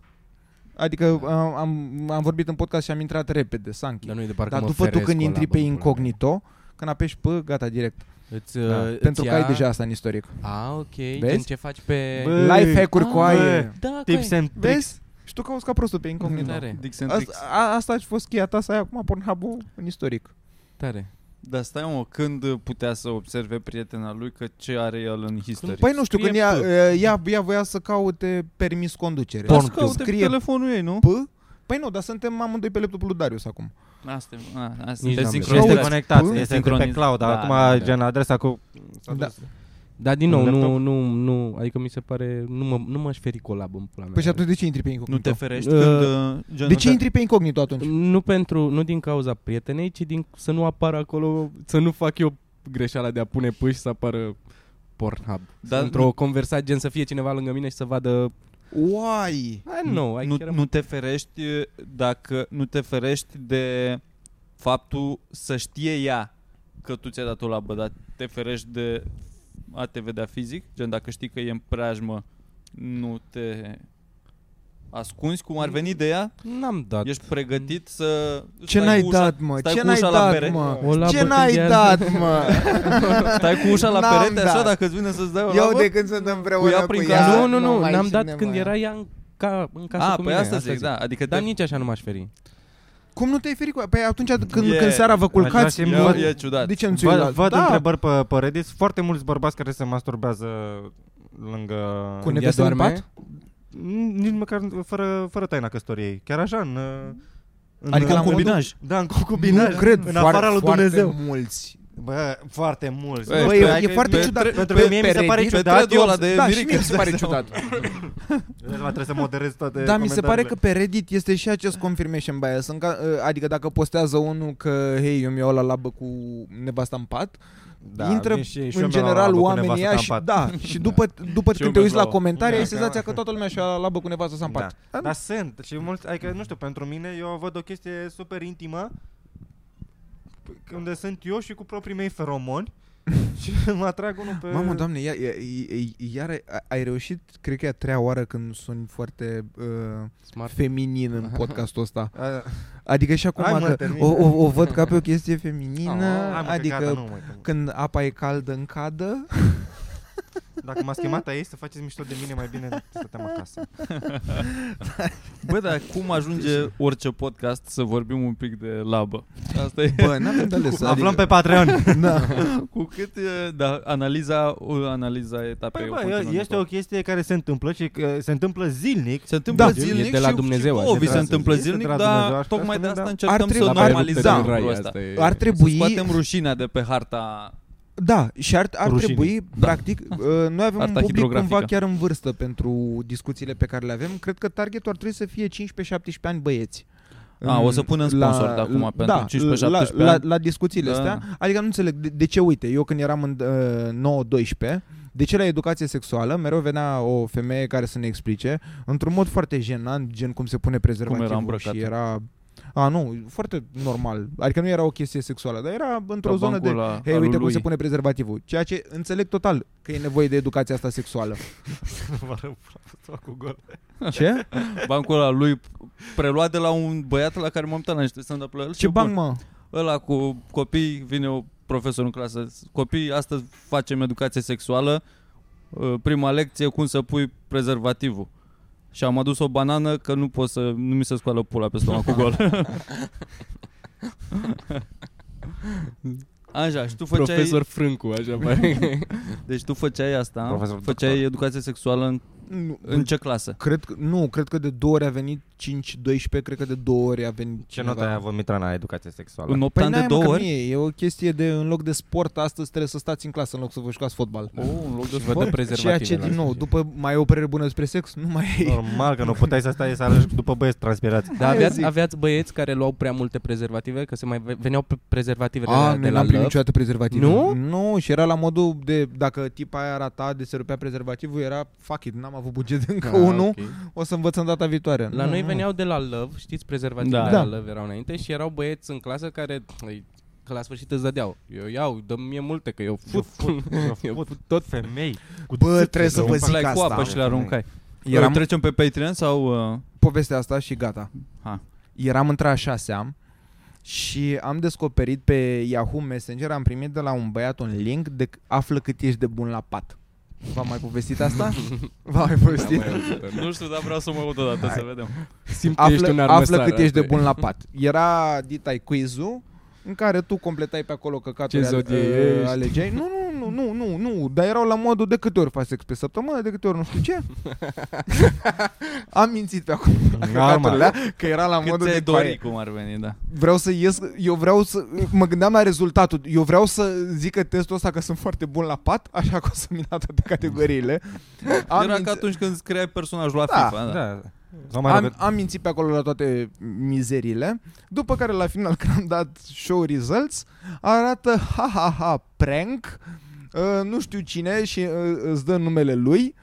Speaker 5: Adică am, am, am vorbit în podcast și am intrat repede, s-a închis.
Speaker 7: Dar nu e de parcă
Speaker 5: Dar
Speaker 7: mă
Speaker 5: după tu
Speaker 7: feresc
Speaker 5: când
Speaker 7: o
Speaker 5: intri
Speaker 7: labă
Speaker 5: pe
Speaker 7: în pula mea.
Speaker 5: incognito, când apeși P, gata, direct.
Speaker 7: Îți, da. îți
Speaker 5: Pentru că
Speaker 7: ia...
Speaker 5: ai deja asta în istoric.
Speaker 7: A, ok. Vezi? Gen
Speaker 5: Vezi?
Speaker 7: ce faci pe...
Speaker 4: Bă,
Speaker 5: Life hack-uri cu
Speaker 7: Ah,
Speaker 5: aie.
Speaker 7: da, cu
Speaker 4: Tips
Speaker 7: e.
Speaker 4: and tricks.
Speaker 5: Vezi? Și tu cauți ca prostul pe incognito.
Speaker 7: Tare,
Speaker 2: Dix and
Speaker 5: Asta,
Speaker 2: Tricks.
Speaker 5: a, asta a fost cheia ta să ai acum Pornhub-ul în istoric.
Speaker 7: tare.
Speaker 2: Dar stai mă, când putea să observe prietena lui că ce are el în history?
Speaker 5: Păi nu știu,
Speaker 7: Scrie
Speaker 5: când ea, uh,
Speaker 7: P.
Speaker 5: ea, ea voia să caute permis conducere.
Speaker 2: Las
Speaker 5: Să
Speaker 2: că uite pe
Speaker 5: scrie
Speaker 2: telefonul ei, nu?
Speaker 5: P. Păi nu, dar suntem amândoi pe laptopul lui Darius acum. Păi
Speaker 2: Asta, e- a, asta
Speaker 7: Nici
Speaker 2: e
Speaker 7: n-am
Speaker 2: sincronizat.
Speaker 4: Este
Speaker 5: Căuți
Speaker 4: conectat,
Speaker 5: P,
Speaker 4: este pe
Speaker 2: sincroniz-
Speaker 4: cloud, dar
Speaker 2: Da,
Speaker 4: acum
Speaker 2: da, da.
Speaker 4: gen adresa cu...
Speaker 5: Da.
Speaker 7: Dar din nou,
Speaker 4: Un
Speaker 7: nu,
Speaker 4: laptop?
Speaker 7: nu, nu, adică mi se pare, nu mă, nu m-aș feri cu lab în pula mea.
Speaker 5: Păi și atunci de ce intri pe incognito?
Speaker 2: Nu te ferești
Speaker 7: Uh,
Speaker 2: când... uh, gen,
Speaker 5: De
Speaker 2: nu
Speaker 5: ce
Speaker 2: te-
Speaker 5: intri pe incognito atunci?
Speaker 7: Nu pentru, nu din cauza prietenei, ci din să nu apară acolo, să nu fac eu greșeala de a pune pâși să apară Pornhub.
Speaker 2: Dar
Speaker 7: Dar într-o conversație, gen să fie cineva lângă mine și să vadă,
Speaker 5: Uai!
Speaker 7: I don't know, I
Speaker 2: nu,
Speaker 7: care
Speaker 2: nu te ferești uh, dacă nu te ferești de faptul să știe ea că tu ți-ai dat o labă, dar te ferești de a te vedea fizic, gen dacă știi că e în preajmă, nu te ascunzi cum ar veni de ea,
Speaker 7: N-am dat.
Speaker 2: ești pregătit să
Speaker 5: Ce
Speaker 2: stai
Speaker 5: n-ai
Speaker 2: cu ușa,
Speaker 5: dat, mă?
Speaker 2: stai
Speaker 5: Ce
Speaker 2: cu
Speaker 5: n-ai
Speaker 2: ușa la
Speaker 5: dat,
Speaker 2: bere.
Speaker 5: mă?
Speaker 7: O labă
Speaker 5: Ce
Speaker 7: când
Speaker 5: n-ai
Speaker 7: i-a-
Speaker 5: dat, mă?
Speaker 2: stai cu ușa la
Speaker 5: N-am
Speaker 2: perete așa
Speaker 5: dat.
Speaker 2: dacă îți vine să-ți dai o
Speaker 5: Eu
Speaker 2: labă?
Speaker 5: de când sunt împreună
Speaker 2: Cu ea
Speaker 5: cu
Speaker 2: prin
Speaker 5: ea...
Speaker 7: nu, nu, nu,
Speaker 5: mai
Speaker 7: n-am
Speaker 5: țin de
Speaker 7: dat când
Speaker 5: mai.
Speaker 7: era ea în, ca, în casă
Speaker 2: A,
Speaker 7: cu
Speaker 2: păi
Speaker 7: mine.
Speaker 2: asta zic, da, adică
Speaker 7: Dar
Speaker 2: te-
Speaker 7: nici așa nu m-aș feri.
Speaker 5: Cum nu te-ai ferit cu ea? Păi atunci când,
Speaker 2: E-
Speaker 5: când seara vă culcați...
Speaker 4: Așa și
Speaker 5: vă-
Speaker 4: mă-
Speaker 2: e, e ciudat.
Speaker 5: De ce nu ți-ai
Speaker 4: Vă,
Speaker 5: dat?
Speaker 4: văd
Speaker 5: Da,
Speaker 4: întrebări pe, pe Reddit, foarte mulți bărbați care se masturbează lângă...
Speaker 5: Cu nevestă în pat?
Speaker 4: N- Nici măcar fără, fără taina căsătoriei. Chiar așa, în... în
Speaker 5: Adică la concubinaj.
Speaker 4: modul- Da, în concubinaj.
Speaker 5: Nu cred,
Speaker 4: în
Speaker 5: foarte-
Speaker 4: afara lui
Speaker 5: foarte
Speaker 4: Dumnezeu.
Speaker 5: mulți.
Speaker 4: Bă, foarte mulți.
Speaker 2: Băi,
Speaker 5: Bă,
Speaker 2: Băi,
Speaker 5: e,
Speaker 2: hai
Speaker 5: e
Speaker 2: că
Speaker 5: foarte
Speaker 2: pe-
Speaker 5: ciudat.
Speaker 4: pentru că mie mi se
Speaker 5: pe
Speaker 4: pare
Speaker 5: Reddit-
Speaker 4: ciudat,
Speaker 2: thread-ul ăla de
Speaker 5: Da, și
Speaker 2: Mirica,
Speaker 5: mie mi se
Speaker 2: îți
Speaker 5: pare
Speaker 2: dai seama.
Speaker 5: ciudat.
Speaker 4: Acum trebuie să moderez toate
Speaker 5: Da, mi se pare
Speaker 4: comentariile.
Speaker 5: că pe Reddit este și acest confirmation bias. În ca, adică dacă postează unul că, hei, eu mi-au la labă cu nevasta în pat, da, intră
Speaker 4: vin și- și eu mi-am luat
Speaker 5: în general
Speaker 4: labă cu nevastă
Speaker 5: oamenii ea
Speaker 4: ta
Speaker 5: și,
Speaker 4: în pat.
Speaker 5: da, și după, după
Speaker 2: Și eu
Speaker 5: când te uiți
Speaker 2: mi-am
Speaker 5: la
Speaker 2: luat.
Speaker 5: comentarii, ai
Speaker 4: Da.
Speaker 5: senzația că toată lumea și-a la labă cu nevasta sa în pat.
Speaker 4: Da. Dar sunt și mulți, adică nu știu, pentru mine eu văd o chestie super intimă unde sunt eu și cu proprii mei feromoni și mă atrag unul pe...
Speaker 5: Mamă, doamne, iar, iar, iar ai- ai reușit, cred că e a treia oară când suni foarte uh,
Speaker 7: Smart.
Speaker 5: feminin în podcastul ăsta.
Speaker 4: A,
Speaker 5: Adică și acum
Speaker 4: Hai, mă,
Speaker 5: că
Speaker 4: termină.
Speaker 5: o, o, o văd ca pe o chestie feminină,
Speaker 4: hai, mă, că
Speaker 5: adică
Speaker 4: gata, nu, mă, că-
Speaker 5: când apa e caldă în cadă.
Speaker 4: Dacă m-ați chemat aici să faceți mișto de mine mai bine stăteam acasă.
Speaker 2: Bă, dar cum ajunge orice podcast să vorbim un pic de labă? Asta e
Speaker 5: Bă, n-avem de ales.
Speaker 4: Aflăm pe Patreon.
Speaker 5: Da.
Speaker 2: cu cât e, da, analiza, o, analiza etapei.
Speaker 4: Păi,
Speaker 2: o
Speaker 4: bă,
Speaker 2: continuă
Speaker 4: este o
Speaker 2: după.
Speaker 4: chestie care se întâmplă și că se întâmplă zilnic.
Speaker 2: se întâmplă
Speaker 5: Da.
Speaker 2: zilnic
Speaker 7: E de la
Speaker 2: și-
Speaker 7: Dumnezeu, adică
Speaker 2: și
Speaker 7: așa
Speaker 2: vouă vi
Speaker 4: de
Speaker 2: se
Speaker 4: la-
Speaker 2: întâmplă
Speaker 4: este de la
Speaker 2: zilnic,
Speaker 4: Dumnezeu,
Speaker 2: dar
Speaker 4: așa
Speaker 2: tocmai
Speaker 4: spune,
Speaker 2: de
Speaker 4: da.
Speaker 2: asta
Speaker 4: Ar
Speaker 2: încercăm
Speaker 5: trebui-
Speaker 2: să
Speaker 5: N-apare
Speaker 7: Da,
Speaker 2: normalizăm
Speaker 5: rupte
Speaker 7: rai,
Speaker 2: lucrul ăsta.
Speaker 7: asta e.
Speaker 5: Ar
Speaker 2: Să
Speaker 5: trebui,
Speaker 2: scoatem rușinea de pe harta
Speaker 5: da, și ar, ar
Speaker 4: Rușine.
Speaker 5: trebui, practic, uh, noi avem
Speaker 2: Da. Arta
Speaker 5: un public cumva
Speaker 2: hidrografică.
Speaker 5: chiar în vârstă pentru discuțiile pe care le avem. Cred că targetul ar trebui să fie 15-17 ani băieți.
Speaker 2: A,
Speaker 5: În-
Speaker 2: o să punem sponsor de acum
Speaker 5: la-
Speaker 2: pentru
Speaker 5: da,
Speaker 2: 15-17
Speaker 5: la, la,
Speaker 2: ani.
Speaker 5: la discuțiile
Speaker 2: Da.
Speaker 5: da. astea. Adică nu înțeleg de, de ce, uite, eu când eram în uh, 9-12, de ce la educație sexuală mereu venea o femeie care să ne explice într-un mod foarte jenant, gen cum se pune prezervativul
Speaker 2: îmbrăcată?
Speaker 5: și era... A, nu, foarte normal. Adică nu era o chestie sexuală, dar era într-o
Speaker 2: la
Speaker 5: zonă
Speaker 2: bancul
Speaker 5: de...
Speaker 2: ăla
Speaker 5: Hei,
Speaker 2: al
Speaker 5: uite cum
Speaker 2: lui.
Speaker 5: se pune prezervativul. Ceea ce înțeleg total că e nevoie de educația asta sexuală.
Speaker 4: cu gol.
Speaker 5: Ce?
Speaker 2: Bancul ăla lui preluat de la un băiat la care m-am uitat la niște stand-up la el.
Speaker 5: Ce
Speaker 2: și
Speaker 5: banc,
Speaker 2: bun.
Speaker 5: mă?
Speaker 2: Ăla cu copii, vine o profesor în clasă. Copii, astăzi facem educație sexuală. Uh, Prima lecție, cum să pui prezervativul. Și am adus o banană că nu pot să, nu mi se scoală pula pe stomac cu gol. Așa, și tu făceai...
Speaker 7: Profesor Frâncu, așa pare.
Speaker 2: Deci tu făceai asta,
Speaker 4: Profesor
Speaker 2: făceai
Speaker 4: doctor.
Speaker 2: educație sexuală în,
Speaker 5: Nu,
Speaker 2: în ce clasă?
Speaker 5: Cred că, nu, cred că de două ori a venit 5-12, cred că de două ori a venit
Speaker 4: Ce
Speaker 5: cineva.
Speaker 4: notă ai avut Mitran la educație sexuală?
Speaker 2: În 8
Speaker 5: Păi
Speaker 2: ani de
Speaker 5: n-ai, mă,
Speaker 2: două
Speaker 5: că
Speaker 2: ori?
Speaker 5: nu e, e o chestie de în loc de sport astăzi trebuie să stați în clasă în loc să vă jucați fotbal.
Speaker 2: Oh, în loc de
Speaker 7: Și vă
Speaker 2: sport?
Speaker 7: dă prezervative.
Speaker 5: Ceea ce,
Speaker 7: la
Speaker 5: din nou,
Speaker 7: sfârșit.
Speaker 5: după mai ai o părere bună despre sex, nu mai ai.
Speaker 4: Normal că nu puteai să stai să alegi după băieți transpirați.
Speaker 7: Dar
Speaker 5: Hai,
Speaker 7: aveați,
Speaker 5: zi.
Speaker 7: aveați băieți care luau prea multe prezervative, că se mai ve- veneau pe prezervative de
Speaker 5: A,
Speaker 7: la,
Speaker 5: Ah, nu
Speaker 7: de
Speaker 5: n-am
Speaker 7: la
Speaker 5: primit
Speaker 7: Love.
Speaker 5: niciodată prezervativ.
Speaker 7: Nu?
Speaker 5: Nu, și era la modul de dacă tipa aia rata de se rupea prezervativul, era fuck it, n-am avut buget încă
Speaker 7: Ah,
Speaker 5: unul,
Speaker 7: ok.
Speaker 5: o să învățăm data viitoare.
Speaker 7: La
Speaker 5: Nu,
Speaker 7: noi
Speaker 5: nu.
Speaker 7: veneau de la Love, știți, prezervativele
Speaker 2: Da.
Speaker 7: de la
Speaker 5: Da.
Speaker 7: Love erau înainte și erau băieți în clasă care, îi- că la sfârșit îți dădeau. Eu iau, dă mie multe, că eu fut. Eu
Speaker 4: fut, tot femei. Cu
Speaker 5: Bă,
Speaker 4: țâțe,
Speaker 5: trebuie să
Speaker 4: cu
Speaker 5: vă
Speaker 4: umplai
Speaker 5: zic
Speaker 2: Cu
Speaker 5: asta.
Speaker 2: apă și le aruncai. Eram...
Speaker 5: Eram-
Speaker 2: Trecem pe Patreon sau... Uh,
Speaker 5: povestea asta și gata.
Speaker 2: Ha.
Speaker 5: Eram între a șasea și am descoperit pe Yahoo Messenger, am primit de la un băiat un link de c- află cât ești de bun la pat. V-am mai povestit asta? V-am mai povestit?
Speaker 2: nu știu, dar vreau să mă aud odată să vedem.
Speaker 7: Simt că ești un
Speaker 5: află, află cât
Speaker 7: armăsar,
Speaker 5: ești de
Speaker 7: asta e.
Speaker 5: bun la pat. Era ditai quiz-ul în care tu completai pe acolo căcaturi
Speaker 7: Ce zodie
Speaker 5: ale-
Speaker 7: ești?
Speaker 5: alegeai. Nu, nu, nu, nu, nu, nu, dar erau la modul de câte ori faci sex pe săptămână, de câte ori nu știu ce. Am mințit pe acum la
Speaker 4: Normal.
Speaker 5: căcaturile alea, că era la
Speaker 2: Cât
Speaker 5: modul
Speaker 2: ți-ai
Speaker 5: de
Speaker 2: dori, cum ar veni, da.
Speaker 5: vreau să ies, eu vreau să, mă gândeam la rezultatul, eu vreau să zic că testul ăsta că sunt foarte bun la pat, așa că o să-mi ia toate categoriile. Am,
Speaker 2: Era
Speaker 5: minț-
Speaker 2: ca atunci când îți creai personajul la
Speaker 5: Da,
Speaker 2: FIFA, da.
Speaker 4: Da. Sau mai
Speaker 5: am,
Speaker 4: repet.
Speaker 5: am mințit pe acolo la toate mizeriile, după care la final când am dat show results, arată ha ha ha prank, uh, nu știu cine și uh, îți dă numele lui,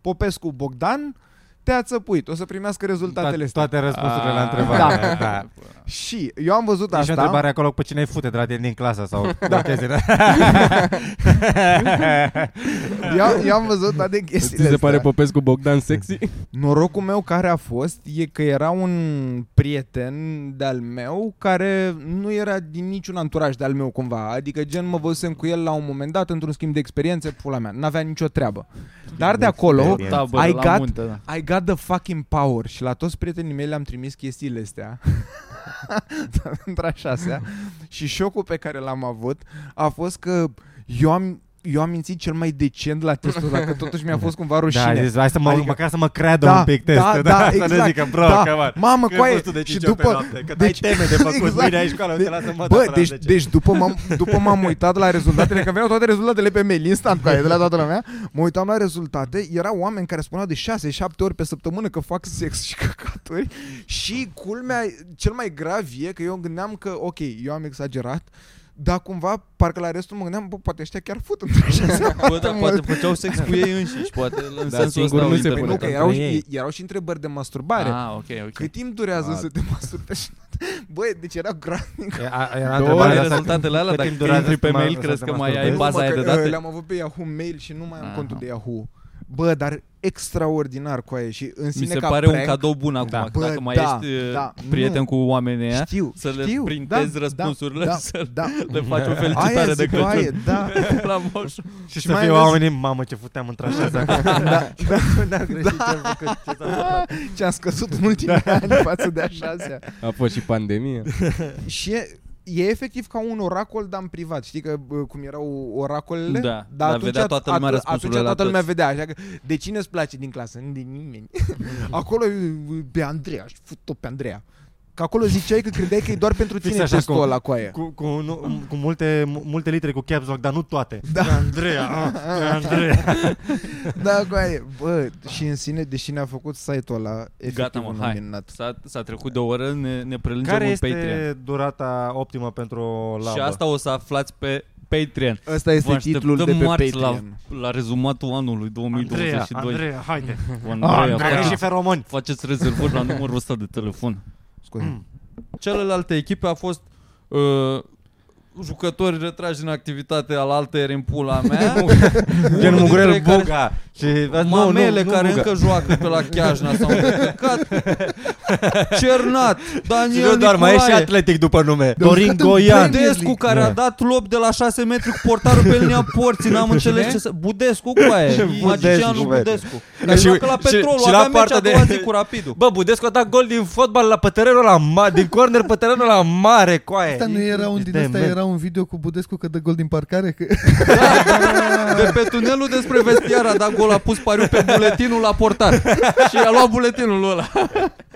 Speaker 5: Popescu Bogdan, te-a țăpuit, o să primească rezultatele
Speaker 4: To-
Speaker 7: Da.
Speaker 5: astea.
Speaker 4: Toate răspunsurile la
Speaker 2: Ah,
Speaker 4: întrebare. Da. da.
Speaker 5: Și eu am văzut
Speaker 4: Ești
Speaker 7: Deci
Speaker 5: asta.
Speaker 4: o întrebare acolo pe cine ai fute de la tine din clasă sau da. chestiile.
Speaker 5: Eu, eu am văzut toate
Speaker 7: Ți
Speaker 5: chestiile
Speaker 7: se pare
Speaker 5: astea.
Speaker 7: Popescu Bogdan sexy?
Speaker 5: Norocul meu care a fost e că era un prieten de-al meu care nu era din niciun anturaj de-al meu cumva. Adică gen mă văzusem cu el la un moment dat într-un schimb de experiențe, pula mea, n-avea nicio treabă. Dar de acolo
Speaker 4: Experiență.
Speaker 2: Tabără
Speaker 5: Ai
Speaker 2: la
Speaker 5: gat-
Speaker 2: munte, da.
Speaker 5: I got the fucking power și la toți prietenii mei le-am trimis chestiile astea. Între a șasea. Și șocul pe care l-am avut a fost că eu am, eu am mințit cel mai decent la testul, dacă totuși mi-a fost
Speaker 4: Da,
Speaker 5: cumva
Speaker 4: ai
Speaker 5: rușine.
Speaker 4: zis, hai să mă,
Speaker 5: Adică-
Speaker 4: măcar să mă creadă un pic teste, da, să ne zică, bro,
Speaker 5: da.
Speaker 4: come on.
Speaker 5: Mamă,
Speaker 4: Că
Speaker 5: coaie,
Speaker 4: ai fost tu de
Speaker 5: și
Speaker 4: cinci ori pe
Speaker 5: după,
Speaker 4: noapte, că deci, teme de făcut, exact. mâine ai școală, uite, lasă-mă,
Speaker 5: Bă, deci, deci după, m-am, după m-am uitat la rezultatele, că veneau toate rezultatele pe mail, instant, ca de la toată lumea, mă uitam la rezultate, erau oameni care spuneau de 6-7 ori pe săptămână că fac sex și căcaturi și culmea, cel mai grav e că eu îmi gândeam că, ok, eu am exagerat, Dar cumva, parcă la restul mă gândeam, bă, poate ăștia chiar fut într așa seamă
Speaker 2: Bă, da,
Speaker 5: mult.
Speaker 2: poate făceau sex cu ei înșiși, poate în
Speaker 7: Da,
Speaker 2: sensul
Speaker 7: singur
Speaker 2: ăsta
Speaker 7: nu
Speaker 2: o
Speaker 7: se
Speaker 2: interpretăm.
Speaker 5: Nu, că
Speaker 7: între
Speaker 5: erau,
Speaker 7: ei.
Speaker 5: și- erau și întrebări de masturbare.
Speaker 2: Ah, ok, ok.
Speaker 5: Cât timp durează
Speaker 7: Ah.
Speaker 5: să te masturbe așa? Băi, deci era groaznic.
Speaker 4: Era, era
Speaker 2: Două
Speaker 4: întrebarea
Speaker 2: ore
Speaker 4: asta.
Speaker 2: rezultatele alea,
Speaker 4: cât
Speaker 2: dacă
Speaker 4: timp durează
Speaker 2: intri pe
Speaker 4: să mă-
Speaker 2: mail,
Speaker 4: să
Speaker 2: crezi
Speaker 4: te
Speaker 2: că mai
Speaker 4: masturbezi?
Speaker 2: ai baza
Speaker 5: Numai
Speaker 2: aia
Speaker 5: că,
Speaker 2: de date?
Speaker 5: uh, Le-am avut pe Yahoo Mail și nu mai am
Speaker 2: Aha.
Speaker 5: contul de Yahoo. Bă, dar extraordinar cu aia și în sine
Speaker 2: Mi se
Speaker 5: ca
Speaker 2: pare un
Speaker 5: prank,
Speaker 2: cadou bun acum,
Speaker 5: Da.
Speaker 2: că
Speaker 5: Bă,
Speaker 2: dacă mai
Speaker 5: da,
Speaker 2: ești uh,
Speaker 5: da,
Speaker 2: prieten
Speaker 5: nu.
Speaker 2: cu oamenii ăia,
Speaker 5: Știu,
Speaker 2: să le
Speaker 5: știu,
Speaker 2: printezi
Speaker 5: da,
Speaker 2: răspunsurile,
Speaker 5: da,
Speaker 2: să-
Speaker 5: da,
Speaker 2: le faci o
Speaker 5: da. Aia
Speaker 2: felicitare de
Speaker 5: zic, eu, aia,
Speaker 2: Crăciun
Speaker 5: da.
Speaker 2: la moș.
Speaker 4: Și, Exact.
Speaker 5: Și
Speaker 4: să
Speaker 5: mai
Speaker 4: fie
Speaker 5: ales-
Speaker 4: oamenii, mamă, ce futeam într-așa
Speaker 5: Da,
Speaker 4: seamă.
Speaker 2: Da.
Speaker 5: N-am greșit ce am făcut, ce s-a întâmplat. da. Ce am scăzut în ultimii
Speaker 2: Da.
Speaker 5: ani față de a șasea.
Speaker 7: A fost și pandemie.
Speaker 5: Și e, e efectiv ca un oracol, dar în privat. Știi că bă, cum erau oracolele?
Speaker 2: Da, dar vedea toată lumea
Speaker 5: atunci
Speaker 2: răspunsurile la
Speaker 5: toată lumea
Speaker 2: toți.
Speaker 5: vedea. Așa că, de cine îți place din clasă? Nu de nimeni.
Speaker 2: Mm.
Speaker 5: Acolo, e, pe Andreea, și fut pe Andreea. Că acolo ziceai că credeai că e doar pentru
Speaker 4: Fix
Speaker 5: tine
Speaker 4: așa
Speaker 5: testul
Speaker 4: cum-
Speaker 5: ăla cu aia.
Speaker 4: Cu, cu, nu, cu multe, mu- multe litere cu caps lock, dar nu toate.
Speaker 5: Da.
Speaker 4: Andreea, ah, Andreea.
Speaker 5: Da, cu aia. Bă, și în sine, deși ne-a făcut site-ul ăla, efectiv
Speaker 2: Gata, mă,
Speaker 5: un
Speaker 2: hai.
Speaker 5: nominat.
Speaker 2: S-a, s-a trecut de o oră, ne, ne prelângem
Speaker 4: Care
Speaker 2: în
Speaker 4: este
Speaker 2: Patreon.
Speaker 4: durata optimă pentru o labă?
Speaker 2: Și asta o să aflați pe Patreon.
Speaker 5: Ăsta este
Speaker 2: Vă
Speaker 5: titlul de
Speaker 2: așteptăm
Speaker 5: pe
Speaker 2: marți
Speaker 5: Patreon.
Speaker 2: La, la rezumatul anului
Speaker 4: Andreea,
Speaker 2: 2022.
Speaker 4: Andreea, haide.
Speaker 2: Andreea,
Speaker 4: Andreea.
Speaker 2: faceți-
Speaker 4: și feromoni.
Speaker 2: Faceți rezervări la numărul ăsta de telefon.
Speaker 5: Scuze.
Speaker 4: Hmm.
Speaker 2: Celelalte echipe a fost uh, jucători retrași din activitate al altei în pula mea.
Speaker 4: Gen
Speaker 2: Unul
Speaker 4: Mugurel
Speaker 2: dintre care-
Speaker 4: Buga. Și,
Speaker 2: Mamele
Speaker 4: nu, nu,
Speaker 2: care
Speaker 4: nu, Buga.
Speaker 2: încă joacă pe la Chiajna sau unde căcat. Cernat,
Speaker 7: Și
Speaker 2: Daniel
Speaker 7: nu doar, mai e și
Speaker 2: Nicolae,
Speaker 7: atletic după nume.
Speaker 4: Dorin Goian.
Speaker 2: Budescu care
Speaker 7: Da.
Speaker 2: a dat lob de la 6 metri cu portarul pe linia porții, n-am înțeles ce să... Budescu cu aia,
Speaker 4: Budescu,
Speaker 2: magicianul
Speaker 4: băi.
Speaker 2: Budescu. Care
Speaker 7: Da, Și-
Speaker 2: joacă la
Speaker 7: și-
Speaker 2: petrolul,
Speaker 7: și la
Speaker 2: avea meci
Speaker 7: partea
Speaker 2: a doua
Speaker 7: de-
Speaker 2: zi cu rapidul.
Speaker 7: Bă, Budescu a dat gol din fotbal la pe terenul ăla ma- din corner pe terenul la mare, coaie.
Speaker 6: Asta nu era un din
Speaker 4: de
Speaker 6: asta,
Speaker 4: men.
Speaker 6: era un video cu Budescu că dă gol din parcare? Că...
Speaker 2: Da, De pe tunelul despre vestiar a dat gol, a pus pariu pe buletinul la portar. Și a luat buletinul ăla.